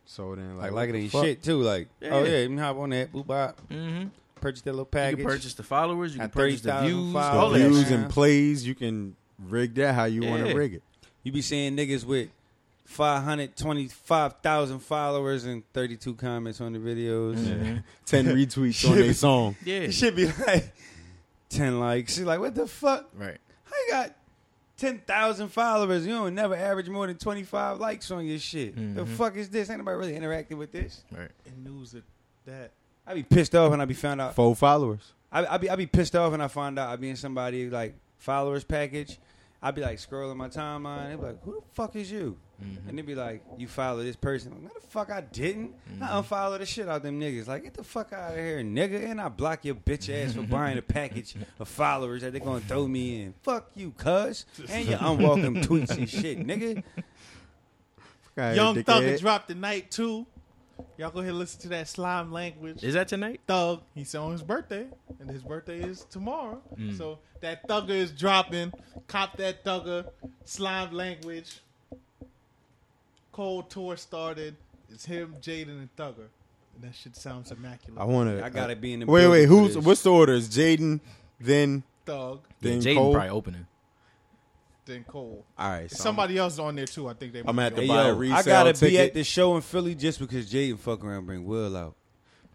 F: So then, like,
H: like like it
F: what the
H: ain't
F: fuck?
H: shit too. Like
I: Yeah.
H: oh yeah, you can hop on that boop bop,
I: Mm-hmm.
H: purchase that
I: You
H: little package.
I: can purchase the followers. You can
H: At
I: purchase the
H: 30,000
I: views.
H: followers.
I: All
F: The
I: that shit.
F: views
H: shit.
F: and plays, you can rig that how you want
I: Yeah.
F: to rig it.
H: You be seeing niggas with 525,000 followers and 32 comments on the videos.
F: Mm-hmm. Ten retweets on their song. (laughs)
I: Yeah.
H: It should be like 10 likes. She's like, what the fuck?
I: Right.
H: I got 10,000 followers. You don't never average more than 25 likes on your shit. The
F: Mm-hmm.
H: fuck is this? Ain't nobody really interacting with this.
I: Right.
G: And news that that
H: I be pissed off when I be found out.
F: Four followers.
H: I, I be I be pissed off when I find out I be in somebody like followers package. I be like scrolling my timeline. They be like, "Who the fuck is you?" And they be like, "You follow this person." I'm like, no, the fuck I didn't. I unfollow the shit out them niggas. Like, get the fuck out of here, nigga. And I block your bitch ass for buying a package of followers that they gonna throw me in. Fuck you, cuz. And your unwelcome tweets and shit, nigga.
F: Guy,
G: Young
F: dickhead.
G: Thug dropped tonight too. Y'all go ahead and listen to that slime language.
I: Is that tonight?
G: Thug, he's on his birthday, and his birthday is tomorrow. So that thugger is dropping. Cop that thugger. Slime language. Cold tour started. It's him, Jaden, and Thugger. And that shit sounds immaculate.
F: I want to.
H: I gotta be in the
F: Wait, wait.
H: building for
F: Who's
H: this.
F: what's the order? Is Jaden then
G: Thug,
I: Yeah,
F: then
I: Jaden
F: Cole?
I: probably opening.
G: then Cole.
F: All right. So
G: Somebody else on there too. I think they.
F: I'm gonna have to
H: Hey,
F: buy a
H: yo,
F: resale
H: I gotta
F: ticket.
H: be at the show in Philly just because Jaden fuck around and bring Will out.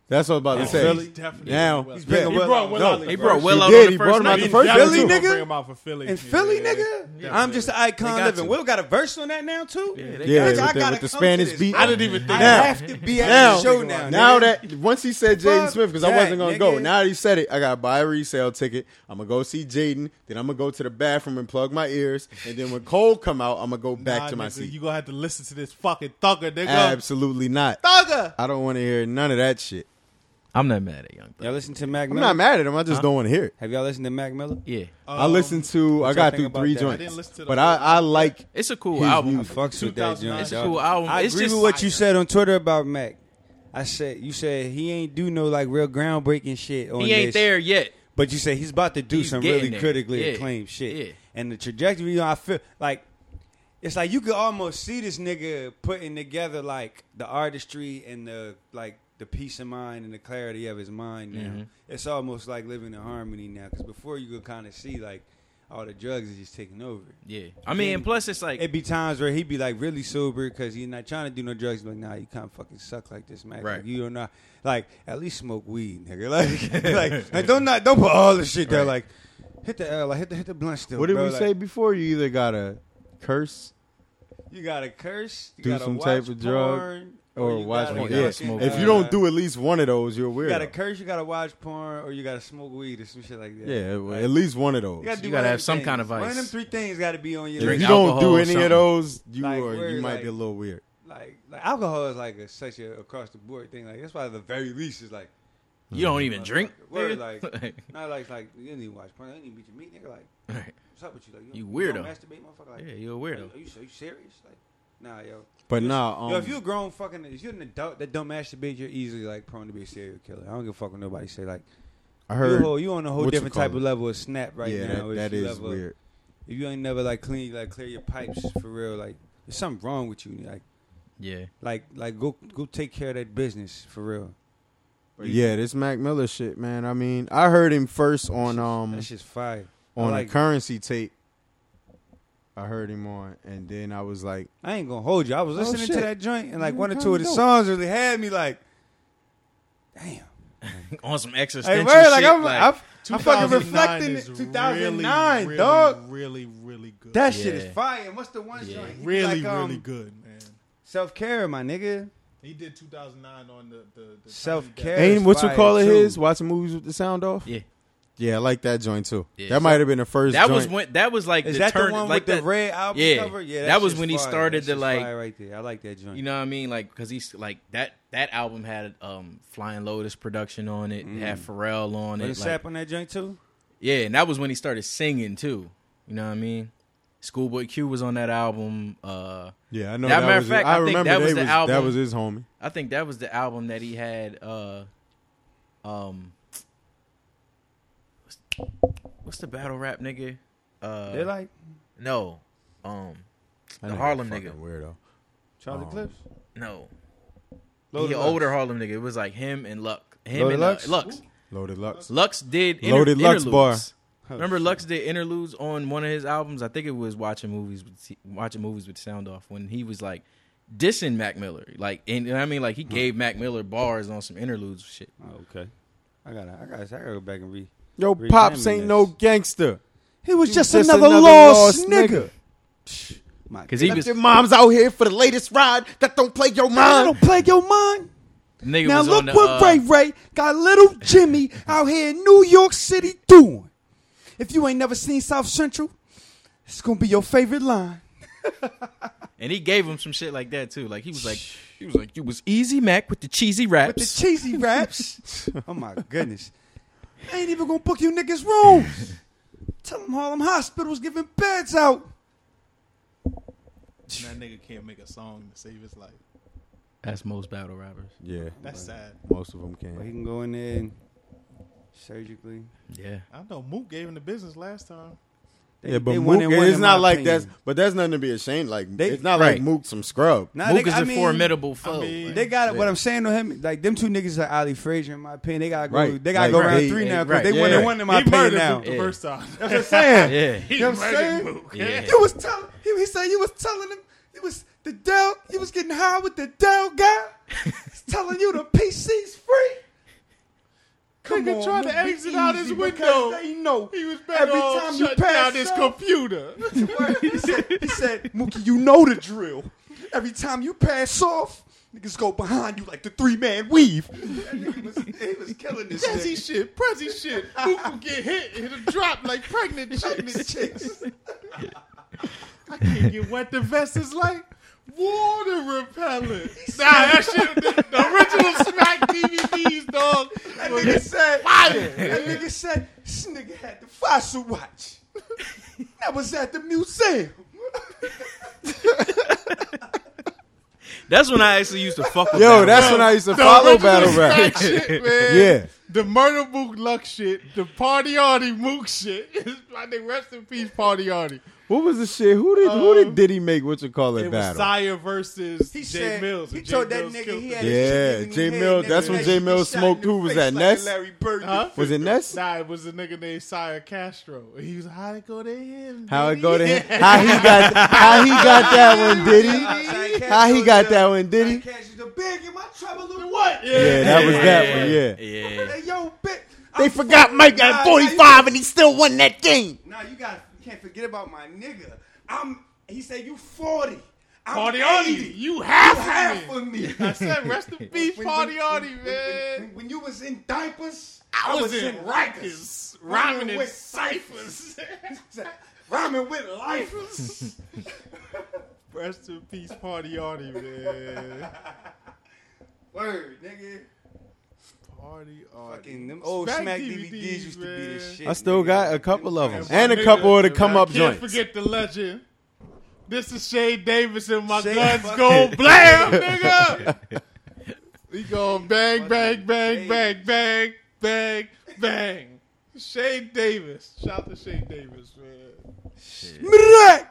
F: That's what I was about to
G: He's
F: say.
G: definitely
F: now
G: bringing Will
F: he's
G: out.
F: bringing
G: He
F: Will
G: brought
F: out.
G: Will
F: No,
G: out in
F: he
I: They
G: He
I: brought
G: first.
I: Will
F: He
I: out
F: did.
I: on
F: He
I: the
F: brought
I: first
F: him out
I: night.
F: the
G: He's
F: first-
G: definitely
F: Philly,
G: gonna
F: nigga?
G: bring him out for Philly.
H: In Philly,
G: Yeah.
H: nigga?
G: Yeah.
H: I'm just an icon
I: got
H: living.
I: to.
H: Will got a verse on that now, too?
I: Yeah, they
F: Yeah,
H: Bitch,
F: with
H: I
F: the,
H: gotta
F: with the
H: come to
F: Spanish
H: this.
F: beat.
G: I didn't even
H: I
G: think.
F: Now-
H: have to be at
F: Now-
H: the show now.
F: Now
H: nigga.
F: that once he said Jaden
H: Fuck
F: Smith, because I
H: that,
F: wasn't gonna go.
H: nigga.
F: Now he said it. I gotta buy a resale ticket. I'm gonna go see Jaden. Then I'm gonna go to the bathroom and plug my ears. And then when Cole come out, I'm gonna go back
G: Nah,
F: to my
G: nigga,
F: seat.
G: You gonna have to listen to this fucking thugger, nigga.
F: Absolutely not.
G: Thugger.
F: I don't want to hear none of that shit.
I: I'm not mad at Young Thug.
H: y'all listen to Mac
F: I'm
H: Miller.
F: not mad at him. I just don't want to hear it.
H: Have y'all listened to Mac Miller?
I: Yeah.
F: I listened to. I
H: Um, y'all
F: got
H: think
F: through
H: about
F: three
H: that? I
F: joints,
G: didn't listen to the
F: but
G: whole-
F: I, I like
I: It's a cool
F: his
I: album.
H: I fucks with that
G: 2009.
H: joint.
I: It's a
H: dog.
I: cool album.
H: I
I: It's
H: agree
I: just-
H: with what you said on Twitter about Mac. I said you said he ain't do no like real groundbreaking shit. On
I: He ain't
H: this.
I: there yet.
H: But you say he's about to do
I: He's
H: some
I: getting
H: really
I: there.
H: critically
I: Yeah.
H: acclaimed shit.
I: Yeah.
H: And the trajectory, you know, I feel like it's like you could almost see this nigga putting together like the artistry and the like the peace of mind and the clarity of his mind now.
I: Mm-hmm.
H: It's almost like living in harmony now because before you could kind of see like all the drugs is just taking over.
I: Yeah. I mean, and plus it's like
H: It'd be times where he'd be like really sober because he's not trying to do no drugs. Like, nah, you can't fucking suck like this, man.
I: Right.
H: Like, you don't know. Like, at least smoke weed, nigga. (laughs) Like, like, like, don't not don't put all the shit there.
I: Right.
H: Like, hit the L, like, hit the hit the blunt still.
F: What did
H: bro.
F: we
H: Like,
F: say before? You either gotta curse
H: You gotta curse. You
F: Do
H: gotta
F: some
H: watch
F: type of drug
H: porn,
F: or
H: you
F: watch
H: gotta
F: porn.
I: you gotta
F: Yeah.
I: smoke
F: If you
I: weed.
F: don't do at least one of those, you're
H: you
F: weird.
H: gotta curse. You gotta watch porn, or you gotta smoke weed or some shit like that.
F: yeah, well,
H: Like,
F: at least one of those.
H: you gotta, do
I: You gotta
H: one of
I: have
H: them
I: some
H: things.
I: kind of
H: One
I: vice.
H: of them three things gotta be on your.
F: if
I: drink
F: you don't
I: alcohol
F: do
I: or
F: any of
I: something.
F: those, you
H: Like,
F: are you
H: we're
F: might be a
H: like-
F: little weird.
H: like, like alcohol is like a, such a across the board thing. Like that's why the very least is like.
I: you don't even drink.
H: Word,
I: nigga.
H: like, not like, like, you didn't even watch porn. I didn't even beat your meat, nigga. Like,
I: Right.
H: what's up with you? Like,
I: You
H: don't-
I: weirdo.
H: don't masturbate, motherfucker. Like,
I: Yeah, you a
H: are
I: weirdo.
H: Are you, are you serious? Like, nah, yo.
F: But
H: Yo,
F: nah,
H: yo,
F: um,
H: if you're a grown fucking, if you're an adult that don't masturbate, you're easily like prone to be a serial killer. I don't give a fuck what nobody say. Like,
F: I
H: you,
F: heard.
H: a whole, you on a whole
F: what you
H: different
F: call
H: type
F: it.
H: of level of snap right
F: yeah,
H: now.
F: that, that
H: It's
F: is
H: level-
F: weird.
H: If you ain't never like clean, like clear your pipes for real, like there's something wrong with you. Like,
I: (laughs) Yeah.
H: like, like go go take care of that business for real.
F: But yeah, this Mac Miller shit, man. I mean, I heard him first on um
H: That shit's fire. I
F: on
H: like
F: a currency tape. I heard him on, and then I was like,
H: I ain't gonna hold you. I was listening to
F: Oh, shit.
H: that joint and like
F: You
H: one or
F: kinda
H: two of the
F: dope.
H: songs really had me like, damn.
I: On some
H: Like,
I: existential
H: word,
I: shit.
H: like,
I: Like,
H: I'm, I'm, I'm
G: 2009
H: fucking reflecting
G: is
H: it. 2009,
G: really, really,
H: dog.
G: Really, really good.
H: That shit
I: Yeah.
H: is fire. And what's the one
I: Yeah.
H: joint? He be
G: really,
H: like, um,
G: really good, man.
H: Self care, my nigga.
G: He did 2009 on the the, the
H: Self-care.
G: Tiny Desk.
H: Hey,
F: "Ain't what you
H: fire,
F: call it?
H: too.
F: His watching movies with the sound off."
I: Yeah.
F: yeah, I like that joint too.
I: Yeah,
F: that
I: so-
F: might have been the first.
I: that was
F: joint.
I: when that was like
H: Is
I: the
H: that
I: turn
H: the one
I: like
H: with the
I: that-
H: red album
I: yeah.
H: cover? Yeah,
I: That was
H: shit's
I: when he
H: fire.
I: started
H: That
I: to,
H: shit's
I: like-
H: fire right there. I like that joint.
I: You know what I mean? Like, cause he's like that. That album
F: Mm.
I: had um, Flying Lotus production on it. Had Pharrell on
H: when
I: it.
H: it
I: like-
H: sap on that joint too.
I: Yeah, and that was when he started singing too. You know what I mean? Schoolboy Q was on that album. Uh,
F: Yeah, I know.
I: That
F: That,
I: matter
F: was
I: of fact,
F: his, I,
I: I think
F: remember
I: that
F: they
I: was the
F: that
I: album.
F: was his homie.
I: I think that was the album that he had. Uh, um, what's, what's the battle rap nigga? Uh,
H: They're like
I: no, um,
F: That
I: The
F: nigga
I: Harlem
F: fucking
I: nigga.
F: weirdo.
H: Charlie
I: oh,
F: Um,
H: Clips.
I: no,
H: Loaded
I: the
H: Lux.
I: older Harlem nigga. It was like him and Luck. Him
H: Loaded
I: and
H: Lux?
I: Lux. Lux.
F: Loaded Lux.
I: Lux did inter-
F: Loaded Lux bar.
I: interludes.
H: Oh,
I: Remember, Lux did interludes on one of his albums. I think it was watching movies with T- watching movies with sound off when he was like dissing Mac Miller. Like, and, and I mean, like he gave Mac Miller bars on some interludes and shit.
H: Oh, okay. I gotta, I gotta, I gotta go back and read.
F: Yo,
H: Re-
F: pops
H: Family
F: ain't no
H: Nest.
F: gangster. He was
H: just another lost nigga.
I: Because he was
F: Your mom's out here for the latest ride that don't play your mind.
H: plague your mind.
I: nigga
H: Now
I: was
H: look
I: on the,
H: what
I: uh,
H: Ray Ray got little Jimmy out here in New York City doing. If you ain't never seen South Central, it's gonna be your favorite line.
I: and he gave him some shit like that too. Like he was like he was like you was easy Mac with the cheesy raps.
H: With the
I: (laughs)
H: cheesy raps. oh my goodness. I ain't even gonna book you niggas rooms. Tell them Harlem Hospital's giving beds out.
G: And that nigga can't make a song to save his life.
I: That's most battle rappers.
F: Yeah,
G: That's sad.
F: most of them
H: But he
F: can.
H: can go in there and surgically.
I: Yeah,
G: I know Mook gave him the business last time.
H: They-
F: yeah, but
H: they
F: Mook,
H: one and one
F: it's
H: in
F: not
H: my
F: like
H: opinion.
F: that's, but that's nothing to be ashamed. Like
H: They-
F: it's not
I: Right.
F: like Mook some scrub.
H: Nah,
I: Mook
H: they-
I: is
H: I
I: a
H: mean,
I: formidable foe.
G: mean,
I: like-
H: They got
F: Yeah.
H: what I'm saying to him. Like them two niggas are Ali Frazier, in my opinion. They gotta go.
F: Right.
H: They gotta
F: Like,
H: go round
F: they-
H: three now
I: right.
H: because they
F: Yeah.
H: won. They won in my
G: he
H: opinion
G: murdered
H: now.
G: Mook the
I: Yeah.
G: first time.
H: That's what I'm
G: (laughs)
H: saying.
I: yeah,
G: he
H: You know what I'm
G: murdered
H: saying?
G: Mook.
I: Yeah.
H: You was telling he, he said you was telling him it was the Dell. You was getting high with the Dell guy.
I: (laughs)
H: He's telling you the PC's free. Come
G: Nigga
H: on,
G: tried to
H: man, be
G: exit out his
H: easy,
G: window.
H: because They know.
G: He was better
H: Every
G: off
H: time you
G: shutting
H: pass
G: down his
H: up-
G: computer.
H: (laughs) he said, he said, Mookie, you know the drill. Every time you pass off, niggas go behind you like the three man weave. He was, he was killing this
G: Prezi
H: shit.
G: shit, Prezi shit. Mook will get hit, hit a drop like pregnant chickens.
H: (laughs) Chicks.
G: I can't get wet. The vest is like water repellent. nah, that shit. The, the original Smack DVDs, dog.
H: That
G: was
H: nigga said,
G: fire.
H: That nigga said, this nigga had the fossil watch. That was at the museum.
I: that's when I actually used to fuck with.
F: Yo,
I: battle
F: that's
I: rap.
F: when I used to
G: The
F: follow
G: original
F: battle
G: Smack
F: rap. (laughs)
G: shit, man.
F: Yeah.
G: The murder mook luck shit, the party arty mook shit. My nigga, rest in peace, party arty.
F: What was the shit? Who did who did Diddy make? What you call it?
G: It was
F: battle.
G: Sire versus
H: He
G: Jay
H: said,
G: Mills.
H: he
G: and Jay
H: told that
G: Mills
H: nigga
G: killed
H: he
G: him.
H: had
F: Yeah,
H: a chicken in
F: Jay
H: his
F: Mills-
H: head,
F: that's
H: nigga,
F: when
H: that
F: Jay
H: shit
F: Mills
H: shot in
F: smoked
H: the
F: who was
H: face
F: that,
H: like
F: Ness?
H: Larry Bird.
G: Huh?
F: was it Ness?
G: Nah, it was a nigga named Sire Castro. He was how it go to him.
F: How it go to him?
G: Yeah.
F: How he got how he got that one? Did he?
H: Outside cash
F: How he
H: was
F: got
H: the-
F: that one? Did
H: outside
F: he?
H: cash was the big in my trouble little what?
F: Yeah, that was that one. Yeah.
I: yeah.
H: Hey, yo, bitch.
F: They forgot Mike
H: Nah,
F: got
H: nah, you-
F: 45 and he still won that game.
H: Nah, you got you can't forget about my nigga. I'm. He said you forty. I'm
G: Party
H: 80.
G: arty, you half,
H: You half
G: of me.
H: of me. (laughs)
G: I said, rest in peace,
H: When-
G: party
H: when-
G: arty,
H: when-
G: man.
H: When, when you was in diapers,
G: I, was, in
H: Rikers.
G: Rikers, rhyming in
H: with
G: ciphers. (laughs)
H: Rhyming with life.
G: Rest in peace, party arty, man.
H: (laughs) Word, nigga.
G: Party arty.
H: Fucking them old
G: Smack
H: Smack,
G: DVDs,
H: DVDs, used to be the
G: man.
H: shit.
F: I still
H: nigga.
F: got a couple of them
G: my
F: and a
G: nigga,
F: couple of the
G: I
F: come up
G: Can't
F: joints.
G: forget the legend. This is Shay Davis and my
H: Shay
G: guns
F: (laughs)
H: fucking-
G: go blam, nigga. We going
H: Fucking
G: bang, bang, bang, bang,
H: Davis.
G: bang, bang, bang. Shay Davis. Shout out to Shay Davis, man.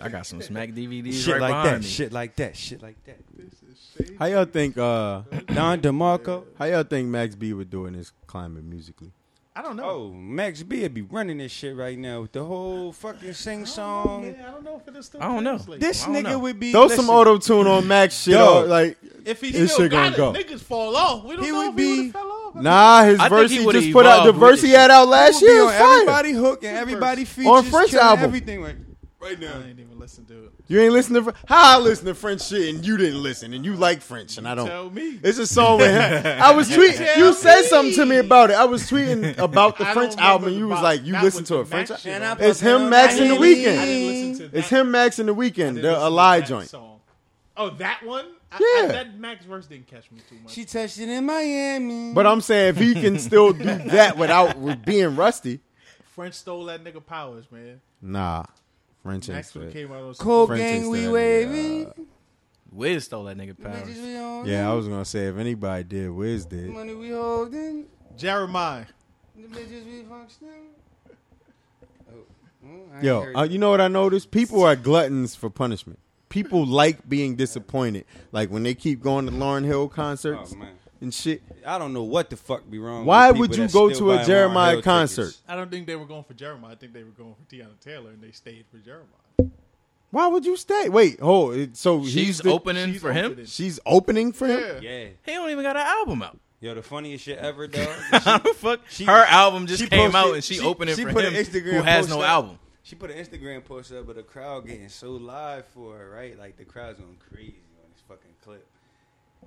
I: I got some Smack DVDs
H: Shit
I: right
H: like
I: behind
H: that.
I: me.
H: Shit like that. Shit like that.
G: This is Shay
F: How y'all think? Uh,
H: Don DeMarco.
F: how y'all think Max B would do in this climate musically?
G: I don't know.
H: Oh, Max B would be running this shit right now with the whole fucking sing
G: Oh,
H: song.
G: man, I don't know if it is still
I: I don't know.
G: translating.
H: This
I: I don't
H: nigga
I: know.
H: would be
F: Throw
H: listen,
F: some auto tune on Max shit.
H: Yo.
F: or, like
G: If he
F: This
G: still
F: shit
G: got
F: gonna
G: it,
F: go.
G: niggas fall off. We don't
H: He
G: know
H: would
G: if he
H: be-
G: would've fell off.
F: nah, his
I: I think
F: verse
I: he
F: he
I: would've
F: just put out the
I: evolved with
F: verse he
I: it.
F: had out
H: He
F: last
H: would be
F: year.
H: on
F: was fire.
H: everybody hook and everybody features
F: On French
H: killing
F: album.
H: everything right, right
G: I
H: now.
G: ain't even listen to it.
F: You ain't listening to Fr- how I listen to French shit and you didn't listen and you like French and I don't.
G: Tell me.
F: It's a song with
G: (laughs)
F: him. I was tweeting.
G: tell
F: You said something to
G: me.
F: me about it. I was tweeting
G: (laughs)
F: about the
G: I
F: French
G: don't
F: album.
G: remember
F: You was
G: about-
F: like, you
G: not
F: listen
G: with
F: to
G: the
F: a French.
G: Mac
F: album.
G: shit
H: And
G: on
H: I
G: it.
F: It's him,
H: I
F: Max, and the
H: didn't-
G: I
F: Weekend.
G: didn't listen to
F: It's
G: that.
F: him, Max, and the
G: I
F: Weekend.
G: didn't
F: The
G: listen to
F: Alive
G: that
F: joint.
G: song. Oh, that one? I, I,
F: Yeah.
G: that Max verse didn't catch me too much.
H: She touched it in Miami.
G: (laughs)
F: But I'm saying if he can still do that without being rusty,
G: French stole that nigga powers, man.
F: Nah, French ain't
G: Next one
F: spit.
G: came out on some-
H: Cold
F: French
H: gang,
F: is
H: we
F: that,
H: wavy.
F: uh,
I: Wiz stole that nigga powers.
H: Bitches, we on
F: Yeah, I was gonna say if anybody did, Wiz
H: it.
F: did.
H: Money we holding.
G: Jeremiah.
H: The bitches we functioning. Oh, mm, I ain't
F: Yo,
H: heard
F: uh,
H: it.
F: you know what I noticed? People are gluttons for punishment.
G: (laughs)
F: People like being disappointed. Like when they keep going to Lauren Hill concerts
H: Oh, man.
F: and shit.
H: I don't know what the fuck be wrong.
F: Why
H: with people
F: would you
H: that
F: go
H: still
F: to a
H: buy Lauryn
F: Jeremiah
H: Hill tickets.
F: concert?
G: I don't think they were going for Jeremiah. I think they were going for Tiana Taylor, and they stayed for Jeremiah.
F: Why would you stay? Wait, oh, it, so he's
I: She's
F: the-
I: opening
G: she's
I: for him.
G: opening.
F: She's opening for him.
G: Yeah.
H: Yeah,
I: He don't even got an album out.
H: yo, the funniest shit ever, dog.
I: (laughs)
F: (laughs)
I: How the fuck?
H: she-
I: her album just
H: she
I: came out
H: posted-
I: and she,
H: she-
I: opened it
H: she
I: for
H: put
I: him,
H: an Instagram
I: who has
H: post
I: no
H: up.
I: album.
H: She put an Instagram post up, but the crowd getting so live for her, right? Like the crowd's going crazy on this fucking clip.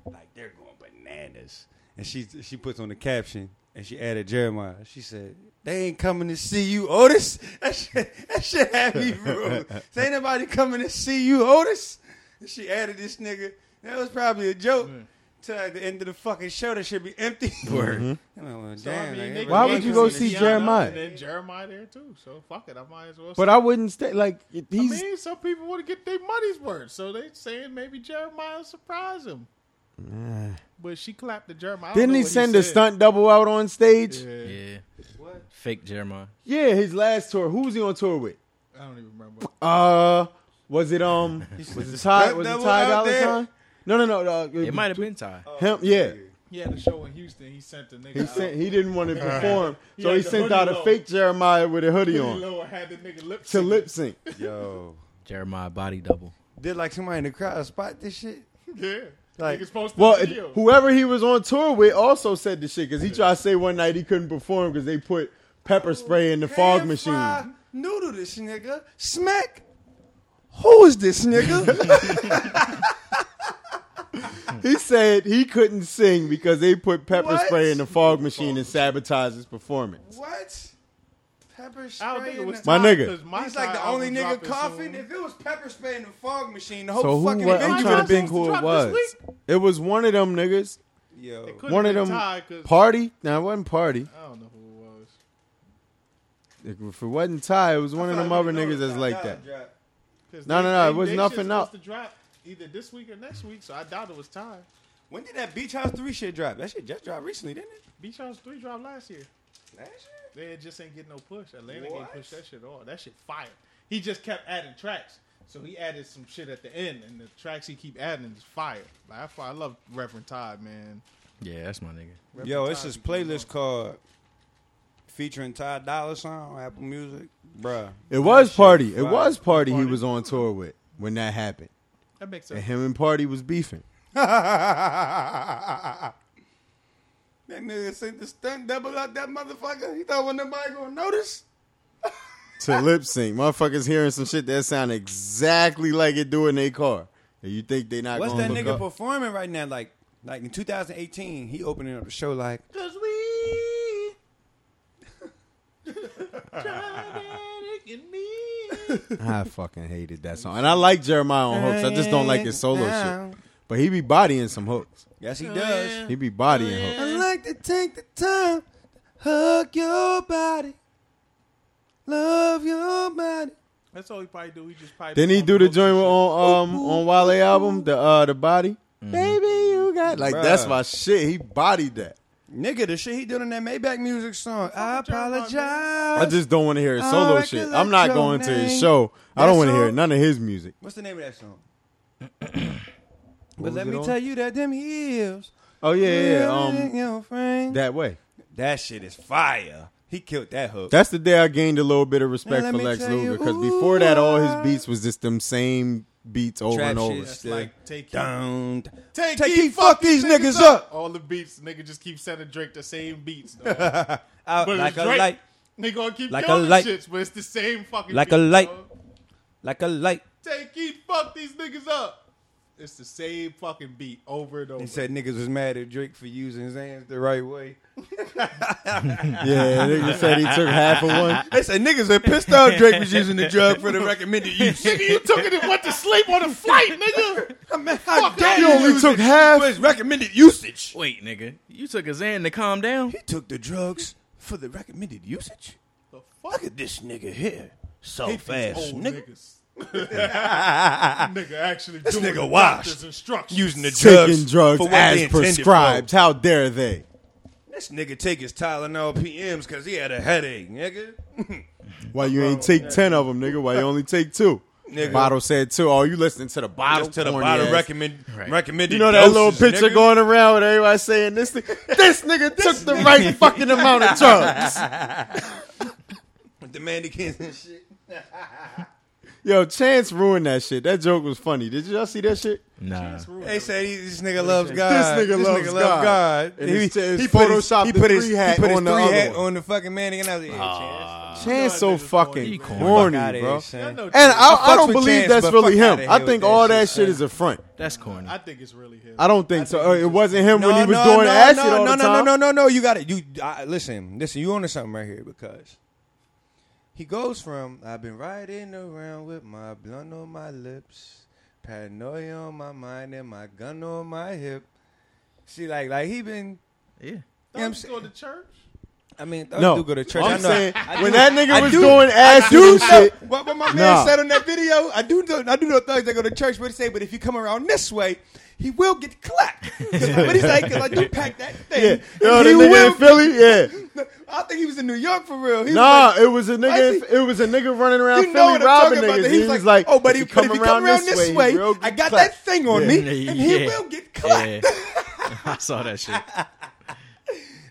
H: Like they're going bananas. And she she puts on the caption and she added Jeremiah. She said, "They ain't coming to see you, Otis." (laughs) That shit, that shit had me
I: (laughs)
H: rolling. Say ain't nobody coming to see you, Otis. And she added this nigga. That was probably a joke.
I: Mm.
H: Till at the end of the fucking show, that should be
I: (laughs)
H: empty.
I: Mm-hmm.
H: Word.
G: So, I mean, they
F: Why
G: gave
F: would you
G: it
F: go
G: to
F: see
G: Tiana,
F: Jeremiah?
G: And then Jeremiah there too. So fuck it, I might as well.
F: But
G: stay.
F: I wouldn't stay. Like it-
G: I
F: he's
G: mean, some people want to get their money's worth, so they saying maybe Jeremiah will surprise him. But she clapped the Jeremiah. I don't
F: didn't
G: know
F: he
G: what
F: send a
G: said.
F: stunt double out on stage? Yeah.
G: Yeah,
I: Yeah. What? Fake Jeremiah.
F: his last tour. Who was he on tour with?
G: I don't even remember.
F: Uh, was it
H: (laughs)
F: um? was it Ty?
H: stunt
F: Was it
H: double
F: Ty
H: out
F: Dolla
H: there?
F: Sign? No, no, no. Uh,
I: It might have been Ty.
F: him. Yeah.
G: He had a show in Houston. He sent the nigga.
F: He
G: out.
F: sent. He didn't want to perform,
G: He
F: so
G: had
F: he
G: the
F: sent
G: hoodie
F: out a
G: on.
F: fake Jeremiah with a hoodie
G: Pretty
F: on
G: low and had the nigga lip
F: to
G: sync.
F: lip sync.
H: Yo.
I: Jeremiah body double.
H: Did like somebody in the crowd spot this shit?
G: Yeah,
H: Like,
G: niggas posted
F: Well,
G: the
F: it-
G: video.
F: whoever he was on tour with also said the shit because he tried to say one night he couldn't perform because they put pepper spray in the fog
H: Hand
F: machine.
H: fry Noodle this nigga. Smack. Who is this nigga?
F: He said he couldn't sing because they put pepper
H: What?
F: spray in the fog machine and sabotaged his performance.
H: what? Pepper spray.
G: I don't think it
H: in
G: was
H: the-
F: My
G: Ty,
F: nigga.
G: 'cause my
H: He's like
G: Ty
H: the only
G: album
H: nigga
G: dropping
H: coughing.
G: soon.
H: If it was pepper spray in the fog machine, the whole
F: So who?
H: fucking
F: What,
H: venue
F: I'm trying to
H: was-
F: think who it
G: Drop this
F: was. It was one of them niggas.
H: Yo,
G: Could've
F: one of
G: been
F: them
G: Ty, 'cause-
F: party. Now it wasn't party.
G: I don't know who it was.
F: If it wasn't Ty, it was one of them other niggas that's like that. No, no, no, it was nothing out.
G: To drop either this week or next week, so I doubt it was Ty.
H: When did that Beach House Three shit drop? That shit just dropped recently, didn't it?
G: Beach House Three dropped last year.
H: Last year.
G: They just ain't getting no push. Atlanta
H: What?
G: ain't push that shit at all. That shit fire. He just kept adding tracks. So he added some shit at the end, and the tracks he keep adding is fire. Like, I, fi- I love Reverend Todd, man.
I: Yeah, that's my nigga.
G: Reverend
H: Yo, it's
G: Todd
H: this
G: be doing
H: playlist called featuring Ty Dolla Sign on Apple Music, bruh.
F: It was
H: shit
F: party. It
H: fire.
F: was party. He
G: Party.
F: was on tour with when that happened,
G: well. That makes
F: and
G: sense.
F: him and Party was beefing.
H: (laughs) that nigga sent the stunt double out that motherfucker. He thought when nobody gonna notice.
F: to lip sync. Motherfuckers hearing some shit that sound exactly like it do in their car. And you think they not
H: What's
F: gonna
H: that
F: look
H: nigga
F: up.
H: performing right now? Like, like in 2018, he opening up the show like,
G: Cause
H: (laughs)
G: we. Dramatic and me.
F: I fucking hated that song. And I like Jeremiah on hooks. I just don't like his solo shit. But he be bodying some hooks.
H: yes, he does.
F: He be bodying hooks.
H: I like to take the time to hug your body, love your body.
G: That's all he probably do. He just probably.
F: Didn't he
G: on
F: do the
G: books
F: joint
G: and
F: with
G: shit.
F: on um on Wale album, the uh the body? Baby, you got like
H: Bruh.
F: that's my shit. He bodied that.
H: Nigga, the shit he doing in that Maybach music song. I
G: Fucking Jeremiah, man.
H: apologize.
F: I just don't want to hear his solo
H: Oh, I
F: shit.
H: recollect
F: I'm not
H: your
F: going to his
H: name.
F: show. I don't
H: That
F: want to hear
H: song?
F: none of his music.
H: What's the name of
F: (clears throat)
H: that song?
F: What
H: but let
F: was it
H: me
F: on?
H: tell you that them heels.
F: Oh yeah, yeah, yeah.
H: really
F: Um
H: your friend. That,
F: that way.
H: shit is fire. He killed that hook.
F: That's the day I gained a little bit of respect
H: Now let
F: for
H: me
F: Lex
H: tell you,
F: Luger because
H: ooh,
F: before that, all his
H: I-
F: beats was just them same beats over
H: Trap
F: and over.
H: shit
G: That's
H: still
G: like, take it.
H: down.
G: Take,
H: Take
G: he
H: he fuck these niggas up.
G: All the beats, nigga, just keep sending Drake the same beats.
H: (laughs)
G: dog.
H: Out like
G: But like
H: a
G: it's Drake.
H: light,
G: They gonna keep
H: Like
G: like
H: a
G: killing
H: light.
G: shits, but it's the same fucking.
H: Like a
G: beat,
H: light.
G: dog.
H: like a light.
G: Take he fuck these niggas up. It's the same fucking beat over and over.
H: He said niggas was mad at Drake for using his hands the right way.
F: (laughs)
H: (laughs)
F: Yeah, nigga said he took half of one.
H: They said niggas were pissed off Drake was using the drug for the
G: (laughs)
H: recommended use. (laughs)
G: nigga, you took it and went to sleep on a flight, nigga.
H: I mean, how
G: Fuck
H: dare
G: that.
H: you
G: He
F: only
H: use
F: took
H: it
F: half.
H: for his recommended usage.
I: Wait, nigga, you took a Xan to calm down.
H: He took the drugs for the recommended usage.
G: The fuck?
J: at this nigga here. So
G: Hate these old niggas. (laughs) nigga actually
J: This
G: doing
J: nigga
G: the
J: washed.
G: doctor's instructions.
J: Using the
F: Taking drugs
J: for what they
F: as
J: intended for.
F: prescribed. How dare they?
J: This nigga take his Tylenol PMs because he had a headache,
F: (laughs)
J: nigga.
F: Why you ain't take ten of them, nigga? Why you only take two?
J: Nigga.
F: Bottle said two. Oh, you listening to the bottle?
J: Just to the
F: corny
J: bottom
F: ass.
J: recommend, recommended
F: You know that little
J: doses,
F: picture
J: nigga?
F: going around with everybody saying this. Thing, (laughs) this nigga took the right fucking amount of drugs.
J: With the mannequins and shit.
F: Yo, Chance ruined that shit. That joke was funny. Did y'all see that shit?
I: Nah.
J: They said he, this nigga loves God.
F: This nigga loves
J: love
F: God.
J: God.
F: And his- his
J: put his-
F: Photoshop
J: he
F: the
J: put his-
F: three hat
J: he put his
F: on the
J: three
F: other
J: hat
F: one. Ah.
J: on the fucking mannequin. I was like, yeah,
F: Chance so fucking
I: He corny.
F: corny,
H: Fuck outta here,
F: bro.
H: son.
G: Y'all know
F: And
G: Chance-
F: I, I
H: fucks
F: don't
H: with
F: believe
H: Chance,
F: that's
H: but
F: really
H: fuck
F: him.
H: outta
F: I
H: here
F: think
H: with
F: all
H: that
F: that
H: shit,
F: shit
H: son.
F: is a front.
I: That's corny.
G: I think it's really him.
F: I don't think so. Uh, It wasn't him
H: No,
F: when he was
H: no,
F: doing
H: no,
F: acid
H: no,
F: all
H: no,
F: the
H: no,
F: time.
H: No, no, no, no. You got it. You I, listen, listen. You onto something right here because he goes from I've been riding around with my blunt on my lips, paranoia on my mind, and my gun on my hip. See, like, like he been.
I: Yeah.
H: You know what I'm
G: Thugs go
H: saying?
G: to church.
H: I mean, thugs
F: No,
H: do go to church.
F: I'm
H: I know.
F: saying
H: I
F: when
H: do-
F: that nigga
H: I
F: was
H: do-
F: doing acid
H: do
F: and
H: know-
F: shit,
H: What, what my man
F: Nah.
H: said on that video, I do know, I do know thugs that go to church, but he say, but if you come around this way, he will get clapped. (laughs) 'Cause- but he's like, 'cause like you pack that
F: yeah,
H: thing.
F: yo,
H: and
F: the
H: he
F: nigga in
H: will- (laughs)
F: Philly, yeah.
H: I think he was in New York for real. He
F: Nah,
H: was like,
F: it was a nigga.
H: I
F: It was a nigga running around
H: you know
F: Philly
H: what I'm
F: robbing
H: talking
F: niggas.
H: about.
F: and He was like,
H: oh, but he, but if you come around this way,
F: real
H: I
F: good
H: got
F: clap."
H: that thing on
F: Yeah.
H: me, and he
I: Yeah.
H: will get clapped. (laughs)
I: Yeah. (laughs) I saw that shit.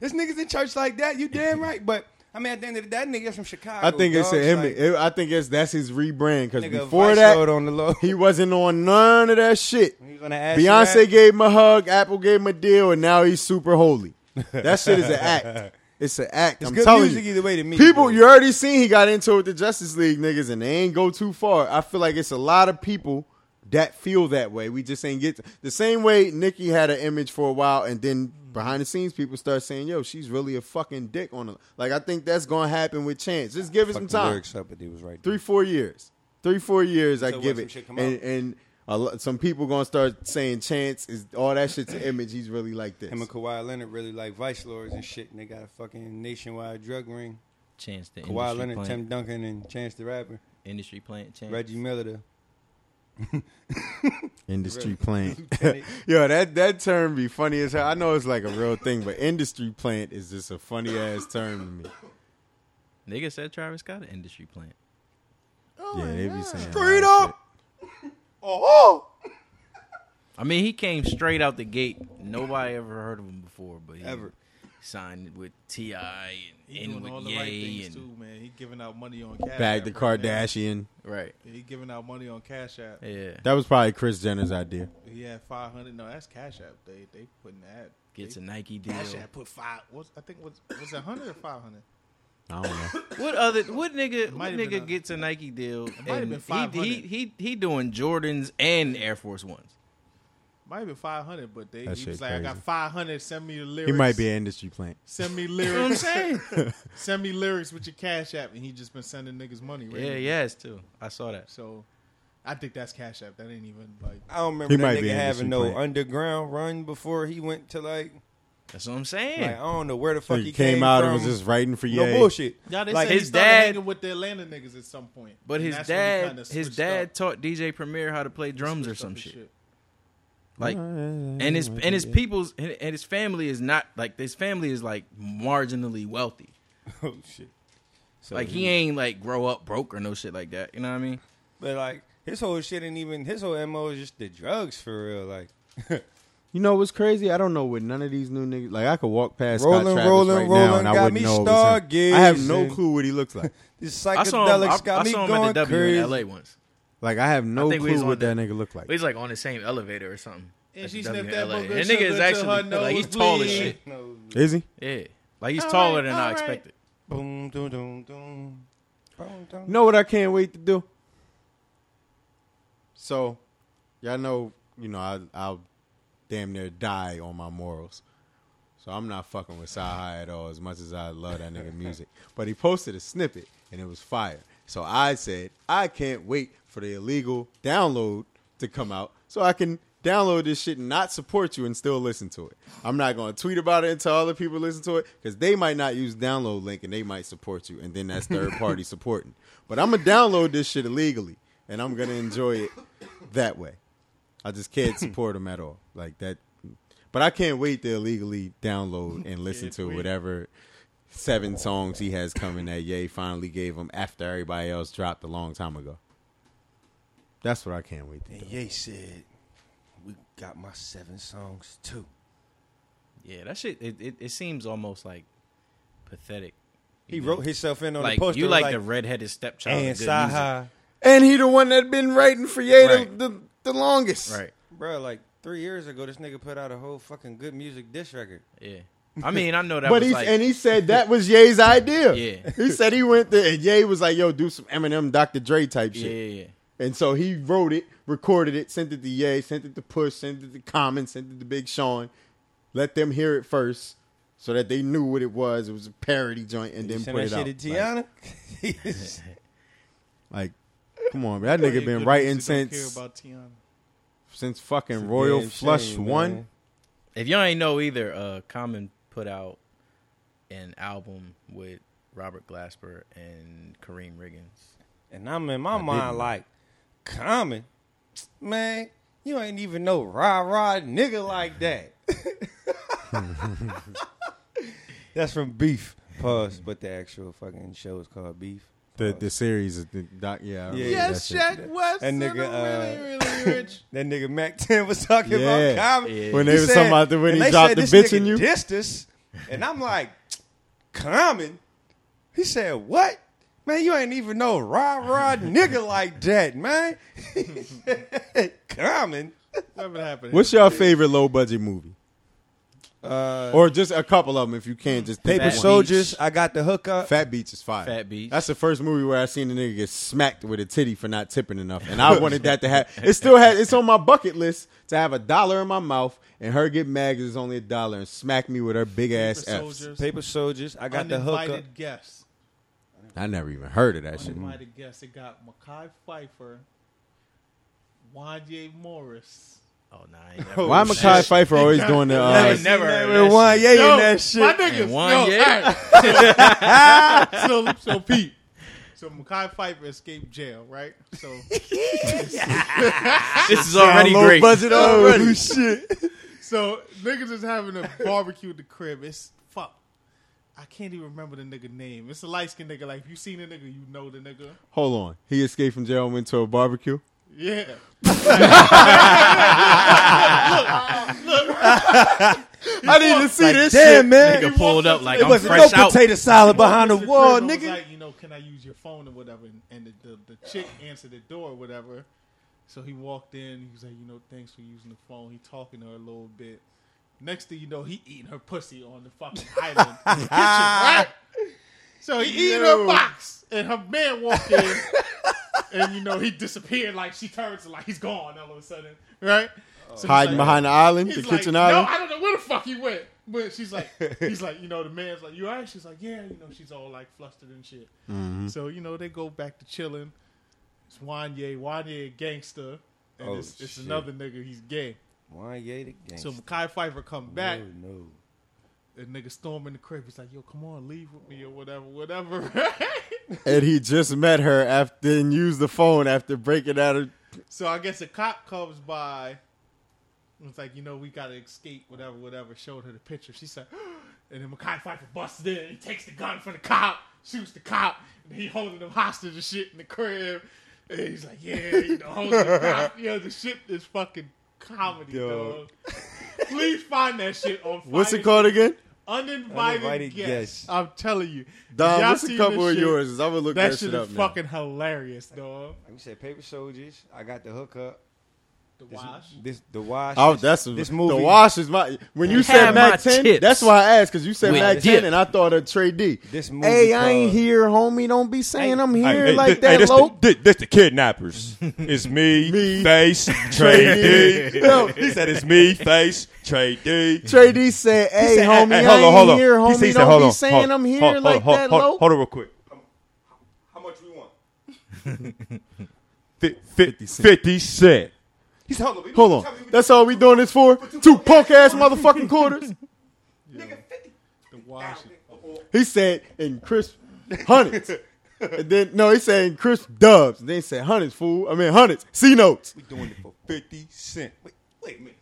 H: This niggas in church like that, you damn right. But I mean, at the end of the day, that nigga's from Chicago.
F: I think it's
H: dog.
F: a him.
H: Like,
F: it- I think it's that's his rebrand because
H: nigga,
F: before
H: Vice
F: that,
H: Lord on the low.
F: he wasn't on none of that shit.
H: You gonna ask me
F: Beyonce
H: that?
F: gave him a hug, Apple gave him a deal, and now he's super
H: (laughs)
F: holy. That shit is an act. It's an act.
H: It's
F: I'm
H: good
F: telling
H: music
F: you.
H: either way to me.
F: People,
H: bro.
F: you already seen he got into it with the Justice League niggas, and they ain't go too far. I feel like it's a lot of people that feel that way. We just ain't get to, the same way Nikki had an image for a while, and then behind the scenes, people start saying, "Yo, she's really a fucking dick." On the like, I think that's gonna happen with Chance. Just give it some
H: Fucking
F: time
H: lyrics up, but they was right.
F: three four years three four years i
H: So what,
F: give
H: some
F: it
H: shit come
F: and
H: out?
F: and a lo- some people gonna start saying chance is all that shit's
H: (coughs)
F: an image he's really like this
H: Him and Kawhi Leonard really like vice lords and shit, and they got a fucking nationwide drug ring.
I: Chance the
H: Kawhi
I: industry
H: Leonard,
I: plant.
H: Tim Duncan, and Chance the Rapper,
I: industry plant. Chance.
H: Reggie Miller. The,
F: industry plant
H: (laughs)
F: (laughs) yo that that term be funny as hell i know it's like a real thing but industry plant is just a funny ass term to me
I: Nigga said Travis Scott an industry plant.
F: (laughs) yeah they be saying
H: Straight
F: a lot of
H: up. oh,
I: I mean, he came straight out the gate. Nobody ever heard of him before, but he
H: Ever.
I: signed with Ti and,
G: He
I: and
G: doing all
I: with
G: the
I: Ye
G: right
I: and
G: things too, man. He giving out money on
F: shit.
G: Cash
F: back
G: App
F: to
G: right now.
F: kardashian
I: right.
G: Yeah, He giving out money on Cash App.
I: Yeah,
F: that was probably chris jenner's idea
G: He had five hundred. No, that's Cash App. They they putting that.
I: gets a
G: they,
I: Nike deal.
G: Cash App put five. What's, I think was was it hundred or five hundred?
F: i don't
H: (laughs)
F: know
I: What other? What nigga? What
G: might have been
I: nigga
G: a-
I: gets a Nike deal?
G: might have
I: and
G: been 500.
I: he, he he he doing Jordans and Air Force Ones.
G: Might have been five hundred, but they
F: That
G: he
F: shit
G: was like, I got
F: crazy.
G: five hundred. Send me the lyrics.
F: he might be an industry plant
G: Send me
I: You know what I'm
G: lyrics.
I: saying?
G: (laughs) send me lyrics with your Cash App, and he just been sending niggas money.
I: yeah,
G: Right?
I: yes, too. I saw that.
G: So, I think that's Cash App. That ain't even like.
H: I don't remember
F: He might
H: that
F: be
H: nigga
F: an industry
H: having no
F: plant.
H: underground run before he went to like.
I: That's what I'm
H: Like, I
I: saying.
H: don't know where the fuck
F: he,
H: he
F: came, out and
H: from.
F: was just writing for
H: no
F: Ye.
H: bullshit. (laughs)
G: Yeah, they
H: like
G: said
I: his
G: his dad
I: dad-
G: with the Atlanta niggas at some point.
I: But
G: And
I: his
G: that's when he
I: dad,
G: kinda
I: his
G: switched
I: dad
G: up.
I: taught DJ Premier how to play drums or
G: Switched up
I: some
G: his
I: shit. Like, and his and his people's and and his family is not like his family is like marginally wealthy.
H: Oh shit. So
I: Like he ain't like grow up broke or no shit like that. You know what I mean?
H: But like his whole shit ain't even his whole mo is just the drugs for real. Like
F: You know what's crazy? I don't know what none of these new niggas like. I could walk past Scott
H: Rolling,
F: Travis
H: rolling,
F: right now,
H: rolling,
F: and I
H: got
F: wouldn't
H: me
F: know it was him. I have no
H: stargazing.
F: clue what he looks
H: (laughs)
F: like.
H: this
I: I saw him. I,
H: psychedelics got
I: I
H: me
I: saw him
H: going
I: at the W
H: crazy.
I: in LA once.
F: Like I have no
I: I think we was
F: clue
I: on
F: what
I: the-
F: that nigga looked like.
I: We was like on the same elevator or something.
G: And
I: at the
G: she
I: W
G: sniffed
I: in
G: that
I: LA.
G: motherfucker
I: And nigga is
G: sugar
I: actually
G: till her
I: like he's
G: nose
I: tall as
G: bleed.
I: shit.
F: Is he?
I: Yeah, like he's
G: All
I: taller
G: right,
I: than
G: all
I: I
G: right.
I: expected.
H: Boom, dum, dum, dum. Boom, dum.
F: You know what I can't wait to do? So, y'all know, you know, I, I'll damn near die on my morals. So I'm not fucking with Sci High at all, as much as I love that nigga music. But he posted a snippet and it was fire. So I said, I can't wait for the illegal download to come out so I can download this shit and not support you and still listen to it. I'm not going to tweet about it until other people listen to it because they might not use download link and they might support you, and then that's third party (laughs) supporting. But I'm gonna download this shit illegally and I'm gonna enjoy it that way. I just
I: (laughs)
F: can't support them at all like that. But I can't wait to illegally download
I: (laughs)
F: and listen to whatever seven songs he has coming that Ye finally gave him after everybody else dropped a long time ago. That's what I can't wait to do.
H: And Ye said, "We got my seven songs too."
I: Yeah, that shit. It, it, it seems almost like pathetic.
H: He
I: You know?
H: wrote himself in on
I: like
H: the poster.
I: you like, the redheaded stepchild.
H: and
I: of good music.
H: Saha,
F: And he the one that been writing for Ye
I: Right.
F: the, the, the longest.
I: right?
H: bro. Like three years ago, this nigga put out a whole fucking good music diss record.
I: Yeah. I mean, I know that.
F: But
I: was
F: he
I: like,
F: and he
I: (laughs)
F: said that was Ye's idea.
I: Yeah.
F: He said he went there and Ye was like, "Yo, do some Eminem, Dr. Dre type
I: yeah,
F: shit."
I: yeah, yeah.
F: And so he wrote it, recorded it, sent it to Ye, sent it to Push, sent it to Common, sent it to Big Sean. Let them hear it first, so that they knew what it was. It was a parody joint, and
H: You
F: then
H: send
F: put it
H: that
F: out.
H: shit to Tiana. He's-
F: Like, like, come on,
H: (laughs)
F: man. that nigga been writing since
G: Care about Tiana.
F: since fucking Royal
H: Damn
F: Flush
H: shame,
F: One.
H: man.
I: If y'all ain't know either, uh, Common put out an album with Robert Glasper and Kareem Riggins.
H: And I'm in my
F: didn't
H: mind
F: know.
H: like, common, man, you ain't even no rah rah nigga like that. (laughs) That's from Beef. Pause. But the actual fucking show is called Beef.
F: The
H: Pause.
F: the series, of the doc, yeah, I
H: Oh, Yeah,
F: remember
H: yeah,
F: that
G: Yes,
F: shit.
G: Shaq West.
H: That
G: And
H: nigga, uh,
G: nigga, really, really rich.
H: That nigga Mac (laughs) 10 was talking
F: Yeah.
H: about common.
I: Yeah.
F: When they
H: He
F: was talking about the- when
H: and
F: he
H: they
F: dropped
H: said,
F: the
H: "This
F: bitch in
H: nigga
F: you."
H: dissed us. And I'm like, common? He said, what? Man, you ain't even no rah rah nigga like that, man. (laughs) He said, common.
G: Whatever happened.
F: What's your favorite low budget movie,
H: Uh,
F: or just a couple of them if you can? Just pick
H: Paper
I: Fat
F: one.
H: Soldiers,
I: Beach.
H: I got the hookup.
F: Fat Beach is fire.
I: Fat Beach.
F: That's the first movie where I seen the nigga get smacked with a titty for not tipping enough, and I wanted that to happen. It still had. It's on my bucket list to have a dollar in my mouth and her get mad 'cause it's only a dollar and smack me with her big ass F's.
G: Soldiers.
H: Paper Soldiers, I got the hookup.
G: Uninvited guests.
F: I never even heard of that shit.
G: Uninvited guests. It got Makai Pfeiffer, Wanye
F: (laughs)
G: Morris.
I: (laughs) Oh, nah, I ain't never.
F: Why Makai Pfeiffer always doing the?
I: I
F: Uh,
I: ain't never heard
H: With
I: of that
H: Wanye
I: shit.
H: in
G: Yo,
H: that shit.
G: My niggas.
I: And one
G: yo,
I: year.
G: all right. so, so Pete. So Makai Pfeiffer escaped jail, right? So
I: (laughs)
F: (laughs)
I: This is already great.
H: (laughs)
F: budget already.
H: Oh,
G: so niggas is having a barbecue at the crib. It's fuck. I can't even remember the nigga name. It's a light skinned nigga. Like if you seen the nigga, you know the nigga.
F: Hold on, he escaped from jail and went to a barbecue.
G: Yeah.
F: I need to see
H: Like,
F: this.
H: damn, man.
I: Nigga pulled up like
H: It
I: I'm
H: wasn't no
I: fresh out.
H: potato salad behind the
G: Walked into
H: wall,
G: crib and was
H: nigga.
G: Like you know, can I use your phone or whatever? And, and the, the the chick answered the door or whatever. So he walked in. He was like, you know, thanks for using the phone. He talking to her a little bit. Next thing you know, he eating her pussy on the fucking island. in the kitchen, right? So he eating her box, and her man walked in, and you know he disappeared. Like she turns, and like he's gone all of a sudden, right? So he's
F: Hiding
G: like,
F: behind the island, the
G: He's like,
F: kitchen
G: no,
F: island.
G: I don't know where the fuck he went. But
F: (laughs)
G: she's like, he's like, you know, the man's like, you all right? She's like, yeah, you know, she's all like flustered and shit.
F: Mm-hmm.
G: So, you know, they go back to chilling. It's Wanye, Wanye a gangster. And
H: Oh,
G: it's, it's
H: shit.
G: another nigga, he's gay.
H: Wanye the gang.
G: So Kai Pfeiffer come back,
H: No, no.
G: and nigga storm in the crib. He's like, yo, come on, leave with me or whatever, whatever. (laughs)
F: and he just met her after and used the phone after breaking out of
G: so I guess a cop comes by. and It's like, you know, we gotta escape, whatever, whatever. Showed her the picture. She said, (gasps) and then Makai Pfeiffer busts in. He takes the gun from the cop, shoots the cop, and he holding them hostage and shit in the crib. And he's like, yeah, you know, holding the
F: (laughs)
G: cop. Yo, the shit is fucking comedy,
H: Yo.
G: dog. Please find that shit on
F: (laughs)
G: fire.
F: what's it called again?
G: Uninvited,
H: Uninvited
G: guests.
H: guests.
G: I'm telling you.
F: Dom,
G: Y'all
F: what's a
G: seen
F: couple
G: this
F: of
G: shit?
F: yours? I would look
G: That,
F: that,
G: shit
F: up
G: is
F: now.
G: fucking hilarious, dog.
H: Like we said, Paper Soldiers, I got the hookup.
G: The
H: This,
G: Wash.
H: This, the Wash.
F: Oh, that's
H: this
F: The
H: movie.
F: wash is my. When you
I: Have
F: said
I: my
F: Mac Ten,
I: tips
F: that's why I asked because you said
I: with
F: Mac
I: dip.
F: Ten, and I thought of Trey D.
H: This movie
F: hey, I ain't
H: called-
F: here, homie. Don't be saying I'm here like
H: thi-
F: that,
H: this
F: low.
H: The, thi- this the kidnappers. It's me,
F: Me.
H: Face, Trey D.
F: Yo.
H: (laughs) He said it's me, Face, Trey D.
F: Trey D said, "Hey, homie,
H: said, hey,
F: I
H: hold
F: ain't
H: on, hold on.
F: here,
H: He
F: homie.
H: said- he said,
F: Don't
H: hold
F: be
H: on,
F: saying
H: hold-
F: I'm
H: hold-
F: here
H: hold-
F: like
H: hold-
F: that,
H: hold-
F: low."
H: Hold on
F: (laughs)
H: real quick. How much we want? 50 cent. He said, hold on.
F: Hold on. That's all we doing this for? Two punk ass motherfucking quarters?
G: The Washington.
F: He said in crisp hundreds. And then no, he said in crisp dubs. Then he said hundreds, fool. I mean hundreds. C notes.
H: We doing it for 50 cent. Wait, wait a minute.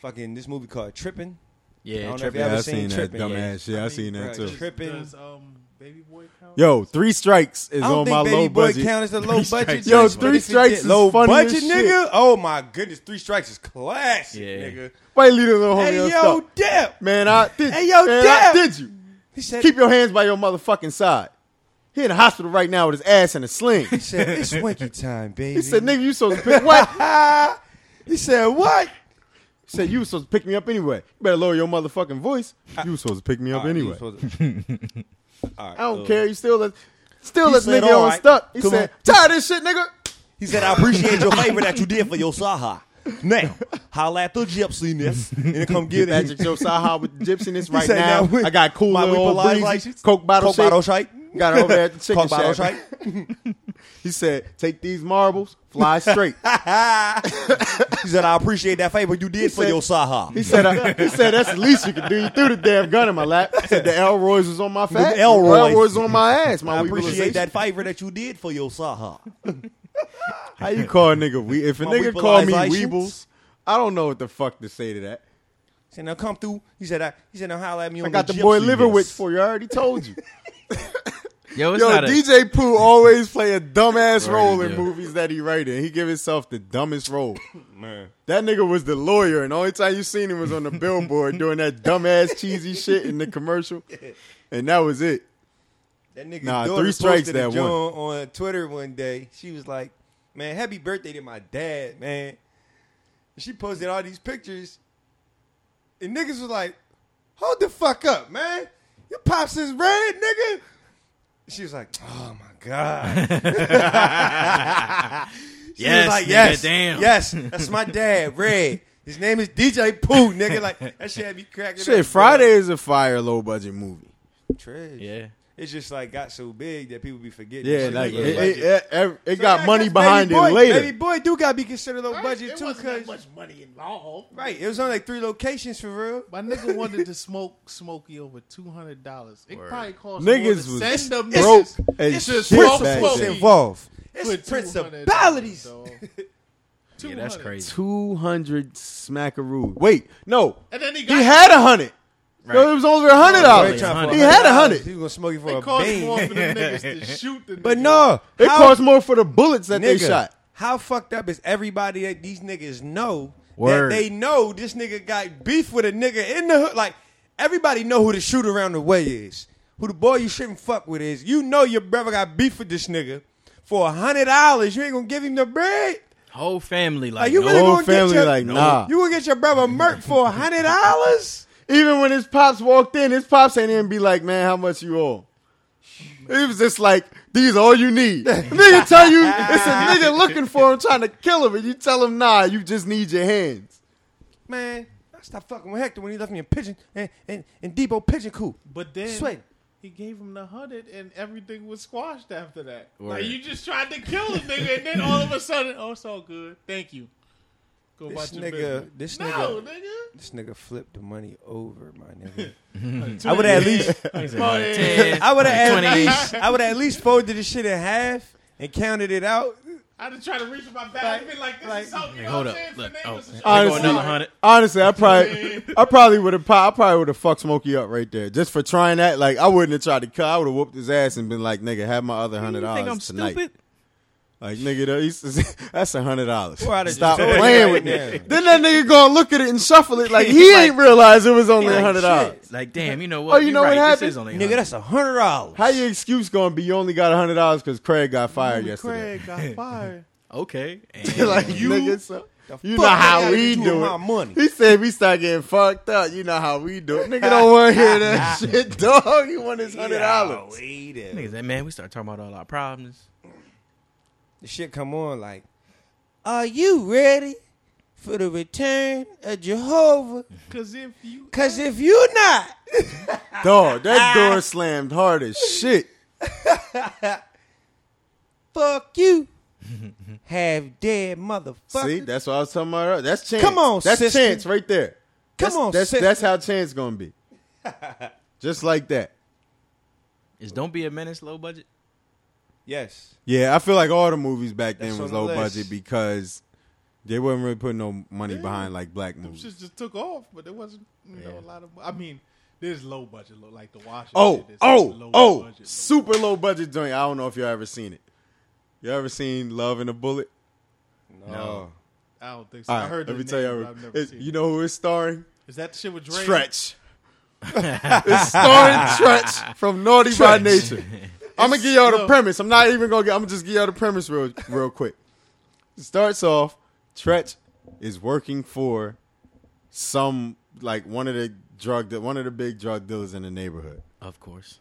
H: Fucking this movie called Trippin'. I
I: Yeah,
H: don't know if
I: tripping.
H: you ever seen, Trippin'. yeah.
F: shit. I seen
H: that, too. Trippin'.
G: Does um, Baby Boy count?
F: Yo, three strikes is
H: I don't
F: on
H: think
F: my
H: Baby
F: low
H: Boy
F: budget.
H: count as
F: (laughs)
H: a low budget.
F: Yo,
H: joint, but
F: Three
H: if it
F: Strikes
H: did
F: is
H: low
F: funny as
H: budget,
F: shit.
H: nigga. Oh my goodness, Three Strikes is classic,
I: Yeah.
H: nigga.
F: Why you leave the little homie
H: Hey
F: on
H: yo,
F: stop?
H: Depp.
F: Man, I did.
H: Hey, yo,
F: man, I
H: Dap.
F: did you?
H: He said,
F: Keep your hands by your motherfucking side. He in the hospital right now with his ass in a sling.
H: he said it's winky time,
F: (laughs)
H: baby.
F: He said, "Nigga, you supposed to pick what?" He
H: (laughs) He said, what?
F: said, "You was supposed to pick me up anyway. You better lower your motherfucking voice. You was supposed to pick me up anyway. (laughs) I don't
H: uh,
F: care. You still let, still
H: He
F: let
H: said,
F: nigga
H: "All
F: on
H: right,
F: stuck." He
H: come
F: said,
H: on."
F: "Tired of this shit, nigga."
H: He said, I appreciate your favor that you did for your Saha. Now, holla at the gypsiness and come get it.
F: Magic Joe Saha with the (laughs) gypsiness
H: (laughs) He
F: right
H: said,
F: now.
H: "Now we-
F: I got cool
H: my
F: little
H: people
F: old
H: lies
F: breezy,
H: like-
F: Coke bottle
H: Coke bottle
F: shake.
H: shake.
F: (laughs) Got it over at the chicken
H: Coke bottle
F: shack.
H: shake. (laughs)
F: He said, "Take these marbles, fly straight."
H: He said, I appreciate that favor you did for
F: said-
H: your Saha.
F: He said, I, he said, that's the least you could do. You threw the damn gun in my lap. He said, the Elroys was on my fat.
H: The Elroys.
F: was on my ass. My
H: I
F: weevilization.
H: appreciate that favor that you did for your Saha.
F: How you call a nigga we? If a
H: My
F: nigga call me
H: weevilization.
F: Weebles, I don't know what the fuck to say to that.
H: He said, now come through. He said, I, he said, now holla at me on
F: I got the
H: the
F: boy
H: gypsiness."
F: Liverwich for you. I already told
I: (laughs)
F: you.
I: Yo, it's
F: Yo,
I: not a,
F: DJ Pooh always play a dumbass
I: Already
F: role in
I: do.
F: movies that he write in. He give himself the dumbest role.
H: (laughs) Man.
F: That nigga was the lawyer, and the only time you seen him was on the billboard doing that dumbass cheesy shit in the
H: (laughs)
F: commercial, and that was it.
H: That nigga
F: Nah,
H: daughter
F: three strikes
H: posted a
F: that
H: joint on Twitter one day. She was like, "Man, happy birthday to my dad, man." She posted all these pictures, and niggas was like, "Hold the fuck up, man! Your pops is red, nigga." She was like, "Oh my god." she
I: Yes,
H: was like,
I: nigga,
H: "Yes,
I: damn."
H: yes, that's my dad, red." His name is DJ Pooh, nigga. Like that shit had me cracking. up, bro.
F: Shit, Friday is a fire low budget movie.
H: Trash.
I: yeah.
K: It's just like got so big that people be forgetting.
F: Yeah,
K: shit
F: like
K: was low
F: it,
K: budget.
F: it, it- it- it
H: So
F: got
H: yeah,
F: money
H: 'cause
F: behind
H: Baby
F: it
H: Boy-
F: later.
H: Baby Boy do got to be considered low budget
G: It
H: too,
G: wasn't that
H: cause
G: much money involved.
H: right, it was only like three locations for real.
G: My nigga wanted to smoke Smokey over two hundred dollars. It probably cost more
F: Niggas
G: to
F: was
G: send them
F: broke
G: niggas
F: as
G: it's
F: shit
G: just
F: back
G: broke
H: Folks
G: folks.
F: then.
H: involved.
G: with
H: It's
G: $200,
H: principalities.
I: (laughs)
G: dog.
I: Yeah, that's
G: 200.
I: crazy.
F: Two hundred smackaroo. Wait, no,
G: And then he got
F: he had a hundred. No, it was over a Oh, hundred dollars.
I: trying
F: He had a
H: He
F: hundred.
H: was gonna smoke you for
G: It
H: a
G: cost more
H: bean.
G: for
H: (laughs)
G: the niggas to shoot the
H: But
G: nigga.
H: no,
F: It
H: how-
F: cost more for the bullets that they
H: nigga,
F: shot.
H: How fucked up is everybody that these niggas know
I: Word.
H: that they know this nigga got beef with a nigga in the hood? Like everybody know who the shooter around the way is, who the boy you shouldn't fuck with is. You know your brother got beef with this nigga for a hundred dollars. You ain't gonna give him the bread.
I: Whole family like, (laughs)
H: Like you
I: no,
H: really
F: whole
H: gonna
F: family
H: get your,
F: like, nah.
H: You gonna get your brother murked for a hundred dollars?
F: Even when his pops walked in, his pops ain't even be like, "Man, how much you owe?" It was just like, "These all you need." nigga tell you it's a nigga looking for him, trying to kill him, and you tell him, "Nah, you just need your hands."
H: Man, I stopped fucking with Hector when he left me in pigeon and and, and Debo pigeon coop.
G: But then
H: Sweat.
G: he gave him the hundred, and everything was squashed after that.
I: Word.
G: Like you just tried to kill the nigga, and then all of a sudden, oh, it's all good. Thank you. Go
H: This
G: watch your
H: nigga-
G: business.
H: this
G: no,
H: nigga-
G: nigga.
H: This nigga flipped the money over, my nigga.
G: nigga.
H: I would
I: (laughs)
H: at least
G: But (laughs)
I: ten,
H: I would have
I: like
H: at
I: 20 each.
H: least I would have at least folded this shit in half and counted it out.
G: I'd have tried to reach for my back. I'd been like, this is something.
I: Like, hold up, look, oh, I go
F: Honestly,
I: another hundred.
F: honestly, I probably, I probably would have, I probably would have fucked Smokey up right there just for trying that. Like, I wouldn't have tried to kill. I would have whooped his ass and been like, "Nigga, have my other hundred
I: You think I'm
F: dollars tonight."
I: stupid?
F: Like, nigga, that- he's- (laughs) that's a hundred dollars.
H: Or I'd have
F: Stop
H: just-
F: playing with me.
H: Yeah.
F: Then that nigga gonna look at it and shuffle it like
H: (laughs)
F: he ain't realize it was only a hundred dollars.
I: Like, damn, you know what?
F: you
I: You
F: know what
I: right,
F: happened?
I: This is only
H: Nigga,
I: 100.
H: that's a hundred dollars.
F: How your excuse gonna be? You only got a hundred dollars because Craig got fired yesterday.
G: Craig got fired.
I: okay.
F: (laughs) like
I: And-
F: you, nigga, so, you know
H: fuck I
F: how
H: gotta
F: we
H: do with
F: do
H: my
F: it.
H: money?
F: He said we start getting fucked up. You know how we do it. Nigga don't
H: (laughs)
F: want to hear that shit, dog. He want his hundred dollars.
I: Niggas, like, man, we start talking about all our problems.
H: The shit come on like, are you ready for the return of Jehovah?
G: Cause if you,
H: Cause if you not,
F: Dog, that door slammed hard as shit.
H: fuck you. have dead motherfuckers.
F: See, that's what I was talking about. earlier. That's chance.
H: Come on,
F: that's
H: sister.
F: chance right there.
H: Come
F: That's-
G: Oh,
H: on,
F: that's
H: sister.
F: that's how chance gonna be. Just like that.
I: Is don't be a menace low budget?
L: Yes.
F: Yeah, I feel like all the movies back then
L: That's
F: was
L: on the
F: low
L: list.
F: budget because they wasn't really putting no money behind like black
G: Them
F: movies.
G: shit just took off, but there wasn't you know a lot of. I mean, there's low budget, look like the Washington.
F: Oh,
G: shit is
F: oh,
G: low
F: oh,
G: budget.
F: super low budget joint. I don't know if y'all ever seen it. You ever seen Love and a Bullet?
H: No.
G: I don't think so.
F: All right,
G: I heard.
F: let
G: the
F: me tell
G: name,
F: you,
G: but I've never
F: it's,
G: seen
F: you
G: it.
F: know who it's starring?
G: Is that the shit with Dre?
F: Stretch. (laughs) it's starring Stretch from Naughty by Nature. I'm gonna give y'all the
G: yo.
F: premise. I'm not even gonna. Get, I'm gonna just give y'all the premise real, real quick. It starts off. Tretch is working for some like one of the drug de- one of the big drug dealers in the neighborhood,
I: Of course.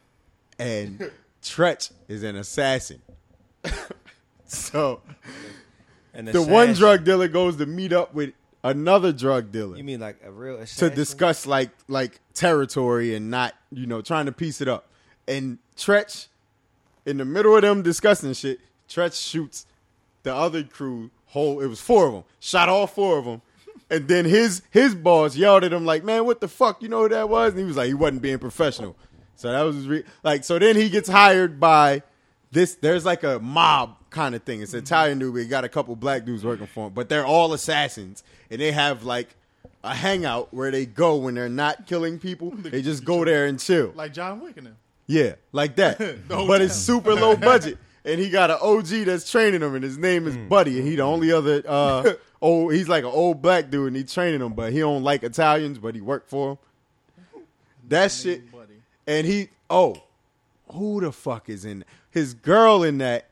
F: and Tretch is an assassin. so
H: And
F: the one drug dealer goes to meet up with another drug dealer
H: You mean like a real
F: to
H: assassin?
F: discuss like like territory and not you know trying to piece it up. And Tretch, in the middle of them discussing shit, Tretch shoots the other crew. Whole it was four of them. Shot all four of them. And then his his boss yelled at him like, "Man, what the fuck? You know who that was?" And he was like, "He wasn't being professional." So that was his re- like. So then he gets hired by this. There's like a mob kind of thing. It's an Italian dude. We got a couple black dudes working for him, but they're all assassins, and they have like a hangout where they go when they're not killing people. They just go there and chill.
G: Like John Wick in him.
F: Yeah, like that. but it's super low budget. And he got an OG that's training him, and his name is Buddy, and he the only other uh old he's like an old black dude and he training him, but he don't like Italians, but he worked for him. That shit
G: Buddy.
F: and he oh, who the fuck is in his girl in that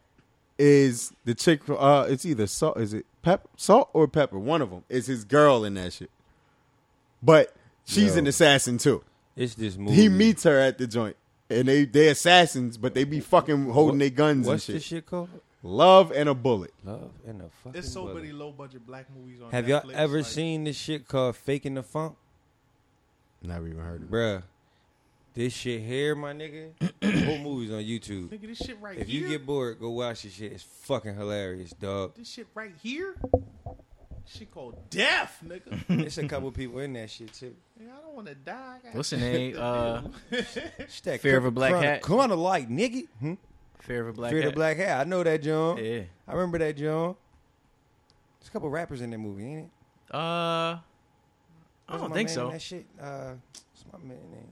F: is the chick uh it's either salt is it pep salt or pepper, one of them is his girl in that shit. But she's
H: Yo.
F: an assassin too
H: It's this movie.
F: he meets her at the joint, and they they assassins, but they be fucking holding their guns
H: What's
F: and
H: this
F: shit.
H: shit called?
F: Love and a bullet.
H: Love and a fucking.
G: There's so
H: Bullet.
G: many low budget black movies on.
H: Have
G: Netflix,
H: y'all ever
G: like,
H: seen this shit called Faking the Funk?
F: Never even heard of it.
H: Bruh. This shit here,
F: (clears throat)
H: my nigga. whole movie's on YouTube.
G: Nigga, this shit right
H: If
G: here.
H: you get bored, go watch this shit. It's fucking hilarious, dog.
G: this shit right here. She called death,
H: (laughs)
G: nigga.
H: It's a couple people in that shit too.
G: Nigga, I don't want to die. I
I: (laughs)
G: got
I: What's the
G: (laughs)
I: name? Uh,
H: It's that
I: Fear of a
H: Crypto
I: Black
H: Chronic-
I: Hat.
H: Chronic like nigga. Hmm?
I: Fear of a Black
H: Fear of
I: Hat.
H: the Black Hat. I know that John.
I: Yeah.
H: I remember that John. There's a couple rappers in that movie, ain't it?
I: Uh, I
H: What's
I: don't
H: my
I: think
H: man
I: so.
H: in That shit. Uh, what's my man name?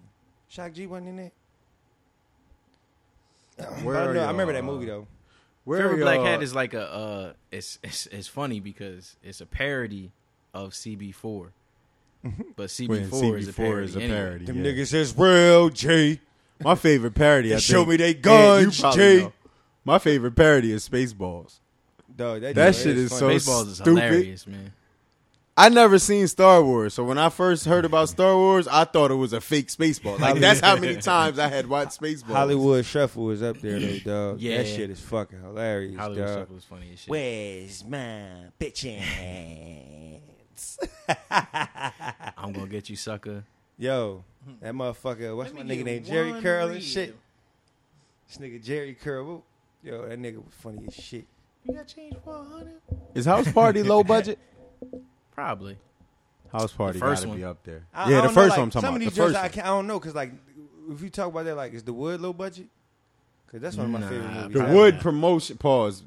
H: Shock G wasn't in it.
F: Where
H: I,
F: are
H: don't know. I remember that
F: y'all?
H: movie though.
F: Where
I: Fear
F: are
I: of a Black
F: y'all-
I: Hat is like a uh, it's, it's it's funny because it's a parody of
H: (laughs)
I: CB4, but CB4,
F: when
I: is a
F: CB4
I: parody.
F: is a
I: anyway.
F: parody.
H: Them
F: yeah.
H: niggas is real G.
F: My favorite parody. I
H: They show
F: think-
H: me they
F: Yeah, you
H: guns,
F: probably
H: G.
F: know. My favorite parody is Spaceballs.
H: Dog, that,
F: That
H: joint
F: shit is
H: funny.
F: so
I: Baseballs is
F: stupid.
I: hilarious, man.
F: I never seen Star Wars, so when I first heard about Star Wars, I thought it was a fake Spaceball. Like that's how (laughs) many times I had watched Spaceballs.
H: Hollywood Shuffle is up there (clears throat) though, dog.
I: Yeah.
H: That shit is fucking hilarious,
I: Hollywood
H: dog.
I: Shuffle was funny as shit.
H: Where's my bitch (laughs) hands?
I: I'm gonna get you, sucker.
H: Yo, that motherfucker. What's
G: Let
H: my
G: me
H: nigga
G: get
H: named Jerry
G: one
H: Curl and
G: real.
H: shit. This nigga Jerry Curl. Yo, that nigga was funny as shit.
G: You got change for a hundred?
F: is House Party (laughs) low budget?
I: Probably.
F: House Party
I: first
F: gotta
I: one.
F: be up there.
H: I,
F: yeah,
H: I
F: the
H: don't
F: first
H: know,
F: one
H: like,
F: I'm talking
H: Some of
F: about.
H: these
F: the first
H: joints I,
F: one.
H: can't, I don't know because like if you talk about that, like is the Wood low budget? Because that's one of my favorite
I: Nah,
H: movies.
F: The
H: ever.
F: Wood promotion pause.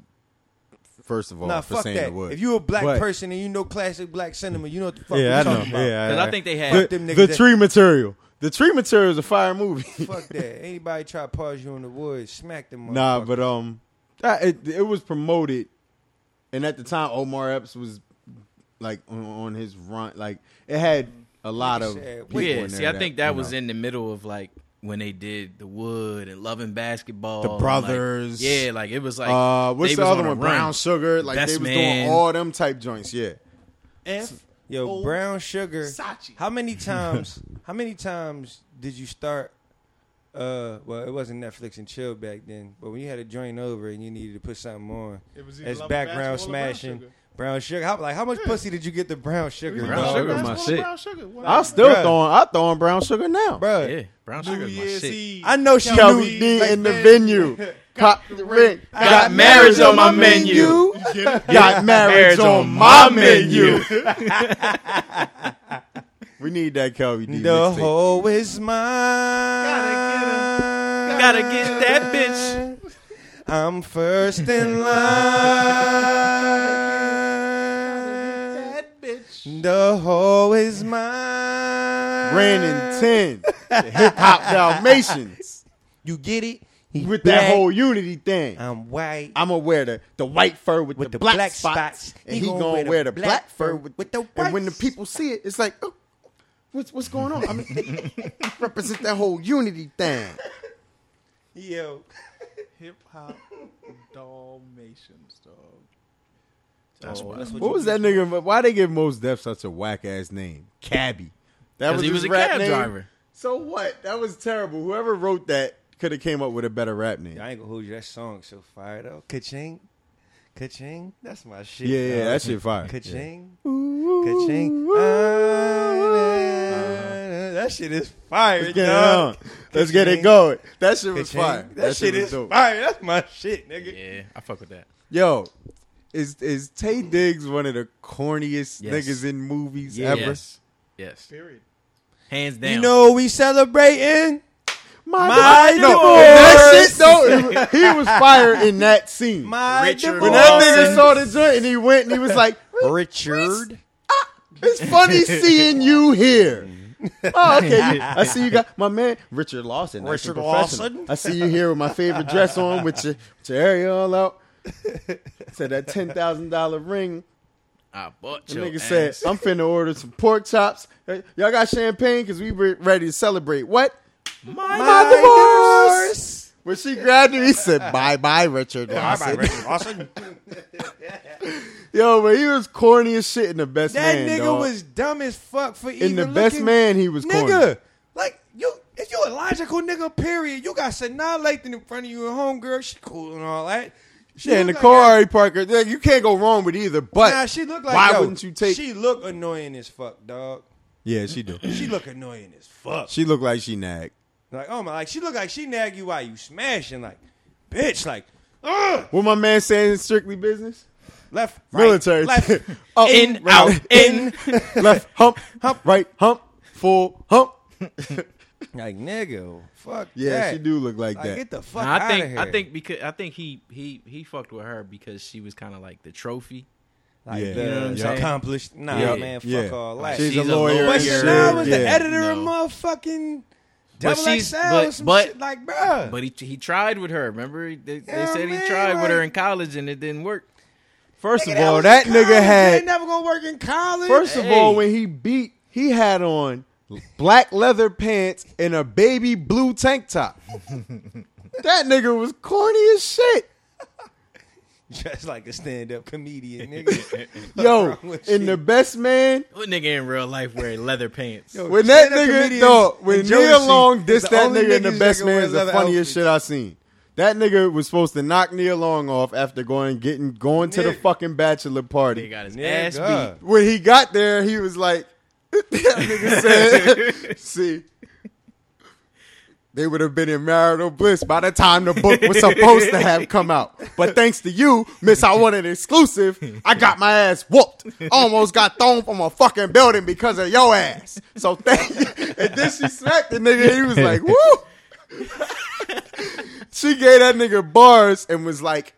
F: First of all,
H: Nah,
F: for
H: fuck
F: saying
H: that.
F: the Wood.
H: If you a black
F: But-
H: person and you know classic black cinema, you know what the fuck
F: yeah, I
H: we
F: know.
H: talking about.
F: Yeah,
I: Because I think they
H: Fuck
I: had.
H: them niggas.
F: the
H: that-
F: tree material. The tree material is a fire movie.
H: (laughs) Fuck that. Anybody try to pause you in the woods, smack them.
F: (laughs) nah,
H: motherfuckers.
F: but um, that, it it was promoted, and at the time Omar Epps was like on, on his run. Like it had a lot of
H: said,
F: people
H: wait.
I: Yeah,
F: in there
I: see, I think that
F: you
I: was
F: know.
I: in the middle of like when they did the wood and loving basketball,
F: The
I: and, like-
F: Brothers.
I: yeah, like it was like
F: uh,
I: they
F: what's the
I: was
F: other
I: on a
F: one?
I: run.
F: Brown Sugar. Like
I: Best
F: they was
I: Man.
F: doing all them type joints. Yeah,
G: F.
H: Yo,
G: Oh,
H: brown sugar.
G: Sachi.
F: (laughs)
H: How many times? how many times did you start? Uh, well, it wasn't Netflix and chill back then, but when you had a joint over and you needed to put something on,
G: It was either
H: as
G: Love and
H: background
G: Basketball or Brown
H: smashing
G: Sugar.
H: Brown sugar. How, like, how much pussy did you get the brown sugar?
I: Brown
H: dog?
I: sugar
G: That's
I: my
G: one
I: shit.
G: Brown sugar. What
F: I still
H: Bruh.
F: throwing I throwing brown sugar now.
H: Bruh,
I: Yeah, brown
G: New
I: sugar is my
G: Year's
I: shit.
G: Eve.
H: I know she knew
F: Kelly D in the (laughs) venue. Pop the ring. Got marriage on my menu. (laughs) Got marriage on my menu. (laughs) We need that Kelly D.
H: The
F: mixtape.
H: hoe is mine.
I: Gotta get that bitch.
H: I'm first in line.
G: That bitch.
H: The hoe is mine.
F: Brandon Ten, the hip hop Dalmatians
H: You get it? He
F: with
H: black,
F: that whole unity thing.
H: I'm white.
F: I'm gonna wear the, the white fur Um, with,
H: With
F: the,
H: the
F: black,
H: black
F: spots,
H: spots.
F: and he, gonna, wear the black, fur with,
H: with the
F: And when the
H: whites.
F: people see it, it's like, oh, what's what's going on? I mean, (laughs) represent that whole unity thing.
H: Yo.
G: Hip hop Dalmatians, dog.
F: What was that nigga? Why they give Most Def such a whack ass name? Cabby. That
I: 'Cause he
F: his
I: was a
F: rap
I: cab
F: name?
I: driver.
F: So what? That was terrible. Whoever wrote that could have came up with a better rap name.
H: I ain't gonna hold you. That song so fire though. Ka-ching. Ka-ching. That's my shit.
F: Yeah, yeah,
H: dog.
F: that shit fire.
H: Ka-ching. Ka-ching. Ah, That shit is fire,
F: Let's get it
H: dog.
F: on. Let's get it
H: Ka-ching.
F: going. That shit was
H: Ka-ching.
F: fire.
H: That, shit
F: was
H: is fire. That's my shit, nigga.
I: Yeah, I fuck with that.
F: Yo, is is Tay Diggs one of the corniest
I: Yes.
F: niggas in movies
I: Yeah.
F: ever?
I: Yes. Yes.
G: Period.
I: Hands down.
H: You know what we celebrating?
F: My,
H: My
F: no,
H: divorce.
F: that shit though. He was fire in that scene.
H: My
I: Richard
F: when that nigga saw the joint and he went and he was like,
H: Richard.
F: It's
H: (laughs)
F: funny seeing you here. Oh, okay. you- I see you got my man Richard Lawson. nice and
H: Richard
F: professional.
H: Lawson.
F: I see you here with my favorite dress on, with your, with your area all
H: (laughs)
F: out. Said that ten thousand dollar ring.
I: I bought
F: The
I: your
F: nigga
I: ass.
F: said, "I'm finna order some pork chops. Hey, Y'all got champagne? Cause we were ready to celebrate. What? My, divorce. When she grabbed him, he said, "Bye bye, Richard Lawson."
H: Richard Lawson.
F: (laughs) Yo, but he was corny as shit in the best
H: That
F: man.
H: nigga
F: dog.
H: was dumb as fuck for even
F: in the best
H: looking-
F: man. He was corny.
H: nigga. Like you, if you a logical nigga, period. You got Sanaa Lathan in front of you at home, girl. She cool and all that. She
F: Yeah,
H: look
F: and the
H: like
F: car,
H: that-
F: Ari Parker. yeah, You can't go wrong with either. But
H: Nah, she look like.
F: why
H: yo,
F: wouldn't you take?
H: She look annoying as fuck, dog.
F: yeah, she do.
H: She look annoying as fuck.
F: She looked like she nagged.
H: Like oh my, like she look like she nag you while you smashing, like bitch, like ugh,
F: What my man saying? Strictly business.
H: left, right,
F: Military.
H: left,
F: (laughs) Up,
H: in,
F: right,
H: out,
F: (laughs)
H: in.
F: left hump, hump, right hump, full
H: (laughs)
F: hump.
H: (laughs) Like nigga, fuck.
F: Yeah,
H: that.
F: she do look like
H: Like,
F: that.
H: get the fuck
I: Nah, I
H: outta
I: think
H: here.
I: I think because I think he he he fucked with her because she was kind of like the trophy.
H: like
F: Yeah.
H: the
F: You know
I: what I'm saying?
H: accomplished. Nah,
I: Yeah.
H: man, fuck
F: Yeah.
H: all that.
F: She's,
I: She's
F: a
I: a
F: lawyer.
I: lawyer.
H: But
I: Yeah.
H: Sanaa was the
F: yeah.
H: editor of
I: No.
H: motherfucking
I: But
H: Double
I: she's-
H: XL or
I: but-
H: some
I: but-
H: shit like, bruh.
I: But he he tried with her. Remember He- they, they
H: Yeah,
I: said he
H: man,
I: tried with her
H: like-
I: in college and it didn't work.
F: First
H: Nigga,
F: of all,
H: was
F: that
H: in college.
F: nigga
H: You
F: had.
H: ain't never gonna work in college.
F: First of
I: Hey.
F: all, when he beat, he had on black leather pants and a baby blue tank
H: (laughs)
F: top. that nigga was corny as shit.
H: (laughs) just like a stand-up comedian,
F: (laughs)
H: nigga.
F: Yo,
H: What's wrong with
F: in
H: you?
F: the best man,
I: What nigga in real life wearing leather pants?
H: Yo,
F: when that
H: stand-up
F: nigga
H: comedians
F: dog, when
H: in Jodeci
F: Neil Long
H: is
F: dissed that
H: only
F: nigga in the
H: niggas
F: best
H: that can wear
F: man is the
H: leather
F: funniest
H: outfits.
F: shit I seen. That nigga was supposed to knock Neil Long off after going getting going to the
H: Nigga.
F: fucking bachelor
I: He
F: party.
I: got his ass
H: Nigga.
I: beat.
F: When he got there, he was like, (laughs) that nigga
H: (laughs)
F: said, (laughs) see. They would have been in marital bliss by the time the book was supposed to have come out. But thanks to you, Miss, I wanted exclusive. I got my ass whooped. Almost got thrown from a fucking building because of your ass. So thank you. And then she smacked the nigga. He was like, woo. she gave that nigga bars and was like,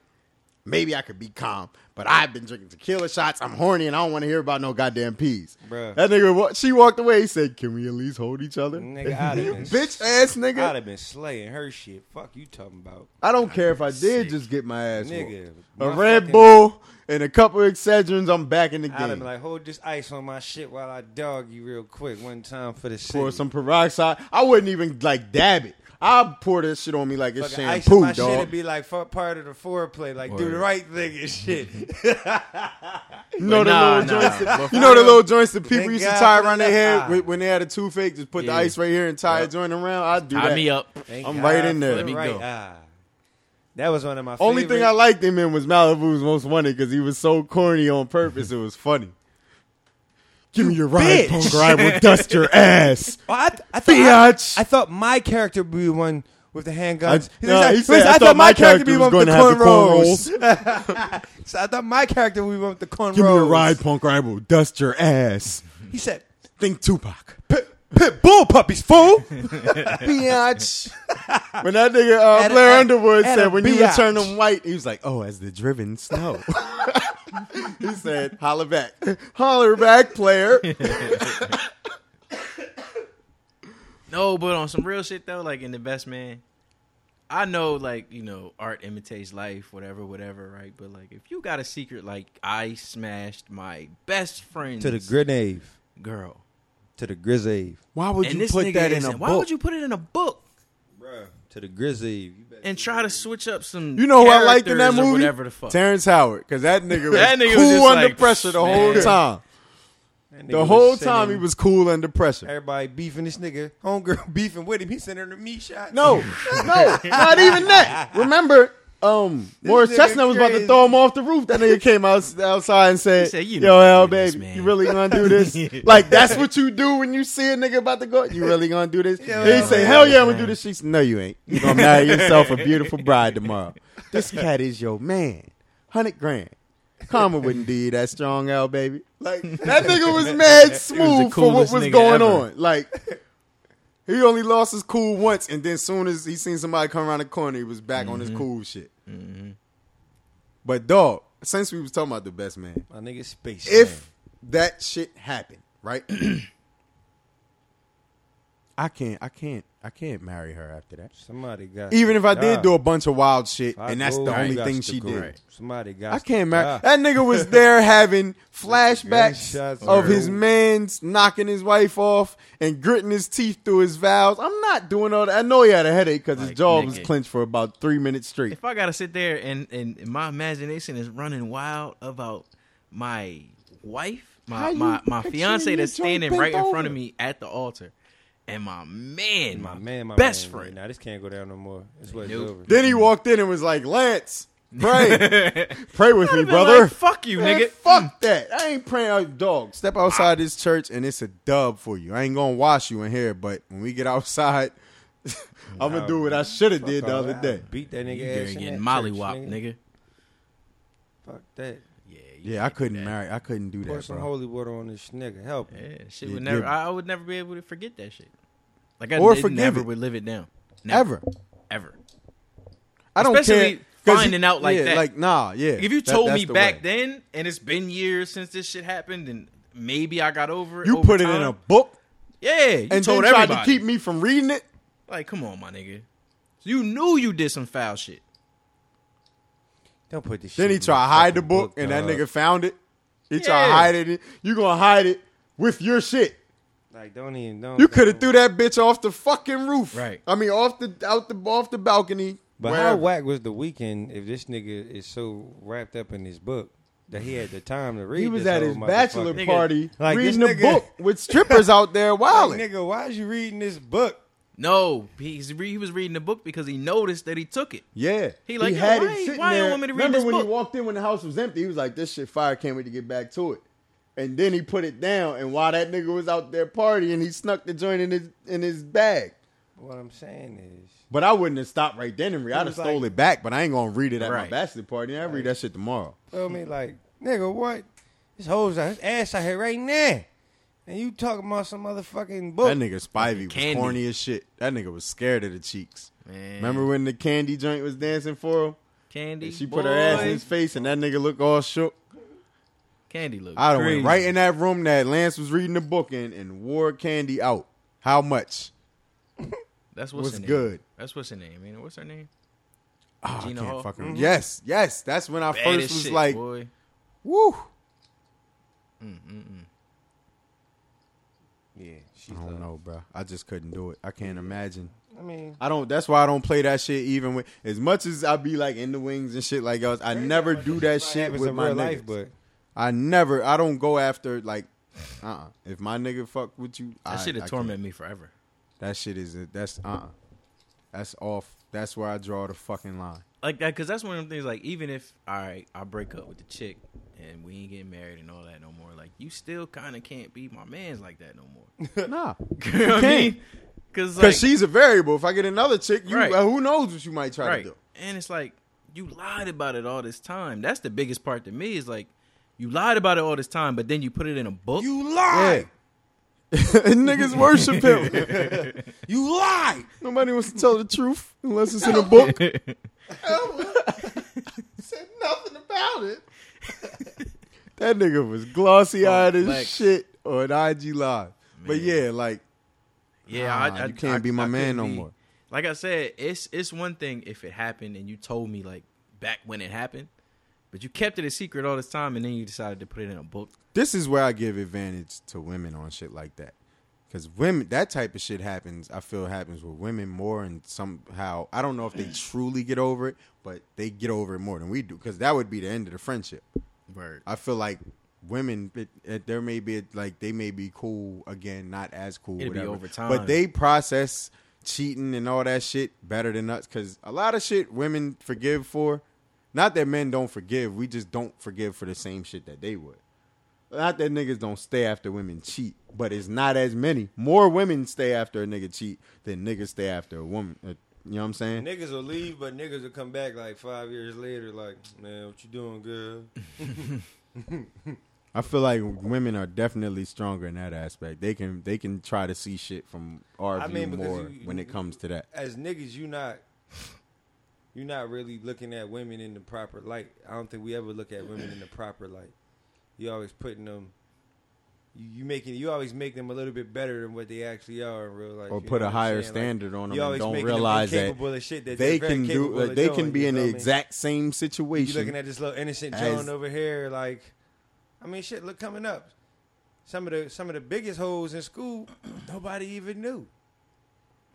F: maybe I could be calm. But I've been drinking tequila shots. I'm horny and I don't want to hear about no goddamn peas.
H: Bruh.
F: That nigga, wa- she walked away. He said, "Can we at least hold each other?"
H: Nigga, I'd have
F: you
H: been-
F: bitch ass nigga.
H: I'd have been slaying her shit. Fuck you talking about,
F: I don't care if I did just get my ass
H: nigga.
F: whooped.
H: My
F: A Red
H: fucking-
F: Bull and a couple of Excedrins, I'm back in the
H: I'd have been
F: game.
H: like, hold this ice on my shit while I dog you real quick one time for the city.
F: Pour some peroxide. I wouldn't even like dab it. I'll pour this shit on me like it's
H: Fucking ice on
F: shampoo,
H: my shit
F: dog.
H: and be like fuck part of the foreplay, like do
I: Word.
H: the right thing and shit.
F: (laughs) You know the
I: Nah,
F: little
I: nah.
F: joints. That,
I: But
F: you know the little joints that people
H: Thank
F: used to
H: God
F: tie
H: for
F: around
H: the
F: their hair
H: eye.
F: when- when they had a toothache. Just put the
I: Yeah.
F: ice right here and tie a joint around. I'd do
I: Tie
F: that.
I: me up.
H: Thank
F: I'm
H: God
F: right in
H: for
F: there.
H: the
I: Let me
H: right
I: go.
H: eye. That was one of my
F: Only
H: favorite-
F: thing I liked him in was Malibu's Most Wanted because he was so corny on purpose. It was funny. Give me your ride,
H: bitch.
F: punk, or I will dust your ass.
H: Oh, I, th- I thought
F: Biatch.
H: I, I thought my character would be the one with the handguns.
F: I- no, he said, "I thought my character was
H: would be
F: gonna have the
H: cornrows." so I thought my character would be one with the cornrows.
F: Give me your ride, punk, or I will dust your ass.
H: He said,
F: Think Tupac.
H: "Pit, pit bull
F: (laughs)
H: puppies, fool." (laughs) Biatch.
F: When that nigga uh,
H: At a-
F: Blair
H: at-
F: Underwood
H: at
F: said,
H: a
F: "When you
H: biatch."
F: return them white," he was like, "Oh, as the driven snow." (laughs) he said, "Holler back, holler back, (laughs) player."
I: No, but on some real shit though, like in the best man, I know like you know art imitates life, whatever, whatever, right? But like if you got a secret, like I smashed my best friend
H: To the grenade,
I: girl,
H: to the grizzave,
F: Why would
I: and this nigga isn't- Why would you put it in a book
H: Bruh. to the grizzave.
I: and try to switch up some?
F: You know who I liked in that
I: characters or
F: movie?
I: Whatever the fuck.
F: Terrence Howard, because that nigga was
I: (laughs) That nigga was
F: cool
I: just
F: under
I: like,
F: pressure the
I: man.
F: whole time. The whole time he was cool under pressure.
H: Everybody beefing this nigga, homegirl (laughs) beefing with him. He sent her to me shot.
F: No, no, not even that. Remember, um, Morris
H: nigga
F: Chestnut was about to
H: crazy.
F: throw him off the roof. That nigga came out, outside and said,
I: He said,
F: "Yo,
I: "You know
F: hell,
I: you do this,
F: baby,
I: man."
F: you really gonna do this?
I: (laughs)
F: like that's what you do when you see a nigga about to go? You really gonna do this?" he say, "Hell yeah, I'm gonna do this." She said, "No, you ain't. You gonna marry yourself a beautiful bride tomorrow. This cat is your man. Hundred grand." Karma wouldn't do you that strong, L baby. Like that nigga was mad smooth for what
I: coolest
F: was
I: nigga
F: going
I: ever.
F: on. Like he only lost his cool once, and then soon as he seen somebody come around the corner, he was back on his cool shit. But dog, since we was talking about the best man,
H: My nigga space.
F: if that shit happened, right? I can't, I can't, I can't marry her after that.
H: somebody got
F: Even if I did
H: die.
F: do a bunch of wild shit,
H: I
F: and that's
H: go,
F: the
H: you
F: only
H: got
F: thing
H: to
F: she
H: go.
F: did.
H: Somebody got.
F: I
H: to
F: can't marry.
H: die.
F: That nigga was
I: (laughs)
F: there having flashbacks
H: Gunshots
F: of
H: heard.
F: his man's knocking his wife off and gritting his teeth through his vows. I'm not doing all that. I know he had a headache because his
I: Like,
F: jaw was
I: nigga.
F: clenched for about three minutes straight.
I: if I gotta sit there and, and and my imagination is running wild about my wife,
F: How
I: my
F: you
I: my, my
F: picturing
I: fiance
F: your
I: that's
F: joint
I: standing
F: bent
I: right in front
F: over?
I: of me at the altar, and my man,
H: My man, my
I: best
H: man.
I: friend.
H: Now this can't go down no more. This was
I: Nope.
H: over.
F: Then he walked in and was like, "Lance, pray,
I: (laughs)
F: pray with me,
I: I'd've been
F: brother."
I: like, fuck you,
F: Man,
I: nigga. Mm.
F: fuck that. I ain't praying out dog. Step outside this church and it's a dub for you. I ain't gonna wash you in here, but when we get outside, (laughs) I'm gonna do what I should have did the
H: Fuck all
F: other
H: that.
F: day.
H: Beat that nigga
I: You
H: ass.
I: getting
H: in that
I: mollywop,
H: church,
I: nigga.
H: Fuck that.
I: Yeah, you
F: Yeah, I
I: can't do
F: couldn't
I: that.
F: marry. I couldn't do
H: Pour
F: that,
H: some
F: bro.
H: holy water on this nigga. Help. him.
I: Yeah, shit
F: Yeah,
I: would never.
F: give-
I: I, I would never be able to forget that shit. Like I
F: Or
I: did,
F: forgive
I: never
F: it.
I: would live it down. Never,
F: Ever.
I: ever.
F: I don't
I: Especially
F: care. 'cause
I: finding out like
F: yeah,
I: that.
F: Like nah, yeah.
I: If you
F: That-
I: told
F: that's
I: me
F: the
I: back
F: way.
I: then, and it's been years since this shit happened, and maybe I got over it.
F: you
I: over
F: put it in a
I: time.
F: book
I: yeah. You
F: and
I: told
F: then tried to
I: everybody.
F: keep me from reading it.
I: Like, come on, my nigga. You knew you did some foul shit.
H: Don't put this.
F: Then
H: shit
F: he
H: in
F: tried
H: my
F: to hide the
H: fucking
F: book, and that
H: dog.
F: nigga found it. He tried to
I: Yeah.
F: hide it. You gonna hide it with your shit.
H: Like don't even. Don't,
F: You could have
H: don't-
F: threw that bitch off the fucking roof.
I: Right.
F: I mean, off the out the off the balcony.
H: But how
F: wherever.
H: whack was the weekend if this nigga is so wrapped up in his book that he had the time to read?
F: he was
H: this
F: at
H: whole
F: his bachelor
H: motherfucker?
F: party
H: Like, this
F: reading a
H: nigga-
F: book with strippers out there
I: (laughs)
H: Like,
F: wilding.
H: nigga, why is you reading this book?
I: No, he's re- he was reading the book because he noticed that he took it.
F: Yeah,
I: He like, yo, why ain't-
F: sitting
I: why ain't
F: there.
I: want me to read
F: Remember
I: this
F: when he
I: book?
F: walked in when the house was empty? He was like, "This shit fire! Can't wait to get back to it." And then he put it down, and while that nigga was out there partying, he snuck the joint in his in his bag.
H: What I'm saying is,
F: But I wouldn't have stopped right then and re- I'd have
H: was like-
F: stole it back. But I ain't gonna read it at my
I: Right.
F: bachelor party. I read that shit tomorrow.
H: Feel
F: (laughs)
H: me? Like, nigga, what? This hoes out, this ass out here right now. And you talking about some motherfucking book.
F: That nigga Spivey was
I: Candy.
F: corny as shit. That nigga was scared of the cheeks.
I: Man.
F: Remember when the candy joint was dancing for him?
I: Candy.
F: And she put her ass in
I: boy.
F: his face, and that nigga looked all shook.
I: Candy look.
F: I done
I: crazy.
F: went right in that room that Lance was reading the book in and wore candy out. How much?
I: That's what's
F: was
I: her name.
F: good.
I: That's what's her name. Man. What's her name?
F: Oh, I
I: Ah, Gina
F: can't
I: Hall? Mm-hmm.
F: fucking. Yes, yes. That's when I
I: Bad
F: first
I: as
F: was
I: shit,
F: like,
I: boy.
F: "Woo!"
H: Yeah, she's
F: I don't
H: like,
F: know, bro. I just couldn't do it. I can't imagine.
H: I mean,
F: I don't. That's why I don't play that shit. Even with as much as I be like in the wings and shit like else, I never do that shit
H: happens
F: with
H: in
F: my
H: real
F: niggas.
H: life, but
F: I never. I don't go after like. Uh. uh If my nigga fuck with you, I,
I: That shit
F: I
I: have tormented me forever.
F: uh-uh. can't. That shit is. That's uh. uh That's off. That's where I draw the fucking line.
I: like that because that's one of them things. Like even if all right, I break up with the chick and we ain't getting married and all that no more. Like you still kind of can't be my man's like that no more. (laughs)
F: (laughs) Nah,
I: you know what I
F: can't.
I: mean? Because
F: because she's a variable. If I get another chick, you
I: Right.
F: uh, who knows what you might try
I: right,
F: to do.
I: and it's like you lied about it all this time. That's the biggest part to me is like you lied about it all this time, but then you put it in a book.
H: You
F: Yeah.
H: lie.
F: (laughs) Niggas worship him. (laughs)
H: You lie.
F: Nobody wants to tell the truth unless it's in a book.
G: Said nothing about it.
F: That nigga was glossy eyed as
I: Flex.
F: shit on IG Live. But yeah, like
I: (laughs) yeah,
F: nah,
I: I, I
F: you can't
I: I-
F: be my
I: I
F: man
I: couldn't
F: no
I: be-
F: more.
I: Like I said, it's it's one thing if it happened and you told me like back when it happened, but you kept it a secret all this time, and then you decided to put it in a book.
F: this is where I give advantage to women on shit like that. Cause women, that type of shit happens. I feel happens with women more, and somehow I don't know if they truly get over it, but they get over it more than we do. Cause that would be the end of the friendship.
I: Word.
F: I feel like women, it, it, there may be like they may be cool again, not as cool.
I: It'll be
F: whatever.
I: over time.
F: but they process cheating and all that shit better than us. Cause a lot of shit women forgive for. Not that men don't forgive, we just don't forgive for the same shit that they would. Not that niggas don't stay after women cheat, but it's not as many. More women stay after a nigga cheat than niggas stay after a woman. Uh, You know what I'm saying?
H: Niggas will leave, but niggas will come back like five years later, like, man, what you doing, girl?
F: I feel like women are definitely stronger in that aspect. They can they can try to see shit from our
H: I
F: view
H: mean, because
F: more
H: you-
F: when it comes to that.
H: As niggas, you not you not really looking at women in the proper light. I don't think we ever look at women in the proper light. You always putting them you, you making you always make them a little bit better than what they actually are in real life.
F: Or
H: you
F: put a
H: know what I'm
F: higher
H: saying? Like,
F: standard on
H: you
F: them and
H: always
F: don't
H: making them
F: realize that
H: incapable of shit that
F: they
H: they're very
F: can do
H: capable
F: like,
H: of
F: they
H: doing,
F: can be
H: you
F: in
H: feel
F: the
H: me?
F: exact same situation.
H: You looking at this little innocent
F: as-
H: Joan over here, like, I mean, shit, look coming up. Some of the some of the biggest hoes in school, (clears throat) nobody even knew,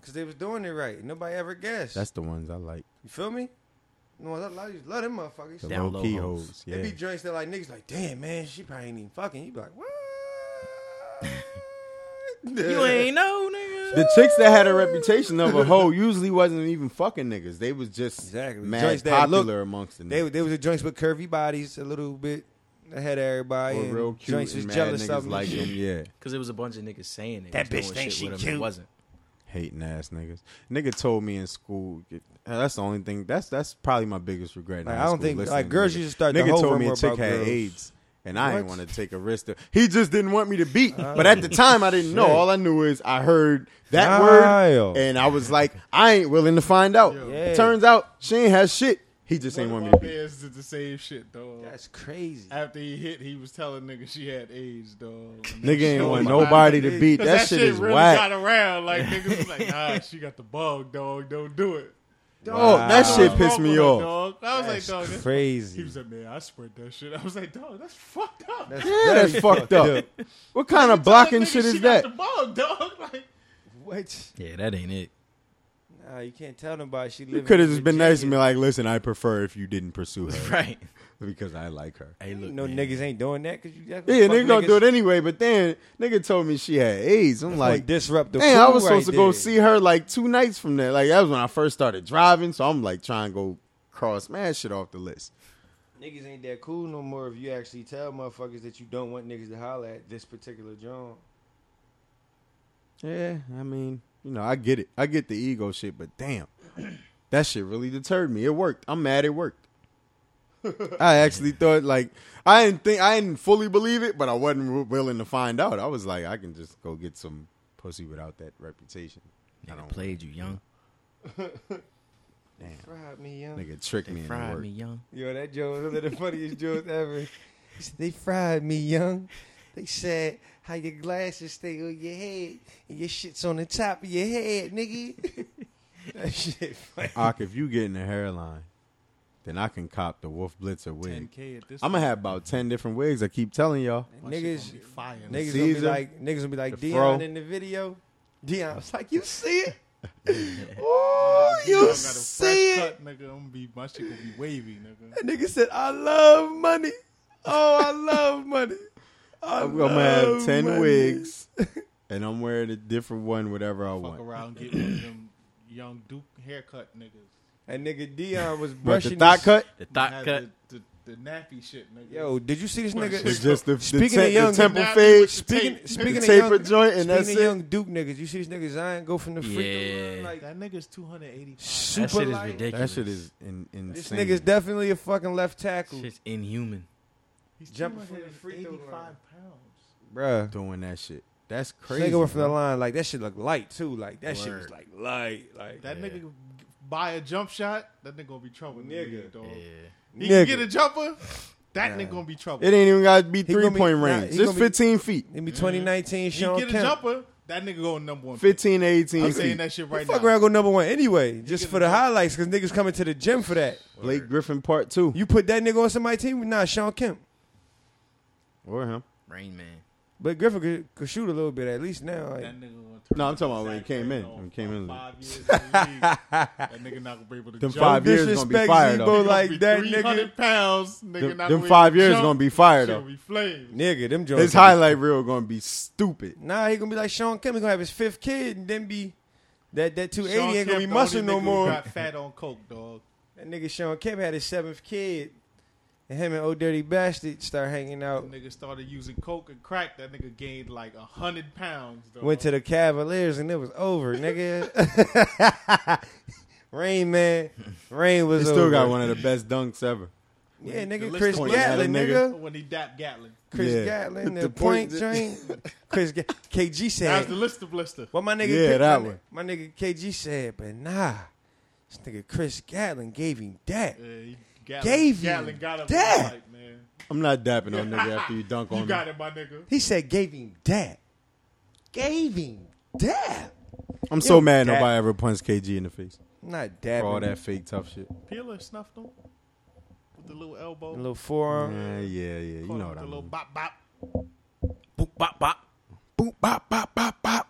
H: cause they was doing it right. Nobody ever guessed.
F: That's the ones I like.
H: you feel me? No, I love you, love them motherfuckers.
F: The
H: They
I: Down
F: low
I: low
F: key
I: hoes.
F: hoes. Yeah.
H: be joints that like niggas like, damn man, she probably ain't even fucking. You be like, what?
I: You ain't know, nigga.
F: The chicks that had a reputation of a
H: (laughs)
F: hoe usually wasn't even fucking niggas. They was just
H: Exactly.
F: mad
H: Joints that
F: popular
H: look-
F: amongst the
H: They
F: niggas.
H: they was the joints with curvy bodies a little bit ahead of everybody.
F: Or
H: and
F: real cute
H: joints was
F: and mad
H: jealous
F: niggas
H: of them.
F: like them. Yeah,
I: Because it was a bunch of niggas saying it.
H: That
I: was
H: bitch
I: doing shit
H: think she
I: with 'em. It
H: cute.
I: wasn't.
F: hating ass niggas. Nigga told me in school. That's the only thing. That's that's probably my biggest regret. in
H: Like,
F: high
H: I don't
F: school,
H: think-
F: listening
H: like,
F: to
H: girls
F: niggas.
H: used to start the
F: Nigga
H: whole
F: told me a
H: rumor
F: chick
H: about
F: had
H: girls.
F: AIDS, and I didn't
H: What? Ah.
F: want to take a risk. To, he just didn't want me to beat. but at the time, I didn't know. All I knew is I heard that
H: Kyle.
F: word, and I was like, I ain't willing to find out.
H: Yeah.
F: Turns out she ain't had shit. He just ain't
G: One
F: want
G: of
F: me
G: my
F: to beat.
G: mans did the same shit, dog.
H: That's crazy.
G: After he hit, he was telling niggas she had AIDS, dog.
F: Nigga ain't want nobody
G: Nobody.
F: to beat.
G: 'Cause
F: That, shit, is
G: really
F: whack.
G: got around. Like niggas was like, nah, she got the bug, dog. Don't do it.
F: Oh, that
G: Dog,
F: shit
G: what's
F: pissed
G: wrong
F: me
G: with her,
F: off.
G: Dog. I was like, dog, that's He
H: crazy.
G: was like, man, I spread that shit. I was like, dog, that's fucked up. That's
F: Yeah, that's
H: (laughs)
F: fucked up. What kind of blocking shit is that?
G: The bug, dog. (laughs) Like,
H: What?
I: Yeah, that ain't it.
H: Nah, you can't tell nobody she
F: You
H: living.
F: could have
H: in
F: just been nice to me,
H: Virginia.
F: like, listen, I prefer if you didn't pursue
H: (laughs)
F: her
I: Right.
F: because I like her.
I: Hey, look.
H: No
I: man.
H: niggas ain't doing that because you. that's what
F: Yeah,
H: fuck
F: nigga gonna do it anyway. But then nigga told me she had AIDS. I'm
H: Like
F: like, damn,
H: disrupt the.
F: I
H: crew
F: was supposed to
H: right
F: go
H: there.
F: see her like two nights from there. Like that was when I first started driving, so I'm like trying to go cross mad shit off the list.
H: Niggas ain't that cool no more. If you actually tell motherfuckers that you don't want niggas to holler at this particular joint.
F: Yeah, I mean, you know, I get it. I get the ego shit, but damn, (clears throat) that shit really deterred me. It worked. I'm mad it worked. (laughs) I actually thought like I didn't think I didn't fully believe it, but I wasn't w- willing to find out. I was like, I can just go get some pussy without that reputation. I
I: Nigga
F: don't-
I: played you young.
F: Damn.
H: Fried me young.
F: Nigga tricked
I: They
F: me and it
I: fried
F: worked.
I: me young.
H: Yo, that joke was one of the funniest jokes ever. He said, They fried me young. They said how your glasses stay on your head and your shit's on the top of your head, nigga. (laughs) that shit. Funny.
F: Ock, if you getting a hairline, then I can cop the Wolf Blitzer wig.
G: 10K at this
F: I'm gonna have about ten different wigs. I keep telling y'all.
H: Niggas,
G: fire.
H: niggas gonna be
F: Caesar,
H: like, niggas gonna be like
F: the
H: Dion
F: fro.
H: in the video. Dion was like, you see it?
G: Oh,
H: you
G: got a
H: see
G: fresh cut, nigga. I'm gonna be my shit gonna be wavy, nigga.
H: That nigga said, I love money. Oh, I love money. I
F: I'm gonna have
H: love
F: Oh, ten
H: money."
F: wigs, (laughs) and I'm wearing a different one, whatever I
G: Fuck
F: want.
G: around, get one of them young Duke haircut niggas.
H: That nigga Dion was
F: But the
H: brushing.
F: thought
H: his-
F: cut.
I: The
G: Had
I: thought cut.
G: The, the, the nappy shit, nigga.
H: Yo, did you see this nigga?
F: It's just the, the,
H: Speaking
F: te-
H: of young,
F: the temple
G: Nappy
F: fade.
G: with the
H: Speaking,
G: tape.
H: speaking of
F: The
H: young,
F: taper joint and
H: speaking
F: that's
H: of
F: it.
H: young Duke niggas, you see this nigga Zion go from the free throw line
I: Yeah.
H: like
G: that nigga's 280 pounds.
H: super
I: that shit is
H: light.
I: ridiculous.
F: That shit is in, insane.
H: This nigga's definitely a fucking left tackle,
I: Shit's inhuman.
G: He's
H: Jumping from the free throw
G: 285
H: line.
G: pounds.
H: bruh.
F: doing that shit. That's
H: This
F: crazy.
H: nigga went from the
F: bro.
H: line like that shit looked light too. Like that shit was
I: Word.
H: like light, like
G: That nigga buy a jump shot, that nigga gonna be trouble. Nigga, dog.
I: Yeah.
G: He
H: Nigga.
G: can get a jumper, that nigga gonna be trouble.
F: It ain't even got to be three
H: gonna be-
F: point
H: nah,
F: range.
H: he
F: Just
H: gonna be-
F: 15 feet.
H: It be 2019
G: he
H: Sean
G: get a
H: Kemp.
G: jumper, that nigga going number one.
F: 15 to 18
G: I'm
F: feet.
G: saying that shit right
H: Fuck
G: now.
H: around go number one anyway, just
G: get
H: for
G: a
H: the
G: jump.
H: highlights, cause niggas coming to the gym for that.
F: Blake Griffin part two.
H: You put that nigga on somebody's team, nah, Sean Kemp.
F: or him.
I: Rain Man.
H: But Griffin could, could shoot a little bit at least now. Like,
G: That nigga gonna turn
F: No, I'm talking about when he
G: Zach
F: came in.
G: Randolph
F: When he came in.
G: Five years in the league. that nigga not gonna be able to
F: Them
G: jump.
F: five years gonna be
H: disrespect
F: fire,
H: Zebo
F: though.
H: like
G: Be
H: that
G: 300
H: nigga.
G: pounds, nigga.
F: Them,
G: not
F: them
G: gonna
F: five
G: be able to
F: years
G: jump.
F: gonna be fire
G: Shit'll
F: though.
G: be flames.
H: Nigga, them joints.
F: His highlight reel gonna be stupid.
H: Nah, he gonna be like Sean Kemp. He gonna have his fifth kid and then be that that two
G: Sean
H: eighty ain't gonna
G: Kemp
H: be
G: the
H: muscle
G: only
H: no
G: nigga who
H: more.
G: Got fat on coke, dog.
H: That nigga Sean Kemp had his seventh kid, and him and old dirty bastard start hanging out.
G: That nigga started using coke and crack. That nigga gained like a hundred pounds. Dog.
H: Went to the Cavaliers and it was over, nigga. (laughs) Rain man, Rain was
F: He still
H: over.
F: got one of the best dunks ever.
H: Yeah, nigga,
G: list
H: Chris
G: of-
H: Gatlin,
F: Yeah,
H: nigga.
G: when he dapped Gatlin.
H: Chris
F: Yeah.
H: Gatlin, the,
F: The
H: point
F: point-
H: joint. Chris Ga- KG said,
G: That was the lister blister.
H: Well, my nigga,
F: Yeah,
H: K-
F: that
H: my,
F: one.
H: ni- My nigga KG said, but nah, this nigga Chris Gatlin gave him that.
G: Yeah, he, Gatlin,
H: Gave you
G: Gatlin got him.
H: that.
G: Like, man.
F: I'm not dapping on nigga after you dunk
G: You
F: on
G: got
F: me.
G: it, my nigga.
H: He said, gave him that. Gave him that.
F: I'm so
H: You
F: mad
H: dap-
F: nobody ever punched KG in the face
H: Not
F: for all
H: dabbing.
F: that fake tough shit.
G: Peeler snuffed him with the little elbow.
H: A little forearm.
F: Yeah, yeah, yeah. You
G: Caught him
F: know
G: with
F: what
G: the
F: I
G: little
F: mean.
G: bop bop.
I: Boop, bop, bop.
F: Boop, bop, bop, bop, bop.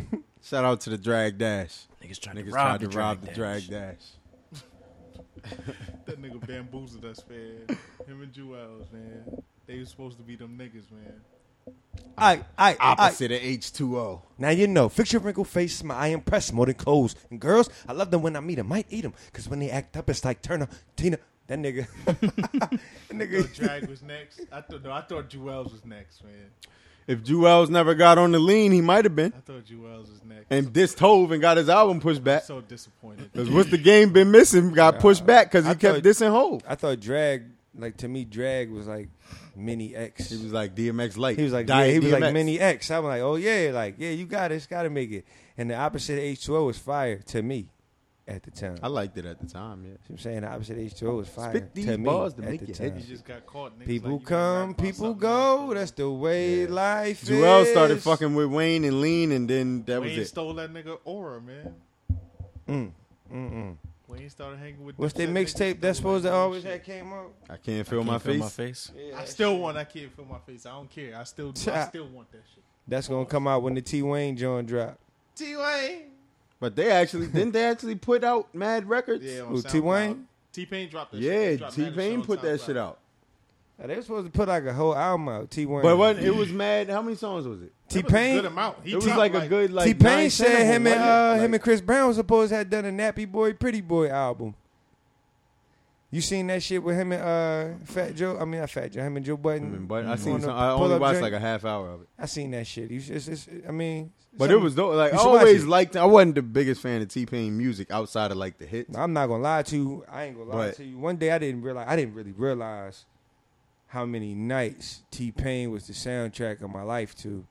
F: (laughs) Shout out to the drag dash.
I: Niggas trying
F: Niggas
I: to rob,
F: tried to
I: the,
F: rob the
I: drag
F: drag
I: dash.
F: dash.
G: That nigga bamboozled us, man. Him and Jewels, man. They was supposed to be them niggas, man.
H: I, I, I,
F: Opposite of H2O.
H: now you know. Fix your wrinkled face. My I impress more than Coles. And girls, I love them when I meet them. Might eat them. Because when they act up, it's like Turner, Tina. That nigga. (laughs) that
G: Yo,
H: nigga.
G: Drag was next. I thought no, I thought Jewels was next, man.
F: If Jewels never got on the lean, he might have been.
G: I thought Jewels was next.
F: And dissed Hove and got his album pushed back.
G: so disappointed.
F: Because what's the game been missing? Got pushed back because he
H: I
F: kept
H: thought-
F: dissing Hove.
H: I thought drag, like to me, drag was like mini X.
F: He was like DMX light.
H: He was like, yeah,
F: Diet
H: he was like
F: DMX.
H: mini X. I'm like, oh yeah, like yeah, you got it. It's got to make it. And the opposite of H2O was fire to me at the time.
F: I liked it at the time, yeah.
H: I'm saying the opposite of H2O was fire
F: Spit these
H: to me
F: bars to
H: at
F: make
H: the
F: your
H: time.
F: head
G: You just got caught. Niggas
H: People
G: like,
H: come,
G: you gotta rap about
H: people
G: something
H: go.
G: else, man.
H: That's the way life
F: Jewel
H: is.
F: started fucking with Wayne and Lean, and then that
G: Wayne
F: was it.
G: stole that nigga aura, man.
H: Mm, mm, mm.
G: Wayne started hanging with.
H: What's
G: that
H: their mixtape that's supposed to always had came out?
F: I can't feel
I: Can't
F: my face.
I: my face.
G: I still want. I can't feel my face. I don't care. I still. Do. I
H: Cha.
G: still want that shit.
H: That's gonna come out when the T Wayne joint drop.
G: T Wayne.
F: But they actually didn't they actually put out Mad Records?
G: Yeah.
H: Who,
G: on
H: T-Wayne?
G: SoundCloud. T-Pain dropped that. shit.
F: Yeah,
G: Dropped
F: T
G: mad shit
F: Pain
G: on
F: put that
G: SoundCloud.
F: shit out.
H: Now, they were supposed to put like a whole album out. T Wayne,
F: But what it was mad. How many songs was it?
H: T
G: That was a
H: Pain,
G: Good amount. He
F: it was
G: dropped,
F: like a good like.
H: T
F: nine,
H: Pain
F: ten
H: said
F: of
H: him
F: them,
H: and uh,
F: wasn't it?
H: him and Chris Brown was supposed to have done a Nappy Boy Pretty Boy album. You seen that shit with him and uh, Fat Joe? I mean, not Fat Joe. Him and Joe Button.
F: Like, but I
H: on
F: seen
H: the
F: some, I only
H: pull-up
F: watched
H: joint.
F: like a half hour of it.
H: I seen that shit. You just, it's, it's, I mean,
F: But it
H: something-
F: was dope. Like I
H: You should watch
F: always
H: it.
F: liked. I wasn't the biggest fan of T Pain music outside of like the hits.
H: I'm not gonna lie to you. I ain't gonna lie
F: But-
H: to you. One day I didn't realize. I didn't really realize how many nights T Pain was the soundtrack of my life to,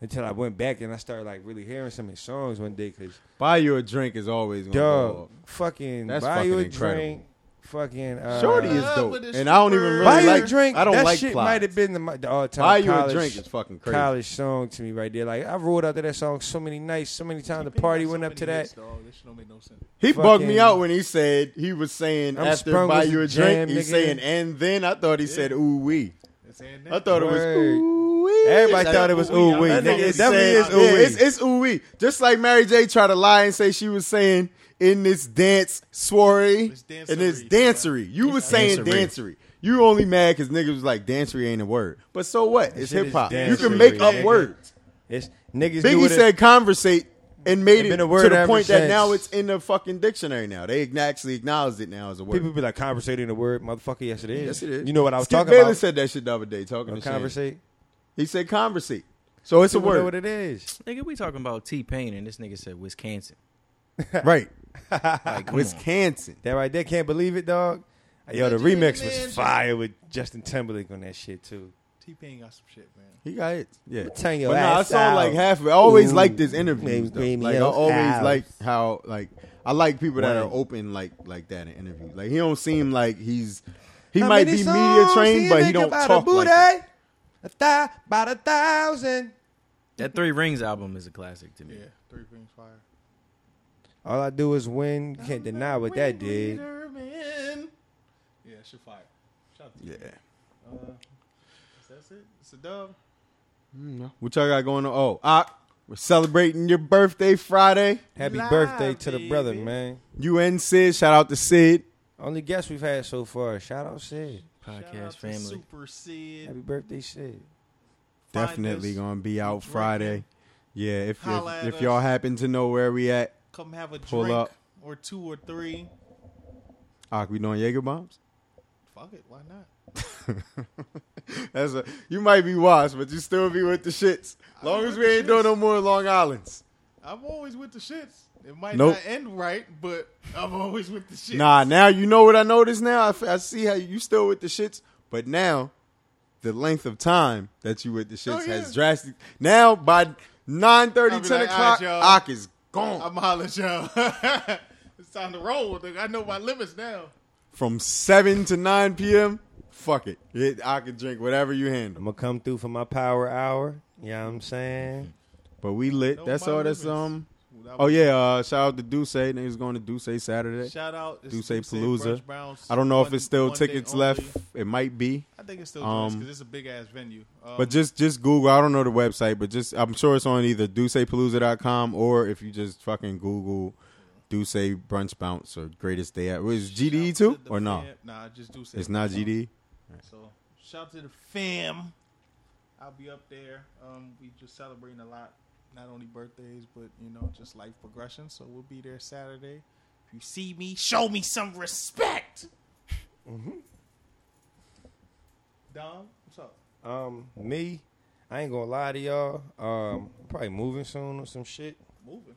H: until I went back and I started like really hearing some of his songs one day because.
F: Buy you a drink is always gonna go
H: Dog,
F: off.
H: fucking
F: That's
H: buy
F: fucking
H: you a
F: incredible.
H: drink. Fucking uh,
F: Shorty is
G: Love
F: dope,
G: with a
F: and I don't even
G: stripper.
F: really
H: buy you
F: like.
H: a drink.
F: I don't
H: that
F: like
H: shit
F: Plies.
H: might have been the, the all time.
F: Buy you
H: college,
F: a drink is fucking crazy.
H: college song to me right there. Like I rolled out to that song so many nights, so many times. The
G: T-Pain
H: party
G: got so
H: went up
G: many
H: to that.
G: hits, dog. That shit don't make no sense.
F: He bugged
H: Fucking-
F: me out when he said he was saying
H: I'm
F: after
H: sprung
F: buy
H: with
F: you
H: the
F: a drink.
H: jam,
F: He's
H: nigga.
F: saying and then I thought he said ooh wee.
G: It's in
F: I
G: there.
F: thought it
H: Word.
F: was ooh wee.
H: Everybody thought it was
G: ooh-wee.
H: ooh wee.
G: That nigga-
H: It
G: it
H: definitely is ooh
F: Yeah, it's,
H: wee.
F: it's ooh wee. Just like Mary J. tried to lie and say she was saying in this dance soiree
G: It's dancery.
F: and it's dancery. You was saying dancery.
I: dancery.
F: You only mad because niggas was like dancery ain't a word. But so what? It's
H: shit is
F: hip hop. You
H: dancery,
F: can make up
H: nigga.
F: words.
H: It's niggas. knew
F: Biggie
H: what it-
F: said conversate and made
H: It
F: it,
H: been a word
F: to the
H: ever
F: point that
H: since.
F: now it's in the fucking dictionary. Now they actually acknowledged it now as a word.
H: People be like conversating the word, motherfucker. Yes, it is.
F: yes, it is.
H: You know what I was
F: Skip
H: talking
F: Bayless
H: about?
F: said that shit the other day talking to Shannon.
H: Conversate.
F: He said conversate. So it's a
H: People know what
F: word,
H: it is. (laughs)
I: Nigga, we talking about T Pain, and this nigga said Wisconsin.
F: right?
I: Like, come on.
F: Wisconsin.
H: That right there, can't believe it, dog. Yo, the remix was fire with Justin Timberlake on that shit too.
G: T Pain got some shit, man.
F: He got it. Yeah.
H: Turn your
F: But nah, I
H: ass
F: saw
H: out.
F: like half of it. I always
H: Ooh.
F: like this interview.
H: Baby,
F: though.
H: baby,
F: Like I
H: yo,
F: always
H: out.
F: like how like I like people that are
H: Word.
F: open like like that in interviews. Like he don't seem like he's he
H: How
F: might
H: many
F: be media
H: songs
F: trained, but he
H: make
F: don't
H: about
F: talk
H: a booty?
F: like that.
H: A thou- about a thousand.
I: That Three Rings album is a classic to me.
G: Yeah, Three Rings Fire.
H: All I do is win. Can't deny what that did.
G: Letterman. Yeah, shit fire. Shout out to
F: Yeah.
G: you. So That's it. It's a dub.
F: What y'all got going on? Oh, ah, we're celebrating your birthday Friday.
H: Happy
G: Live,
H: birthday to the brother,
G: baby.
H: man.
F: You and Sid. Shout out to Sid.
H: Only guest we've had so far. Shout out Sid.
G: Shout
I: Podcast
G: out to
I: family.
G: Super Sid.
H: Happy birthday, Sid.
G: Find
F: Definitely
G: us.
F: gonna be out
G: Drinking.
F: Friday. Yeah, if
G: Holla at
F: if, if
G: us.
F: y'all happen to know where we at,
G: Come have a
F: Pull
G: drink
F: up.
G: or two or three.
F: ah, we doing Jaeger bombs.
G: Fuck it, why not?
F: That's a, you might be washed, but you still be with the shits. Long
G: be
F: as
G: with
F: we
G: the
F: ain't doing
G: shits.
F: no more Long Islands.
G: I'm always with the shits. It might
F: Nope.
G: not end right, but I'm always with the shits.
F: Nah, now you know what I noticed now. I, f- I see how you still with the shits, but now the length of time that you with the shits
G: Oh, yeah.
F: has drastic. Now by 9
G: I'll
F: 30,
G: be
F: 10
G: like,
F: o'clock,
G: "All right, y'all."
F: Ock is gone.
G: I'm hollering y'all. (laughs) it's time to roll. nigga. I know my limits now.
F: Oh, From 7 to 9 p.m., fuck it. it I can drink whatever you handle.
H: I'm gonna come through for my power hour. You know what I'm saying?
F: But we lit.
G: No
F: that's
G: my
F: all that's
G: limits.
F: um. Oh yeah, uh, shout out to Duce. Niggas going to Duce Saturday.
G: Shout out. It's
F: Duce
G: Duce
F: Palooza.
G: Brunch Bounce.
F: I don't know if
G: One-
F: it's still
G: one day
F: tickets
G: only.
F: left. It might be.
G: I think it's still because
F: Um,
G: it's a big ass venue. Um,
F: But just just Google. I don't know the website, but just I'm sure it's on either DucePalooza.com or if you just fucking Google Duce Brunch Bounce or Greatest Day Out. Was
G: shout
F: GDE
G: to
F: E too
G: the
F: or no?
G: fam- Nah, just Duce.
F: It's not E? GDE.
G: So shout out to the fam. I'll be up there. Um, we just celebrating a lot, not only birthdays, but you know, just life progression. So we'll be there Saturday. If you see me, show me some respect.
F: Mm-hmm.
G: Dom, what's up?
H: Um, me, I ain't gonna lie to y'all. Um, I'm probably moving soon or some shit.
G: Moving.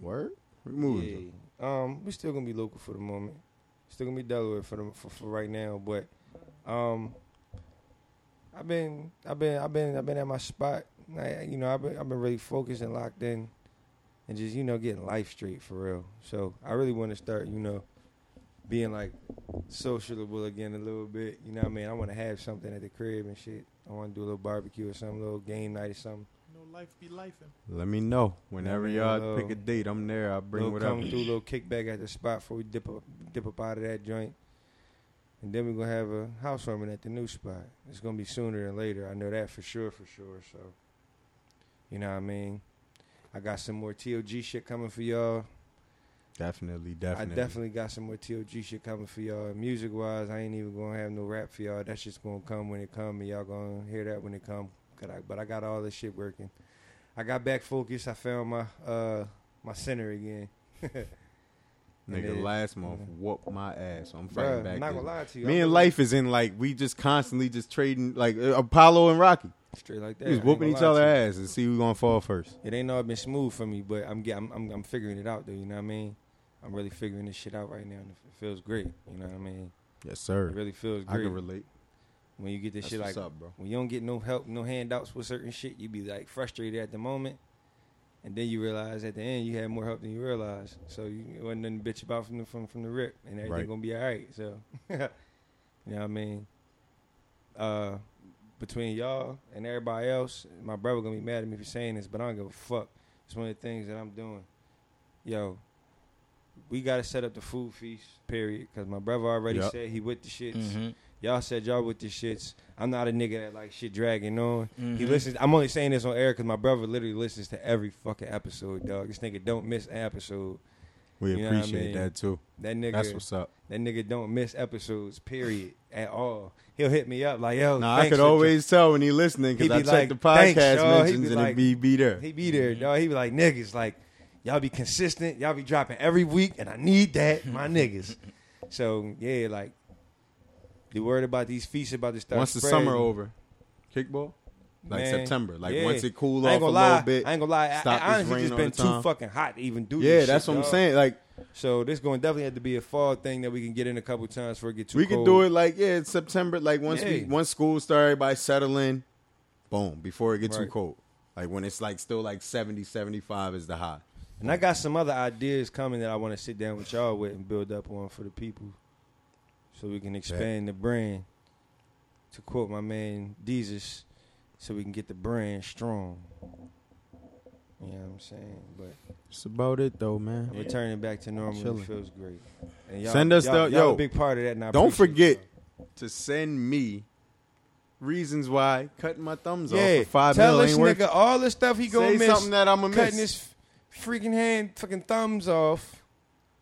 F: Word. We moving.
H: Yeah. Um, we still gonna be local for the moment. Still gonna be Delaware for the for, for right now, but um, I've been I've been I've been I've been at my spot. I, you know, I've been I've been really focused and locked in, and just you know getting life straight for real. So I really want to start you know being like sociable again a little bit. You know what I mean? I want to have something at the crib and shit. I want to do a little barbecue or something, a little game night or something.
G: You know, life be life.
F: Let me know whenever
H: Let me
F: y'all
H: know.
F: pick a date. I'm there. I'll bring
H: little
F: whatever.
H: come through, little kickback at the spot before we dip up, dip up out of that joint. And then we're gonna have a housewarming at the new spot. It's gonna be sooner than later. I know that for sure, for sure. So, you know what I mean. I got some more TOG shit coming for y'all.
F: Definitely, definitely.
H: I definitely got some more TOG shit coming for y'all. Music wise, I ain't even gonna have no rap for y'all. That's just gonna come when it come, and y'all gonna hear that when it come. 'Cause I- but I got all this shit working. I got back focused. I found my uh my center again.
F: Nigga,
H: And then- mm-hmm.
F: last month whooped my ass. So I'm fighting
H: Bruh,
F: back.
H: I'm not
F: this
H: gonna lie to you.
F: Me
H: I'm
F: and
H: really
F: life is in like we just constantly just trading like uh, Apollo and Rocky.
H: straight like that.
F: We was
H: I ain't
F: whooping
H: gonna
F: each
H: lie
F: other
H: to you.
F: ass and see who gonna fall first.
H: It ain't all been smooth for me, but I'm getting, I'm, I'm, I'm figuring it out though. You know what I mean? I'm really figuring this shit out right now, and it feels great. You know what I mean?
F: Yes,
H: It
F: sir.
H: really feels
F: I
H: great
F: can relate.
H: when you get this
F: That's
H: shit
F: what's
H: like
F: up, bro.
H: when you don't get no help, no handouts with certain shit. You be like frustrated at the moment, and then you realize at the end you had more help than you realized. So you it wasn't nothing to bitch about from the from, from the rip, and everything
F: Right.
H: gonna be all right. So (laughs) you know what I mean. Uh, between y'all and everybody else, my brother gonna be mad at me for saying this, but I don't give a fuck. It's one of the things that I'm doing. Yo, we gotta set up the food feast, period. Cause my brother already
F: Yep.
H: said he with the shits.
F: Mm-hmm.
I: Mhm.
H: Y'all said y'all with the shits. I'm not a nigga that like shit dragging on. He
F: Mm-hmm.
I: Mhm.
H: listens. I'm only saying this on air because my brother literally listens to every fucking episode, dog. This nigga don't miss an episode.
F: We
H: You know what I
F: appreciate
H: mean?
F: that too.
H: That nigga,
F: That's what's up.
H: that nigga don't miss episodes, period, at all. He'll hit me up like, yo,
F: Now I
H: thanks
F: could
H: for jo-
F: always tell when he listening
H: He
F: because I
H: be
F: check
H: like,
F: the
H: "Thanks,
F: podcast
H: y'all." He
F: mentions
H: be
F: and
H: like-
F: it be be there.
H: He be there, dog. He be like, niggas, like, Y'all be consistent. Y'all be dropping every week, and I need
F: (laughs)
H: that, my niggas. So yeah, like the word about these feasts about to start.
F: Once the
H: spreading.
F: summer over, kickball. Like
H: Man,
F: September, like
H: yeah.
F: once it cool
H: I
F: off
H: ain't
F: a
H: gonna
F: little
H: lie.
F: bit.
H: I ain't gonna lie. I-
F: stop
H: I,
F: this
H: honestly
F: rain
H: just
F: all the
H: been too
F: time.
H: fucking hot to even do this.
F: Yeah, that's
H: shit,
F: what I'm
H: dog.
F: saying. Like
H: So this going to definitely have to be a fall thing that we can get in a couple times before it get too
F: we
H: cold.
F: could do it like yeah, it's September. Like once we
H: Yeah.
F: once school start, everybody settling. Boom! Before it gets too
H: Right.
F: cold, like when it's like still like 70, 75 is the high.
H: And I got some other ideas coming that I want to sit down with y'all with and build up on for the people, so we can expand the brand. To quote my man Jesus, so we can get the brand strong. You know what I'm saying? But
F: That's about it though, man.
H: returning back to normal it
F: Chilling.
H: feels great. And y'all,
F: Send us
H: y'all,
F: the-
H: y'all
F: yo,
H: a big part of that. And I
F: Don't
H: appreciate
F: forget to send me reasons why cutting my thumbs
H: y'all.
F: off for five
H: tell
F: mil
H: this
F: ain't worth.
H: nigga all the stuff he gonna
F: Say
H: miss.
F: something that I'ma
H: cutting
F: miss.
H: his freaking hand, fucking thumbs off.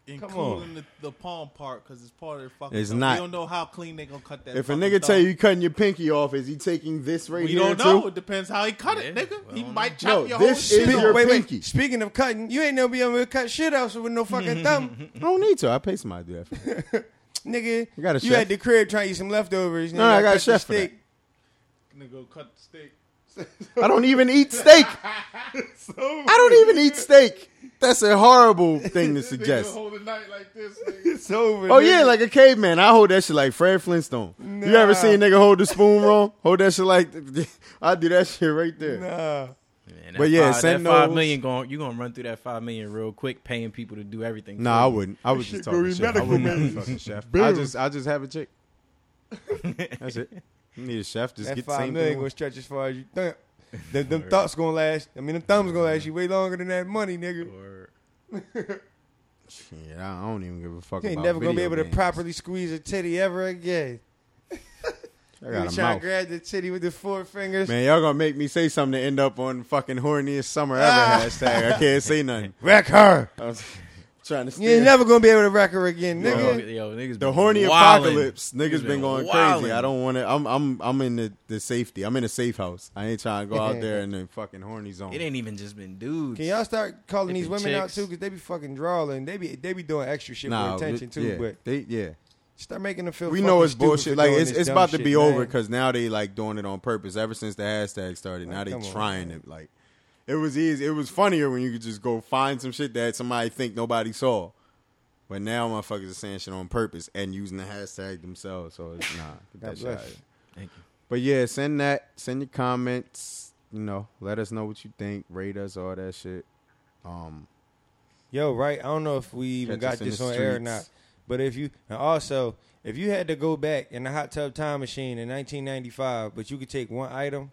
G: including the, the palm part because it's part of the fucking.
F: It's
G: thumb.
F: not.
G: We don't know how clean they gonna cut that.
F: If a
G: fucking
F: nigga tell
G: thumb.
F: you you cutting your pinky off, is he taking this right
G: we
F: here
G: don't know.
F: too?
G: It depends how he cut it,
I: Yeah,
G: nigga.
I: I
G: He
I: don't
G: might
F: know.
G: chop your
F: No,
G: whole
F: this
G: shit
F: is
G: off.
F: your
H: wait,
F: pinky.
H: Wait. Speaking of cutting, you ain't never be able to cut shit out with no
F: (laughs)
H: fucking thumb,
F: I don't need to. I pay somebody to do that. for me.
H: nigga.
F: You got a
H: you
F: chef.
H: at the crib trying to eat some leftovers.
F: No, I got a chef for
H: steak.
G: Nigga, cut the steak.
F: I don't even eat steak. I don't even eat steak. That's a horrible thing to
G: Nigga, (laughs)
F: suggest.
G: hold the night like this. Nigga.
H: It's over.
F: Oh
H: nigga.
F: yeah, like a caveman. I hold that shit like Fred Flintstone. You ever
H: Nah.
F: seen a nigga hold the spoon wrong? Hold that shit like (laughs) I do that shit right there.
H: nah.
I: Man, that
F: But yeah,
I: five,
F: send
I: that five
F: those-
I: million going. You gonna run through that five million real quick, paying people to do everything.
F: Nah, I wouldn't. I was just
H: Shit
F: talking
H: gonna be
F: shit. I
H: medical,
F: wouldn't
H: man.
F: be fucking chef. I just I just have a chick. That's it. You need a chef. Just
H: That
F: get the
H: five
F: same
H: million
F: thing.
H: gonna stretch as far as you
F: (laughs)
H: think. Them, them thoughts gonna last. I mean, them thumbs gonna last you way longer than that money, nigga.
I: Or
F: Shit, I don't even give a fuck.
H: You ain't
F: about
H: never gonna be
F: video
H: able
F: games.
H: to properly squeeze a titty ever again.
F: I
H: You
F: got a
H: trying to
F: mouth.
H: grab the titty with the four fingers.
F: Man, y'all gonna make me say something to end up on fucking horniest summer ever
H: Ah.
F: hashtag. I can't say
H: (laughs)
F: nothing.
H: Wreck her.
F: I was trying to
H: You ain't
F: steer.
H: never gonna be able to wreck her again,
I: yo,
H: nigga.
I: oh, yo, niggas
F: the
I: been
F: horny
I: wildin'.
F: apocalypse. Niggas been, going
I: wildin'.
F: crazy. I don't want to. I'm I'm I'm in the, the safety. I'm in a safe house. I ain't trying to go out there in the fucking horny zone.
I: It ain't even just been dudes.
H: Can y'all start calling
I: If
H: these
I: the
H: women out
I: chicks-
H: too? Because they be fucking drawling. They be they be doing extra shit
F: Nah,
H: for attention
F: it-
H: too.
F: yeah,
H: But
F: they, yeah.
H: start making them feel.
F: We
H: fucking
F: know it's
H: stupid
F: bullshit.
H: for
F: Like
H: doing
F: it's
H: this
F: it's
H: dumb
F: about to
H: shit,
F: be
H: man.
F: over because now they like doing it on purpose. Ever since the hashtag started, now
H: Like,
F: they
H: come on,
F: trying to like. It was easy. It was funnier when you could just go find some shit that somebody think nobody saw. But now motherfuckers are saying shit on purpose and using the hashtag themselves. So it's nah. Get that
H: God
F: shit out of
H: bless.
F: here.
I: Thank you.
F: But yeah, send that. Send your comments. You know, let us know what you think. Rate us, all that shit. Um,
H: Yo, right? I don't know if we even
F: Catch us
H: got
F: in
H: this
F: the
H: on air or
F: streets.
H: not. But if you and also if you had to go back in the hot tub time machine in 1995, but you could take one item.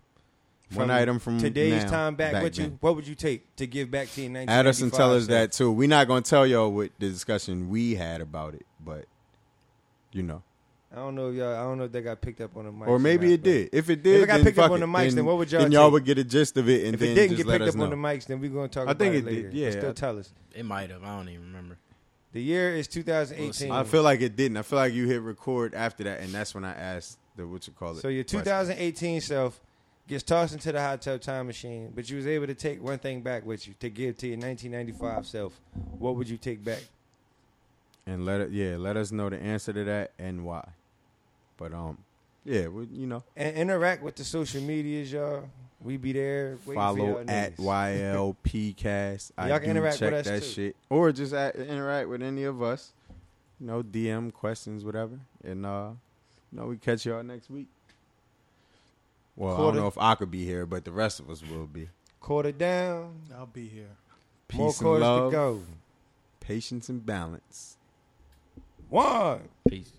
F: One item from
H: today's
F: Mm, now
H: time back,
F: back
H: with you,
F: then.
H: what would you take to give back to you?
F: add us and tell us that too. We're not gonna tell y'all what the discussion we had about it, but you know,
H: I don't know, if y'all. I don't know if that got picked up on the mic,
F: or maybe it did. If it did,
H: If it got
F: then
H: picked up
F: fuck
H: on
F: it.
H: the mics, then what would y'all
F: Then y'all
H: take?
F: would get a gist of it, and
H: If
F: then
H: it didn't
F: just
H: get
F: let
H: picked
F: us
H: up
F: know.
H: on the mics, then we're gonna talk.
F: I
H: about
F: think
H: it
F: it did,
H: later.
F: yeah.
H: still tell us.
I: It might have. I don't even remember.
H: The year is
I: We'll see.
H: 2018.
F: I feel like it didn't. I feel like you hit record after that, and that's when I asked the what you call it.
H: so your
F: question.
H: 2018 self gets tossed into the hot tub time machine, but you was able to take one thing back with you to give to your 1995 self. What would you take back?
F: and let it yeah let us know the answer to that and why. But um, yeah, we, you know.
H: And interact with the social medias, y'all. We be there. Waiting for
F: Follow
H: y'all
F: at
H: niggas.
F: YLPcast. I
H: (laughs) Y'all can
F: do
H: interact with
F: check
H: us,
F: that
H: too.
F: shit. Or just at, interact with any of us. You know, DM questions, whatever. And uh you know, we catch y'all next week. Well, I
H: Quarter-
F: don't know if I could be here, but the rest of us will be.
H: quarter down.
G: I'll be here.
H: More
F: Peace and
H: quarters to
F: love,
H: go.
F: patience and balance.
H: One.
I: Peace.